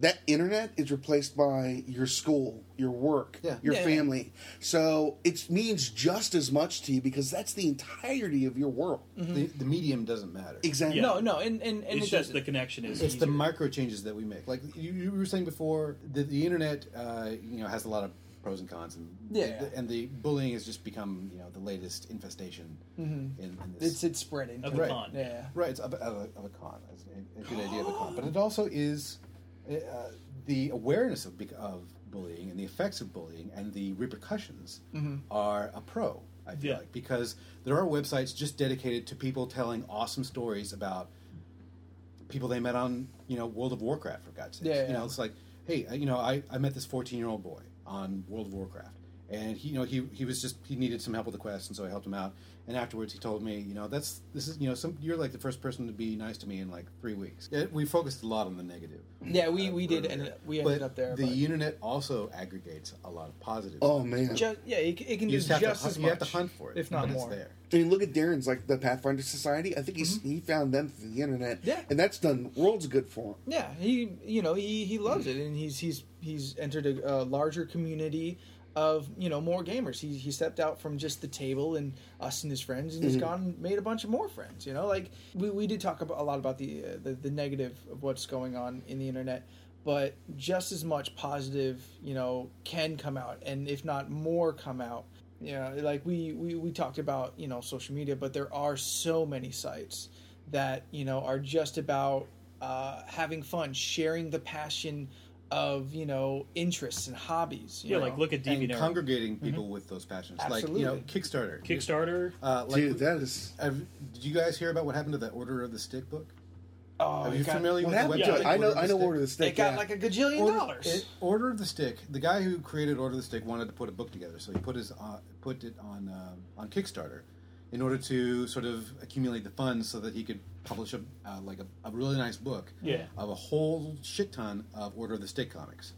S3: That internet is replaced by your school, your work,
S1: Yeah.
S3: your
S4: Yeah.
S3: family. So it means just as much to you because that's the entirety of your world.
S6: Mm-hmm.
S1: the, the medium doesn't matter.
S3: Exactly.
S4: Mm-hmm. no no and and, and
S6: it's
S4: it
S6: just
S4: doesn't.
S6: the connection is.
S1: It's the
S6: easier.
S1: micro changes that we make. Like you, you were saying before, the, the internet, uh, you know, has a lot of pros and cons, and
S4: Yeah.
S1: the, and the bullying has just become, you know, the latest infestation in, in this.
S4: it's it's spreading
S6: Of the
S1: Right.
S6: con.
S4: yeah
S1: Right, it's of a, of a, of a con. It's a, a good idea of a con. But it also is uh, the awareness of, bec- of bullying and the effects of bullying and the repercussions
S4: Mm-hmm.
S1: are a pro, I feel
S6: Yeah.
S1: like, because there are websites just dedicated to people telling awesome stories about people they met on, you know, World of Warcraft, for God's sake.
S4: Yeah,
S1: You
S4: yeah.
S1: know, it's like, hey, I- you know, I, I met this 14 year old boy on World of Warcraft. And he, you know, he, he was just he needed some help with the quest, and so I helped him out. And afterwards, he told me, you know, that's this is you know, some you're like the first person to be nice to me in like three weeks. Yeah, we focused a lot on the negative.
S4: yeah we
S1: uh,
S4: we did
S1: earlier.
S4: end up, we
S1: But
S4: ended up there
S1: The
S4: but
S1: internet also aggregates a lot of positives.
S3: Oh man.
S4: ju- yeah it, it can
S1: you
S4: do
S1: just, have,
S4: just
S1: to,
S4: as
S1: hunt-
S4: much
S1: you have to hunt for it,
S4: if not
S1: but
S4: more
S1: It's there.
S3: I mean, look at Darren's like the Pathfinder Society. I think he's he found them through the internet.
S4: Yeah.
S3: And that's done worlds good for him.
S4: Yeah, he you know he he loves it, and he's he's he's entered a, a larger community of you know more gamers. He he stepped out from just the table and us and his friends, and he's gone and made a bunch of more friends. You know, like we, we did talk about a lot about the, uh, the the negative of what's going on in the internet, but just as much positive you know can come out, and if not more come out. Yeah, like we, we we talked about you know social media, but there are so many sites that you know are just about uh, having fun, sharing the passion of you know interests and hobbies. you
S6: Yeah,
S4: know? Mm-hmm.
S6: like look at
S1: And
S6: DeviantArt,
S1: congregating people with those passions, like you know, Kickstarter.
S6: Kickstarter.
S1: Uh, like,
S3: Dude, that is
S1: Have, did you guys hear about what happened to the Order of the Stick book?
S4: oh,
S1: Are
S4: it
S1: you
S4: got,
S1: familiar
S3: what
S1: with the
S3: happened
S1: website?
S3: to it. I know
S1: of the
S3: I know
S1: Stick?
S3: order of the
S4: It
S3: stick.
S4: got
S3: yeah.
S4: like a gajillion
S1: Order-
S4: dollars.
S1: it- Order of the Stick. The guy who created Order of the Stick wanted to put a book together, so he put his uh, put it on um, on Kickstarter in order to sort of accumulate the funds so that he could publish a uh, like a, a really nice book
S6: Yeah.
S1: of a whole shit ton of Order of the Stick comics.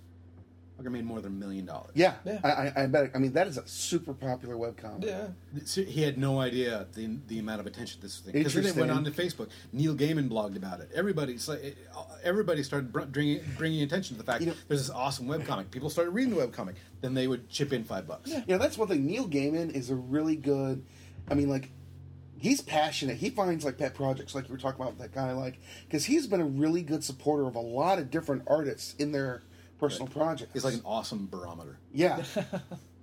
S1: Fucker made more than a million dollars.
S3: yeah,
S4: Yeah.
S3: I, I, I bet. I mean, that is a super popular webcomic.
S4: yeah,
S1: So he had no idea the the amount of attention this thing because then it went on to
S3: Interesting.
S1: Facebook. Neil Gaiman blogged about it. Everybody's like, it- uh, everybody started br- bringing bringing attention to the fact
S3: You know-
S1: there's this awesome webcomic. People started reading the webcomic. Then they would chip in five bucks.
S3: You know, that's one thing. Neil Gaiman is a really good. I mean, like, he's passionate. He finds like pet projects, like you were talking about with that guy, like because he's been a really good supporter of a lot of different artists in their personal projects.
S1: It's like an awesome barometer,
S3: yeah,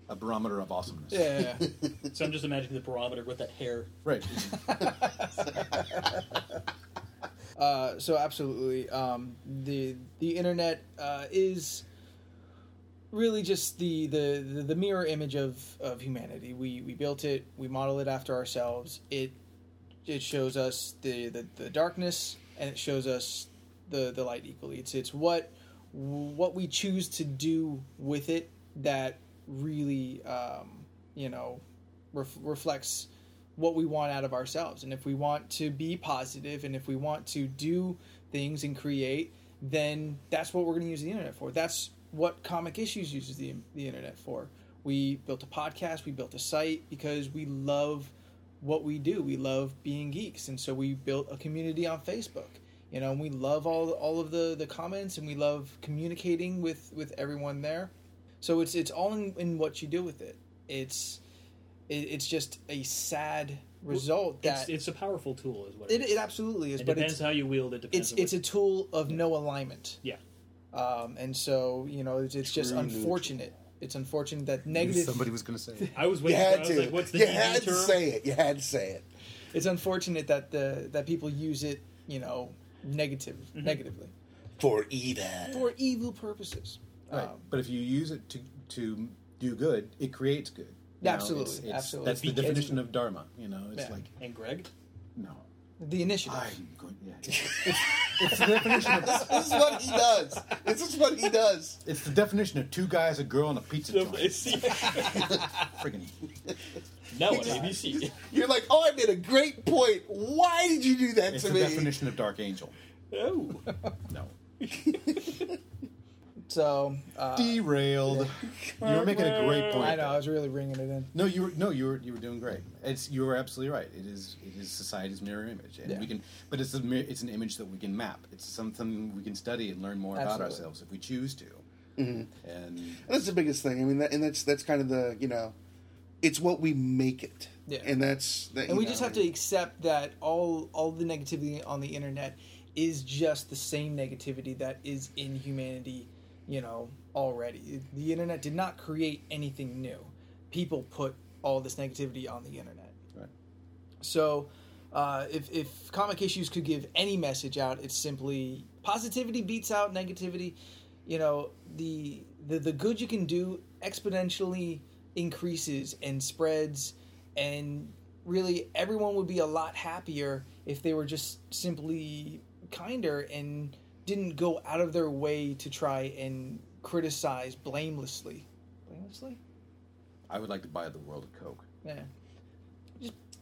S1: a barometer of awesomeness.
S4: yeah, yeah, yeah.
S6: So I'm just imagining the barometer with that hair.
S1: Right.
S4: Uh, so absolutely, um, the the internet uh, is really just the, the the the mirror image of of humanity. We we built it, we model it after ourselves. It it shows us the the, the darkness and it shows us the the light equally. It's it's what what we choose to do with it that really um, you know ref- reflects what we want out of ourselves. And if we want to be positive and if we want to do things and create, then that's what we're going to use the internet for. That's what Comic Issues uses the, the internet for. We built a podcast, we built a site because we love what we do. We love being geeks, and so we built a community on Facebook. You know, and we love all all of the the comments, and we love communicating with with everyone there. So it's it's all in, in what you do with it. It's it, it's just a sad result
S6: It's,
S4: that
S6: it's a powerful tool, is what
S4: it,
S6: it is.
S4: it absolutely is,
S6: It
S4: but
S6: depends
S4: it's
S6: how you wield it.
S4: it's
S6: Depends. on
S4: it's
S6: what-
S4: a tool of no alignment.
S6: yeah.
S4: Um, and so you know, it's, it's just
S1: True
S4: unfortunate. It's unfortunate that negative.
S1: Somebody was going to say it.
S6: I was
S3: You
S6: waiting. for,
S3: had
S6: I was
S3: to.
S6: like, what's the
S3: you
S6: DD
S3: had to
S6: term?
S3: say it. You had to say it.
S4: It's unfortunate that the that people use it, you know, negative
S6: Mm-hmm.
S4: negatively
S3: For Eva.
S4: for evil purposes.
S7: Right.
S4: Um,
S7: but if you use it to to do good, it creates good. You
S4: Absolutely,
S7: it's- it's-
S4: absolutely.
S7: That's the
S4: Because-
S7: definition of dharma. You know, it's
S4: Yeah.
S7: like
S6: And Greg,
S7: no.
S4: the initiative.
S7: I'm going. Yeah, it's, it's the definition of
S3: This is what he does. This is what he does.
S7: it's the definition of two guys, a girl, and a pizza joint.
S6: now
S7: Friggin'
S6: on ABC.
S3: You're like, oh, I made a great point. Why did you do that
S7: It's
S3: to
S7: the
S3: me?
S7: definition of dark angel.
S6: oh,
S7: No.
S4: So uh,
S7: Derailed. you were making a great point.
S4: I know
S7: there.
S4: I was really ringing it in.
S7: No, you were no, you were you were doing great. It's you were absolutely right. It is it is society's mirror image, and
S4: Yeah.
S7: we can. But it's a mi- it's an image that we can map. It's something we can study and learn more about
S4: Absolutely.
S7: ourselves if we choose to. And
S3: That's the biggest thing. I mean, that, and that's that's kind of the you know, it's what we make it.
S4: Yeah.
S3: And that's that,
S4: And
S3: you
S4: we
S3: know,
S4: just have to accept that all all the negativity on the internet is just the same negativity that is in humanity, you know, already. The internet did not create anything new. People put all this negativity on the internet.
S7: Right.
S4: So, uh, if if comic issues could give any message out, it's simply positivity beats out negativity. You know, the the the good you can do exponentially increases and spreads, and really everyone would be a lot happier if they were just simply kinder and didn't go out of their way to try and criticize blamelessly. Blamelessly?
S7: I would like to buy the world a Coke.
S4: Yeah.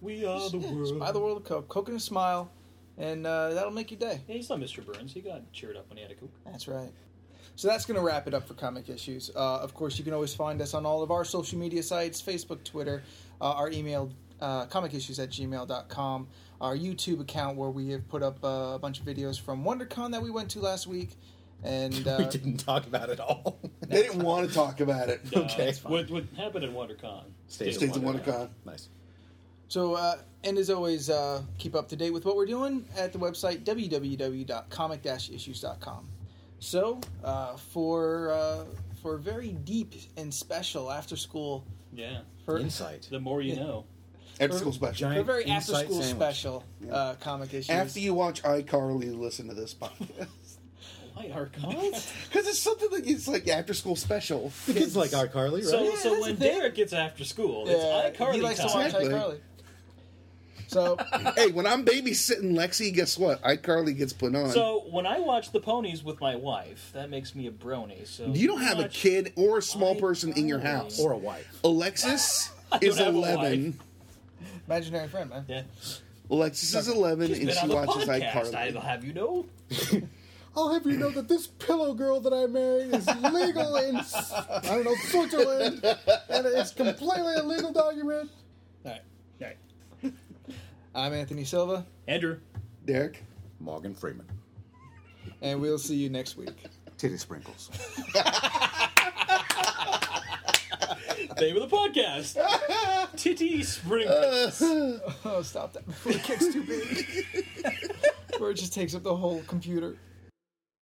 S6: we are the
S4: Yeah,
S6: world.
S4: just buy the world of Coke. Coke and a smile, and uh, that'll make your day.
S6: Yeah, he's not Mr. Burns. He got cheered up when he had a cook.
S4: That's right. So that's going to wrap it up for comic issues. Uh, of course, you can always find us on all of our social media sites Facebook, Twitter, uh, our email, uh, comicissues at gmail.com, our YouTube account where we have put up uh, a bunch of videos from WonderCon that we went to last week. And
S7: we
S4: uh,
S7: didn't talk about it all.
S3: They didn't want to talk about it.
S6: Uh,
S7: Okay, it's fine.
S6: what what happened at WonderCon?
S7: Stays
S3: Stays
S7: at
S3: in WonderCon.
S7: Nice.
S4: so, uh, and as always, uh, keep up to date with what we're doing at the website www.comic issues.com. So, uh, for, uh, for very deep and special after school,
S6: Yeah,
S4: for,
S7: Insight.
S6: the more you know.
S3: After school special.
S4: A
S7: Giant
S4: very
S7: insight
S4: after school
S7: sandwich.
S4: special uh, comic issues.
S3: After you watch iCarly, listen to this podcast
S6: Why are cons?
S3: because it's something that it's like after school special.
S7: The kids like our Carly, right?
S6: So
S4: Yeah,
S6: so
S4: that's
S6: when
S4: the thing.
S6: Derek gets after school,
S4: yeah,
S6: it's iCarly
S4: he likes to
S6: time.
S4: watch
S3: Exactly.
S4: iCarly. So
S3: hey, when I'm babysitting Lexi, guess what? iCarly gets put on.
S6: So when I watch the ponies with my wife, that makes me a brony. So
S3: you don't have a
S6: watch-
S3: kid or a small person in your
S6: iCarly.
S3: house.
S7: or a wife.
S3: Alexis
S6: don't
S3: is
S6: have a
S3: 11.
S4: imaginary friend, man.
S6: Yeah.
S3: Alexis is 11
S6: She's
S3: and
S6: been
S3: she
S6: on the
S3: watches
S6: podcast.
S3: iCarly.
S6: I'll have you know.
S7: I'll have you know that this pillow girl that I married is legal in, I don't know, Switzerland, and it's completely a legal document.
S4: All right.
S6: All right.
S4: I'm Anthony Silva,
S6: Andrew.
S3: Derek?
S7: Morgan Freeman.
S4: and we'll see you next week.
S7: Titty sprinkles.
S6: Name of the podcast. Titty
S4: Uh,
S6: Sprinkles.
S4: Oh, stop that before it gets too big. or it just takes up the whole computer.